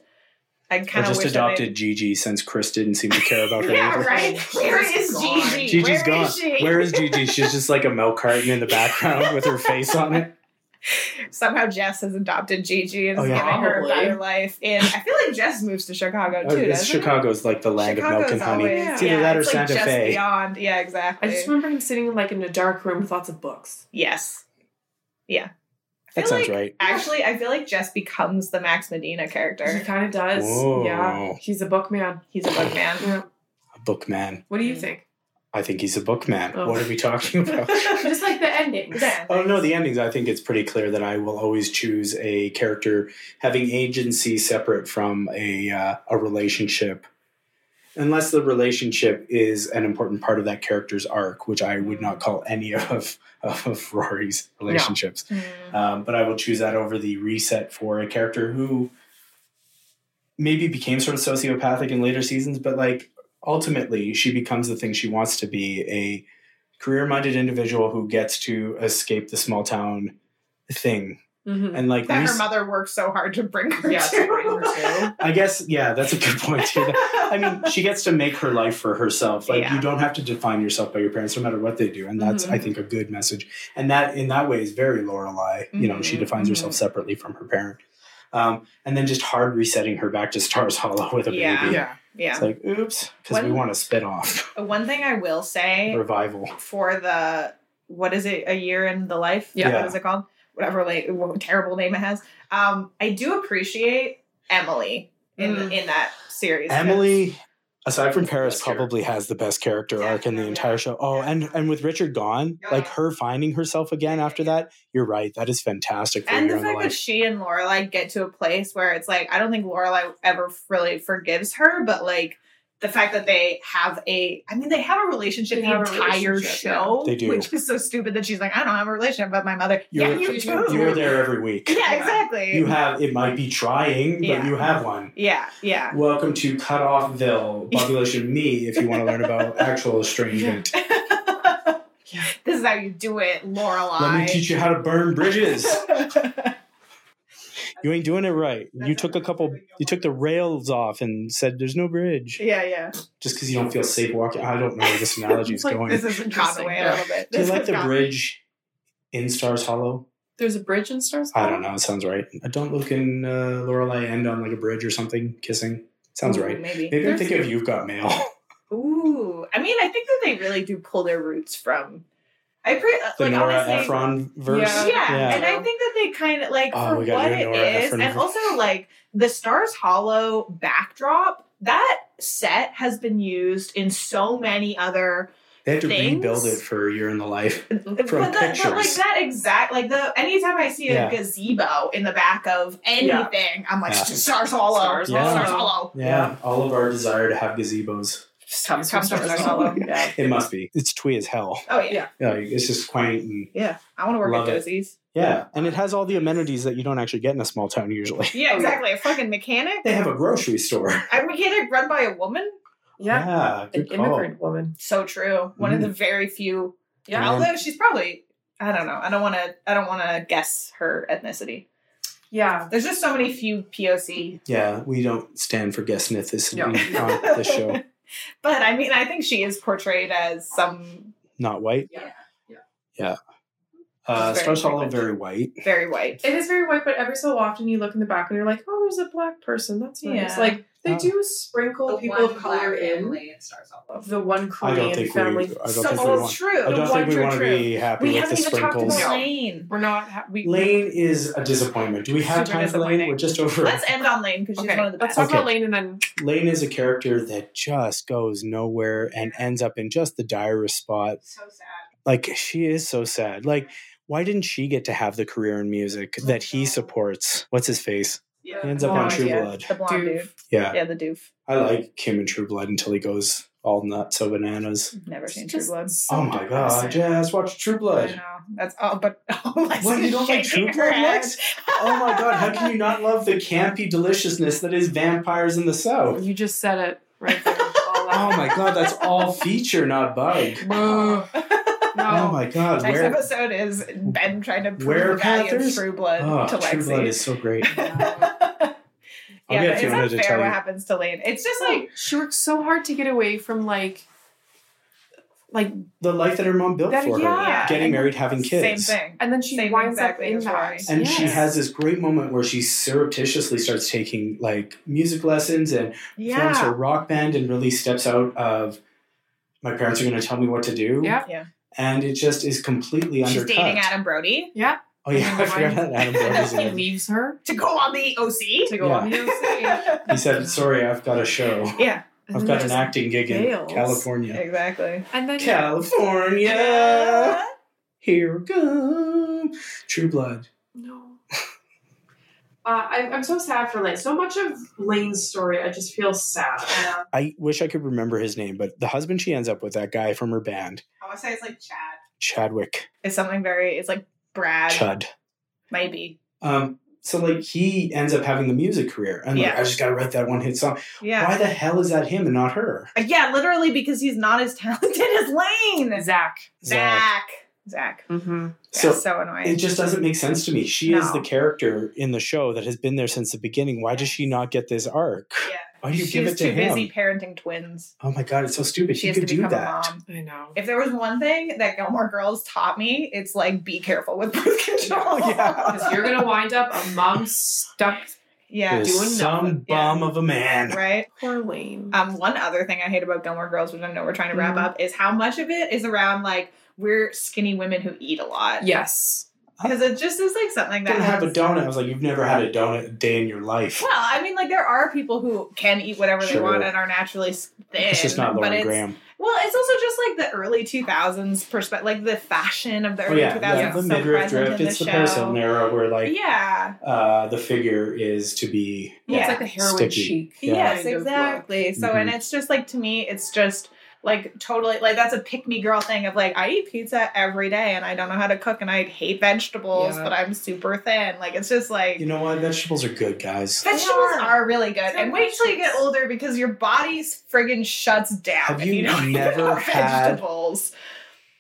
Speaker 3: I
Speaker 2: Or
Speaker 3: kind of
Speaker 2: just
Speaker 3: wish
Speaker 2: adopted Gigi since Chris didn't seem to care about her.
Speaker 3: That they, [LAUGHS] yeah,
Speaker 2: either.
Speaker 3: right. Where is
Speaker 1: Gone.
Speaker 3: Gigi?
Speaker 2: Gigi's
Speaker 3: Where is
Speaker 2: gone.
Speaker 3: she?
Speaker 2: Where is Gigi? She's just like a milk carton in the background with her face on
Speaker 3: [LAUGHS]
Speaker 2: it.
Speaker 3: somehow Jess has adopted Gigi and
Speaker 2: Oh,
Speaker 3: is
Speaker 2: yeah.
Speaker 3: giving her a
Speaker 1: Probably.
Speaker 3: better life. And I feel like Jess moves to Chicago
Speaker 2: Uh,
Speaker 3: too.
Speaker 2: it's
Speaker 3: doesn't it?
Speaker 2: Chicago's like the land of milk
Speaker 3: Chicago's
Speaker 2: and honey.
Speaker 3: always-
Speaker 2: It's either that or
Speaker 3: it's like
Speaker 2: Santa
Speaker 3: just
Speaker 2: Fe.
Speaker 3: Beyond. Yeah, exactly.
Speaker 1: I just remember him sitting like in a dark room with lots of books.
Speaker 3: yes. Yeah. I
Speaker 2: That
Speaker 3: feel
Speaker 2: sounds
Speaker 3: like-
Speaker 2: right.
Speaker 3: Actually, I feel like Jess becomes the Max Medina
Speaker 1: He
Speaker 3: character.
Speaker 1: kind of does.
Speaker 2: Whoa.
Speaker 1: Yeah. He's a book man.
Speaker 3: He's
Speaker 1: [LAUGHS]
Speaker 3: a bug man.
Speaker 1: Yeah. Mm.
Speaker 2: A bookman.
Speaker 1: What do you think?
Speaker 2: I think he's a bookman.
Speaker 1: Oh.
Speaker 2: What are we talking
Speaker 3: [LAUGHS]
Speaker 1: [LAUGHS]
Speaker 2: about?
Speaker 1: just like the [LAUGHS] endings.
Speaker 2: Oh no, the endings. I think it's pretty clear that I will always choose a character having agency separate from a uh, a relationship, unless the relationship is an important part of that character's arc, which I would not call any of of Rory's relationships.
Speaker 3: Mm.
Speaker 2: Um, but I will choose that over the reset for a character who maybe became sort of sociopathic in later seasons, but like ultimately she becomes the thing she wants to be a career minded individual who gets to escape the small town thing.
Speaker 1: Mhm.
Speaker 2: And like,
Speaker 3: That her
Speaker 2: res-
Speaker 3: mother worked so hard to bring her
Speaker 1: Yeah, it's
Speaker 3: to.
Speaker 1: a great one, too.
Speaker 2: I guess, yeah, that's a good point.
Speaker 3: [LAUGHS]
Speaker 2: Too. [LAUGHS] I mean, she gets to make her life for herself. Like
Speaker 3: Yeah. Mm-hmm.
Speaker 2: you don't have to define yourself by your parents, no matter what they do, and that's I
Speaker 1: Mhm.
Speaker 2: think a good message. And that in that way is very Lorelai. You know,
Speaker 3: Mm-hmm.
Speaker 2: she
Speaker 1: Mhm,
Speaker 2: defines herself
Speaker 1: mhm.
Speaker 2: separately from her parent, um, and then just hard resetting her back to Stars Hollow [LAUGHS] with a
Speaker 3: Yeah.
Speaker 2: baby.
Speaker 1: Yeah.
Speaker 3: yeah.
Speaker 2: It's like, oops, because we
Speaker 3: When-
Speaker 2: want to spit off [LAUGHS]
Speaker 3: One thing I will say
Speaker 2: revival.
Speaker 3: for the what is it a year in the life
Speaker 1: Yeah.
Speaker 2: Yeah.
Speaker 3: what is it called whatever like what terrible name it has um i do appreciate emily in
Speaker 1: Mm.
Speaker 3: in that series
Speaker 2: Emily, Aside from Paris,
Speaker 7: Best character.
Speaker 2: probably has the best character
Speaker 3: Yeah,
Speaker 2: arc in the
Speaker 3: yeah,
Speaker 2: entire
Speaker 3: yeah.
Speaker 2: show. Oh,
Speaker 3: Yeah.
Speaker 2: and and with Richard gone, like
Speaker 3: Yeah.
Speaker 2: her finding herself again
Speaker 3: Yeah,
Speaker 2: after
Speaker 3: yeah.
Speaker 2: that. You're right. That is fantastic. For
Speaker 3: And
Speaker 2: your
Speaker 3: the
Speaker 2: own
Speaker 3: fact that
Speaker 2: life.
Speaker 3: she and Lorelai get to a place where it's like I don't think Lorelai ever really forgives her, but like the fact that they have a I mean they have a relationship
Speaker 1: They
Speaker 3: the
Speaker 1: have a
Speaker 3: entire
Speaker 1: relationship,
Speaker 3: show.
Speaker 2: yeah. They do.
Speaker 3: Which is so stupid that she's like, I don't have a relationship with my mother.
Speaker 2: You're-
Speaker 3: yeah, you do.
Speaker 2: you were there every week.
Speaker 3: yeah, exactly.
Speaker 2: You have it might be trying, but
Speaker 3: Yeah.
Speaker 2: you have one.
Speaker 3: yeah, yeah.
Speaker 2: Welcome to Cut Offville, population me. If you want to learn
Speaker 3: [LAUGHS]
Speaker 2: about actual estrangement,
Speaker 3: This is how you do it, Lorelai.
Speaker 2: let me teach you how to burn
Speaker 3: [LAUGHS]
Speaker 2: bridges. You ain't doing it right. You took a couple. You took the rails off and said, "There's no bridge,"
Speaker 3: yeah, yeah.
Speaker 2: just because you don't feel safe walking. I don't know where this analogy is
Speaker 3: [LAUGHS]
Speaker 1: Like,
Speaker 2: going.
Speaker 1: this is
Speaker 3: This is
Speaker 1: interesting.
Speaker 3: gone away a
Speaker 1: Yeah.
Speaker 3: little bit.
Speaker 2: Do you
Speaker 3: This
Speaker 2: like
Speaker 3: has
Speaker 2: the
Speaker 3: gone-
Speaker 2: bridge in Stars Hollow?
Speaker 1: There's a bridge in Stars.
Speaker 2: I don't know. It sounds right. I don't look in uh, Lorelei end on like a bridge or something. Kissing sounds
Speaker 3: Ooh,
Speaker 2: right.
Speaker 3: Maybe.
Speaker 2: Maybe I'm
Speaker 1: There's-
Speaker 2: thinking of You've Got Mail.
Speaker 3: Ooh, I mean, I think that they really do pull their roots from. I pre- uh,
Speaker 2: The
Speaker 3: like
Speaker 2: Nora
Speaker 3: honestly,
Speaker 2: Ephron verse.
Speaker 3: Yeah,
Speaker 1: Yeah.
Speaker 3: and I think that they kind of like
Speaker 2: Oh,
Speaker 3: for
Speaker 2: we gotta
Speaker 3: what
Speaker 2: do a
Speaker 3: it
Speaker 2: Nora
Speaker 3: is,
Speaker 2: Ephron
Speaker 3: and
Speaker 2: verse.
Speaker 3: also like the Stars Hollow backdrop. That set has been used in so many other
Speaker 2: They had to
Speaker 3: Things?
Speaker 2: rebuild it for a year in the life.
Speaker 3: but,
Speaker 2: from
Speaker 3: that, but like
Speaker 2: pictures.
Speaker 3: that exact like the anytime I see a
Speaker 2: Yeah.
Speaker 3: gazebo in the back of anything, I'm like
Speaker 2: Yeah.
Speaker 3: stars hollow,
Speaker 1: Stars
Speaker 3: stars,
Speaker 2: Hollow.
Speaker 3: hollow.
Speaker 2: [LAUGHS] Yeah, all of our desire to have gazebos.
Speaker 1: Just comes
Speaker 3: Comes from Stars Hollow. [LAUGHS] Yeah.
Speaker 2: It must be. It's twee as hell.
Speaker 3: Oh yeah.
Speaker 1: Yeah.
Speaker 3: yeah,
Speaker 2: Yeah, it's just quaint and
Speaker 3: I want to work
Speaker 2: Love
Speaker 3: at
Speaker 2: it.
Speaker 3: Josie's.
Speaker 2: yeah, and it has all the amenities that you don't actually get in a small town usually. [LAUGHS]
Speaker 3: Oh, Yeah, exactly. A fucking mechanic.
Speaker 2: They have a grocery store.
Speaker 3: A mechanic run by a woman.
Speaker 1: Yeah. An
Speaker 2: good call.
Speaker 1: immigrant woman.
Speaker 3: So true. One of the very few.
Speaker 1: Yeah.
Speaker 2: Mm. Yeah.
Speaker 3: Although she's probably. I don't know. I don't want to. I don't want to guess her ethnicity.
Speaker 1: Yeah.
Speaker 3: There's just so many few POC.
Speaker 2: Yeah, we don't stand for guest ethnicity
Speaker 1: No.
Speaker 2: on this [LAUGHS] show.
Speaker 3: [LAUGHS] But I mean, I think she is portrayed as some
Speaker 2: Not white.
Speaker 1: Yeah.
Speaker 2: Uh,
Speaker 3: Very
Speaker 2: Stars Hollow
Speaker 3: frequent.
Speaker 2: very white.
Speaker 3: very white.
Speaker 1: It is very white, but every so often you look in the back and you're like, oh, there's a black person. That's nice.
Speaker 3: Yeah.
Speaker 1: Like they
Speaker 2: Oh.
Speaker 1: do sprinkle people of color in.
Speaker 7: in Stars Hollow.
Speaker 1: The one
Speaker 2: I don't
Speaker 1: Korean
Speaker 2: think we. I
Speaker 1: family.
Speaker 2: don't
Speaker 3: so
Speaker 2: think we
Speaker 3: all
Speaker 2: want.
Speaker 3: true.
Speaker 2: I don't
Speaker 1: The
Speaker 2: think
Speaker 1: ones
Speaker 2: we
Speaker 1: are
Speaker 2: want to be happy
Speaker 3: we
Speaker 2: with the
Speaker 3: haven't even talked
Speaker 2: sprinkles.
Speaker 3: about
Speaker 1: No.
Speaker 3: Lane.
Speaker 1: We're not. Ha- we
Speaker 2: Lane is a disappointment. Do we have
Speaker 1: Super
Speaker 2: time for Lane?
Speaker 1: disappointing.
Speaker 2: We're just over.
Speaker 3: Let's end on Lane because she's
Speaker 1: Okay.
Speaker 3: one of the
Speaker 1: Let's
Speaker 3: best.
Speaker 1: talk
Speaker 2: Okay.
Speaker 1: about Lane and then
Speaker 2: [LAUGHS] Lane is a character that just goes nowhere and ends up in just the direst spot.
Speaker 3: So sad.
Speaker 2: Like she is so sad. Like why didn't she get to have the career in music that he supports? What's his face?
Speaker 3: Yeah.
Speaker 2: He ends up on
Speaker 1: Blonde,
Speaker 2: True
Speaker 1: yeah.
Speaker 2: Blood.
Speaker 3: The blonde
Speaker 1: Doof.
Speaker 3: doof.
Speaker 2: Yeah.
Speaker 3: Yeah, the doof.
Speaker 2: I like Kim in True Blood until he goes all nuts so bananas.
Speaker 3: Never seen True
Speaker 1: Just
Speaker 3: Blood.
Speaker 1: so
Speaker 2: Oh my god,
Speaker 1: depressing.
Speaker 2: Jazz, watch True
Speaker 3: I
Speaker 2: Blood.
Speaker 3: know. That's all. But [LAUGHS] all I see
Speaker 2: What, you
Speaker 3: is
Speaker 2: don't like
Speaker 3: [LAUGHS] shaking
Speaker 2: True
Speaker 3: her
Speaker 2: Blood,
Speaker 3: head.
Speaker 2: Lex? Oh my god, how can you not love the campy deliciousness that is Vampires in the South?
Speaker 1: You just said it right there.
Speaker 2: Oh my god, that's all feature, not
Speaker 3: [LAUGHS]
Speaker 2: bug.
Speaker 1: Boo.
Speaker 2: Oh
Speaker 1: No.
Speaker 2: my god,
Speaker 3: Next
Speaker 2: where
Speaker 3: episode is Ben trying to prove
Speaker 2: Where
Speaker 3: the value
Speaker 2: Panthers?
Speaker 3: of True Blood
Speaker 2: Oh,
Speaker 3: to Lexi.
Speaker 2: True Blood is so
Speaker 3: [LAUGHS]
Speaker 2: great. I'll
Speaker 3: yeah,
Speaker 2: get
Speaker 3: but it's
Speaker 2: Fiona
Speaker 3: not
Speaker 2: to
Speaker 3: fair
Speaker 2: tell
Speaker 3: what
Speaker 2: you.
Speaker 3: happens to Lane. It's just like
Speaker 1: she worked so hard to get away from like, like,
Speaker 2: The life that her mom built
Speaker 1: That-
Speaker 2: for her,
Speaker 1: yeah.
Speaker 2: getting
Speaker 3: and
Speaker 2: married, having Oh, kids.
Speaker 3: Same thing.
Speaker 1: and then she
Speaker 3: Same
Speaker 1: winds up
Speaker 3: exactly
Speaker 1: in
Speaker 3: as
Speaker 1: that.
Speaker 3: Rory.
Speaker 2: And she
Speaker 1: Yes. [LAUGHS]
Speaker 2: has this great moment where she surreptitiously starts taking like music lessons and forms her
Speaker 3: Yeah.
Speaker 2: rock band and really steps out of my parents are going to tell me what to do.
Speaker 1: Yeah.
Speaker 3: Yeah.
Speaker 2: And it just is completely
Speaker 3: She's
Speaker 2: undercut.
Speaker 3: dating Adam Brody
Speaker 1: Yeah.
Speaker 2: Oh yeah, [LAUGHS] I forgot that Adam Brody's
Speaker 1: he
Speaker 3: [LAUGHS]
Speaker 2: in it.
Speaker 1: leaves her
Speaker 3: to go on
Speaker 2: [LAUGHS]
Speaker 3: the OC.
Speaker 1: to go on the OC.
Speaker 2: He said, "Sorry, I've got a show.
Speaker 3: yeah.
Speaker 1: And
Speaker 2: I've
Speaker 1: then
Speaker 2: got an
Speaker 1: just-
Speaker 2: acting gig in
Speaker 1: fails.
Speaker 2: California."
Speaker 3: Exactly.
Speaker 1: And then
Speaker 2: California. Here we go. True Blood.
Speaker 1: No. Uh, I, I'm so sad for Lane. So much of Lane's story, I just feel sad.
Speaker 2: I wish I could remember his name, but the husband she ends up with, that guy from her band,
Speaker 3: I want to say it's like Chad.
Speaker 2: Chadwick
Speaker 3: It's something very. It's like Brad.
Speaker 2: Chud.
Speaker 3: Maybe.
Speaker 2: Um, so like he ends up having the music career, and like
Speaker 3: Yeah.
Speaker 2: I just gotta write that one hit song.
Speaker 3: Yeah.
Speaker 2: Why the hell is that him and not her?
Speaker 3: Uh, Yeah, literally because he's not as [LAUGHS] talented as Lane.
Speaker 1: Zach.
Speaker 2: Zach.
Speaker 3: Zach. Zach.
Speaker 1: Mm-hmm.
Speaker 3: Yeah,
Speaker 2: So
Speaker 3: so, annoying.
Speaker 2: it just doesn't make sense to me. She is
Speaker 3: No.
Speaker 2: the character in the show that has been there since the beginning. Why does she not get this arc?
Speaker 3: Yeah.
Speaker 2: Why do you
Speaker 3: She's
Speaker 2: give it to
Speaker 3: too
Speaker 2: him?
Speaker 3: busy parenting twins.
Speaker 2: Oh my god, it's so stupid.
Speaker 3: She
Speaker 2: She,
Speaker 3: has to
Speaker 2: could do
Speaker 3: become a
Speaker 2: that.
Speaker 3: mom.
Speaker 1: I [LAUGHS] know.
Speaker 3: If there was one thing that Gilmore Girls taught me, it's like be
Speaker 2: [LAUGHS]
Speaker 3: careful with birth control.
Speaker 2: Yeah.
Speaker 1: Because you're going to wind up a mom stuck.
Speaker 3: yeah.
Speaker 2: There's
Speaker 1: doing
Speaker 2: some
Speaker 1: nothing.
Speaker 2: bum of a man.
Speaker 3: [LAUGHS] Right.
Speaker 1: Poor Lane.
Speaker 3: Um, one other thing I hate about Gilmore Girls, which I know we're trying to wrap
Speaker 1: Mhm.
Speaker 3: up, is how much of it is around like we're skinny women who eat a lot.
Speaker 1: yes.
Speaker 3: because it just is like something that
Speaker 2: gonna have a
Speaker 3: has-
Speaker 2: donut. I was like, you've never had a donut day in your life.
Speaker 3: Well, I mean, like there are people who can eat whatever they
Speaker 2: Sure.
Speaker 3: want and are naturally s- thin.
Speaker 2: It's just not
Speaker 3: but
Speaker 2: Lauren
Speaker 3: it's,
Speaker 2: Graham.
Speaker 3: Well, it's also just like the early two thousands perspective, like the fashion of the
Speaker 2: Oh
Speaker 3: early
Speaker 2: yeah,
Speaker 3: two
Speaker 2: yeah,
Speaker 3: thousands.
Speaker 2: the
Speaker 3: so
Speaker 2: midriff
Speaker 3: present
Speaker 2: drift.
Speaker 3: in the
Speaker 2: It's the
Speaker 3: show.
Speaker 2: parasail era where like
Speaker 3: Yeah.
Speaker 2: uh, the figure is to be
Speaker 1: Well, It's
Speaker 3: Yeah.
Speaker 1: like the heroin
Speaker 2: Sticky.
Speaker 1: chic.
Speaker 2: Yeah.
Speaker 3: Yes,
Speaker 1: kind of
Speaker 3: exactly. So,
Speaker 2: Mm-hmm.
Speaker 3: and it's just like to me, it's just like totally like that's a pick me girl thing of like I eat pizza every day and I don't know how to cook and I hate vegetables,
Speaker 1: Yeah.
Speaker 3: but I'm super thin. Like it's just like
Speaker 2: you know what? Vegetables are good, guys.
Speaker 3: Vegetables
Speaker 1: They are.
Speaker 3: are really good,
Speaker 1: So
Speaker 3: and wait till you get
Speaker 1: delicious.
Speaker 3: older because your body's friggin' shuts down.
Speaker 2: Have
Speaker 3: if
Speaker 2: you
Speaker 3: don't [LAUGHS] eat
Speaker 2: never
Speaker 3: enough
Speaker 2: had-
Speaker 3: vegetables?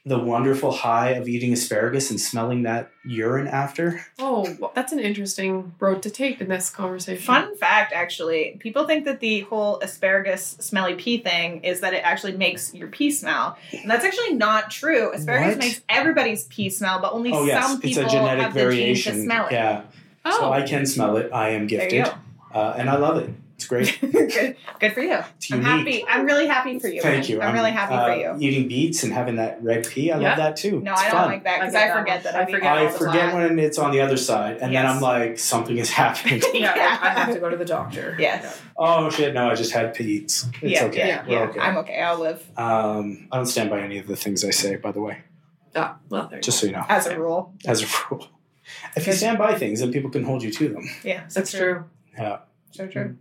Speaker 2: The wonderful high of eating asparagus and smelling that urine after.
Speaker 1: Oh, well, that's an interesting road to take in this conversation.
Speaker 3: Fun fact, actually, people think that the whole asparagus smelly pea thing is that it actually makes your pea smell, and that's actually not true. Asparagus
Speaker 2: What?
Speaker 3: makes everybody's pea smell, but only
Speaker 2: oh yes,
Speaker 3: some
Speaker 2: it's
Speaker 3: people
Speaker 2: a genetic
Speaker 3: have the
Speaker 2: variation.
Speaker 3: gene to smell it.
Speaker 2: Yeah,
Speaker 1: Oh,
Speaker 2: so I can smell it. I am
Speaker 3: There you
Speaker 2: gifted,
Speaker 3: go.
Speaker 2: uh, and I love it. It's
Speaker 3: [LAUGHS]
Speaker 2: great.
Speaker 3: good, good for you.
Speaker 2: It's
Speaker 3: I'm
Speaker 2: unique.
Speaker 3: happy. I'm really happy for you.
Speaker 2: Thank you.
Speaker 3: I'm, really happy
Speaker 2: uh,
Speaker 3: for you.
Speaker 2: Eating beets and having that red pea, I
Speaker 1: Yeah.
Speaker 2: love that too.
Speaker 3: No,
Speaker 2: it's
Speaker 3: I don't
Speaker 2: fun.
Speaker 3: like that because
Speaker 1: I
Speaker 3: I,
Speaker 1: get that one.
Speaker 3: forget that.
Speaker 1: I
Speaker 3: I've eaten
Speaker 1: forget
Speaker 3: all
Speaker 2: I
Speaker 3: the
Speaker 2: forget
Speaker 3: time.
Speaker 2: when it's on the other side, and then
Speaker 3: Yes.
Speaker 2: I'm like, something [LAUGHS] has happened.
Speaker 1: yeah, like,
Speaker 3: [LAUGHS] [LAUGHS] Yeah.
Speaker 1: I have to go to the doctor.
Speaker 3: Yes.
Speaker 2: oh shit! No, I just had beets. It's
Speaker 3: Yeah,
Speaker 2: okay.
Speaker 1: yeah,
Speaker 2: We're
Speaker 3: Yeah,
Speaker 2: okay.
Speaker 3: I'm okay. I'll live
Speaker 2: Um, I don't stand by any of the things I say, by the way,
Speaker 1: Yeah. Ah, well, there you
Speaker 2: just
Speaker 1: go.
Speaker 2: so you know,
Speaker 3: as a rule.
Speaker 2: as a [LAUGHS] rule. If you stand by things, then people can hold you to them.
Speaker 3: Yeah, so
Speaker 1: That's true.
Speaker 2: Yeah.
Speaker 3: So true. None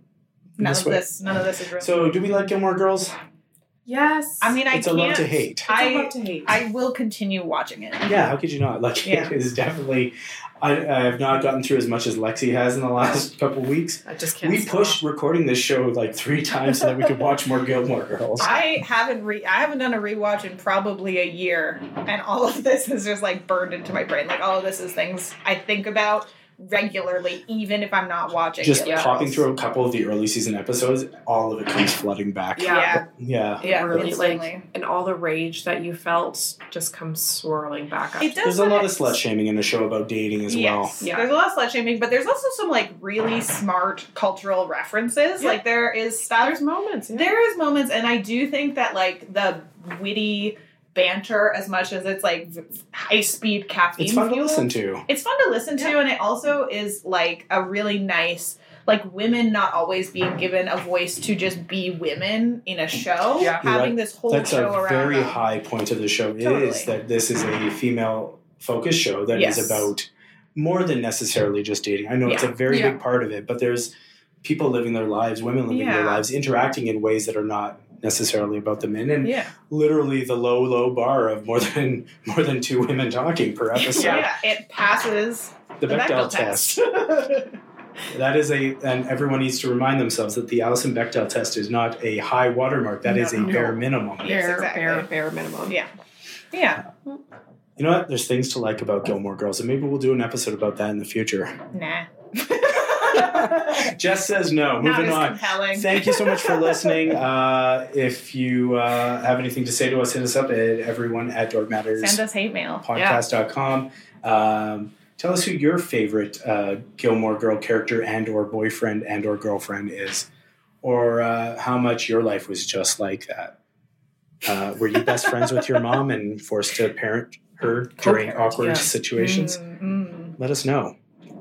Speaker 2: Mm. This
Speaker 3: of
Speaker 2: way.
Speaker 3: this, none of this is real.
Speaker 2: So, do we like Gilmore Girls?
Speaker 1: Yes.
Speaker 3: I mean, I
Speaker 2: it's a
Speaker 3: can't.
Speaker 2: love to hate.
Speaker 1: I
Speaker 3: I-
Speaker 1: love to hate.
Speaker 3: I will continue watching it.
Speaker 2: Yeah, how could you not? Like, [LAUGHS]
Speaker 3: Yeah.
Speaker 2: it is definitely. I, I have not gotten through as much as Lexi has in the last [LAUGHS] couple weeks.
Speaker 1: I just can't.
Speaker 2: we
Speaker 1: stop.
Speaker 2: pushed recording this show like three [LAUGHS] times so that we could watch more Gilmore Girls.
Speaker 3: I haven't re I haven't done a rewatch in probably a year, and all of this is just like burned into my brain. Like all of this is things I think about regularly, even if I'm not watching.
Speaker 2: Just
Speaker 3: it.
Speaker 1: Yeah.
Speaker 2: popping through a couple of the early season episodes, all of it comes flooding back.
Speaker 1: Yeah.
Speaker 2: Yeah.
Speaker 3: Yeah, yeah,
Speaker 1: Really, like-
Speaker 3: instantly.
Speaker 1: And all the rage that you felt just comes swirling back up.
Speaker 3: it does.
Speaker 2: There's a
Speaker 3: what
Speaker 2: lot
Speaker 3: it-
Speaker 2: of slut shaming in the show about dating as well.
Speaker 3: Yes.
Speaker 1: Yeah.
Speaker 3: There's a lot of slut shaming, but there's also some like really smart cultural references.
Speaker 1: Yeah.
Speaker 3: Like there is stuff.
Speaker 1: There's moments. Yeah.
Speaker 3: There is moments, and I do think that like the witty banter, as much as it's like high speed caffeine,
Speaker 2: It's fun to
Speaker 3: fuel,
Speaker 2: listen to.
Speaker 3: It's fun to listen to,
Speaker 1: Yeah.
Speaker 3: and it also is like a really nice like women not always being given a voice to just be women in a show.
Speaker 1: Yeah.
Speaker 2: You're
Speaker 3: Having this whole
Speaker 2: That's
Speaker 3: show
Speaker 2: a
Speaker 3: around
Speaker 2: very
Speaker 3: them.
Speaker 2: high point of the show. It
Speaker 3: Totally.
Speaker 2: is that this is a female focused show that is
Speaker 3: Yes.
Speaker 2: about more than necessarily just dating. I know it's a very
Speaker 1: Yeah.
Speaker 2: big part of it, but there's people living their lives, women living their
Speaker 3: Yeah.
Speaker 2: lives, interacting in ways that are not necessarily about the men and
Speaker 3: Yeah.
Speaker 2: literally the low low bar of more than [LAUGHS] more than two women talking per episode
Speaker 3: yeah, it passes
Speaker 2: the Bechdel, test. that is a, and everyone needs to remind themselves that the Allison Bechdel test is not a high watermark. That
Speaker 3: No,
Speaker 2: is a
Speaker 3: no.
Speaker 2: bare minimum.
Speaker 3: Yes,
Speaker 1: bare,
Speaker 3: exactly.
Speaker 1: bare, bare minimum.
Speaker 3: Yeah. [LAUGHS] Yeah.
Speaker 2: You know what? There's things to like about Gilmore Girls, and maybe we'll do an episode about that in the future.
Speaker 3: Nah.
Speaker 2: [LAUGHS] Jess says no.
Speaker 3: Not
Speaker 2: Moving
Speaker 3: as
Speaker 2: on.
Speaker 3: compelling.
Speaker 2: Thank you so much for listening. Uh, if you uh, have anything to say to us, hit us up at everyone at Dork Matters
Speaker 3: Send us hate mail.
Speaker 2: podcast.com. Um, tell us who your favorite uh, Gilmore Girl character and or boyfriend and or girlfriend is, or uh, how much your life was just like that. Uh, were you best friends with your mom and forced to parent her during
Speaker 1: Co-parent,
Speaker 2: awkward
Speaker 1: yeah.
Speaker 2: situations?
Speaker 3: Mm, mm.
Speaker 2: Let us know.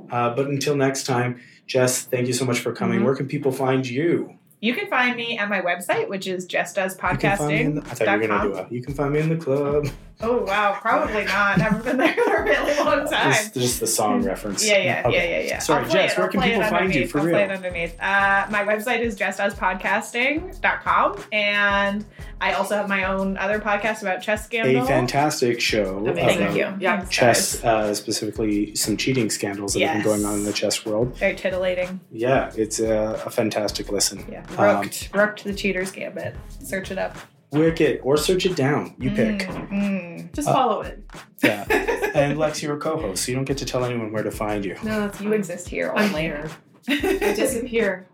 Speaker 2: Uh, but until next time, Jess, thank you so much for coming.
Speaker 1: Mhm.
Speaker 3: Mm-hmm.
Speaker 2: Where can people find you?
Speaker 3: You can find me at my website, which is
Speaker 2: You can find me in the- I thought you were going to do
Speaker 3: justdoespodcasting.com.
Speaker 2: a. You can find me in the club.
Speaker 3: Oh, wow. Probably not. I haven't been there in a really long time.
Speaker 2: Just, just the song reference.
Speaker 3: [LAUGHS] Yeah, yeah,
Speaker 2: Okay.
Speaker 3: yeah, yeah, yeah.
Speaker 2: Sorry,
Speaker 3: I'll play
Speaker 2: Jess,
Speaker 3: it.
Speaker 2: where
Speaker 3: I'll
Speaker 2: can
Speaker 3: play
Speaker 2: people
Speaker 3: it
Speaker 2: find you
Speaker 3: underneath.
Speaker 2: for
Speaker 3: I'll
Speaker 2: real?
Speaker 3: Play it underneath. Uh, my website is justaspodcasting.com, and I also have my own other podcast about chess scandal.
Speaker 2: A fantastic show.
Speaker 1: Amazing.
Speaker 2: about-
Speaker 3: Thank you.
Speaker 1: Yeah.
Speaker 3: Thanks, guys.
Speaker 2: chess, uh, specifically some cheating scandals that have
Speaker 3: Yes.
Speaker 2: been going on in the chess world.
Speaker 3: Very titillating.
Speaker 2: Yeah, it's a, a fantastic listen.
Speaker 3: Yeah.
Speaker 2: Um,
Speaker 3: Rooked. Rooked the Cheater's Gambit. Search it up.
Speaker 2: Wicked, or search it down. You pick.
Speaker 3: Mm,
Speaker 1: Just follow it.
Speaker 2: [LAUGHS] Yeah.
Speaker 3: [LAUGHS]
Speaker 2: and Lex, you're a co host, so you don't get to tell anyone where to find you.
Speaker 1: No, that's
Speaker 3: mm. You exist here
Speaker 1: I'm
Speaker 3: only.
Speaker 1: here. I disappear.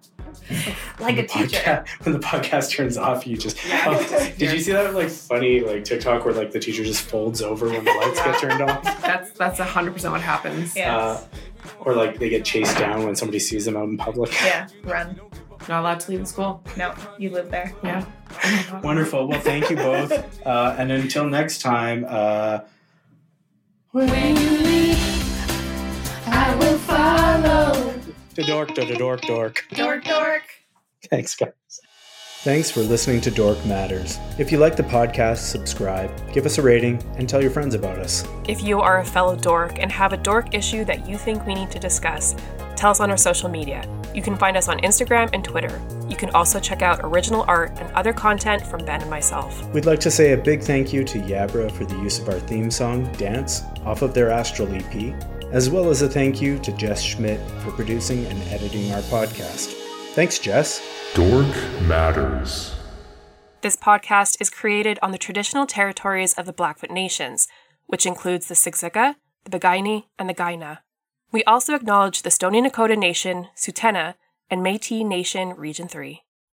Speaker 3: like a
Speaker 2: The
Speaker 3: teacher.
Speaker 2: podca- when the podcast turns off, you just.
Speaker 3: Yeah.
Speaker 2: Oh, did you see that like funny like TikTok where like the teacher just folds over when the lights get turned
Speaker 3: [LAUGHS]
Speaker 2: off,
Speaker 1: That's that's hundred percent what happens.
Speaker 3: Yes.
Speaker 2: Uh, or like they get chased down when somebody sees them out in public?
Speaker 3: yeah. Run.
Speaker 1: Not allowed to leave the school.
Speaker 3: No, you live there.
Speaker 1: Yeah.
Speaker 2: Wonderful. Well, thank you both. Uh, and until next time, uh,
Speaker 7: When you leave,
Speaker 2: the dork, da da dork, dork.
Speaker 3: Dork, dork.
Speaker 2: Thanks, guys. Thanks for listening to Dork Matters. If you like the podcast, subscribe, give us a rating, and tell your friends about us.
Speaker 7: If you are a fellow dork and have a dork issue that you think we need to discuss, tell us on our social media. You can find us on Instagram and Twitter. You can also check out original art and other content from Ben and myself.
Speaker 2: We'd like to say a big thank you to Yabra for the use of our theme song, Dance, off of their Astral EP, as well as a thank you to Jess Schmidt for producing and editing our podcast. Thanks, Jess.
Speaker 4: Dork Matters.
Speaker 7: This podcast is created on the traditional territories of the Blackfoot Nations, which includes the Siksika, the Bagaini, and the Gaina. We also acknowledge the Stony Nakota Nation, Sutena, and Metis Nation Region 3.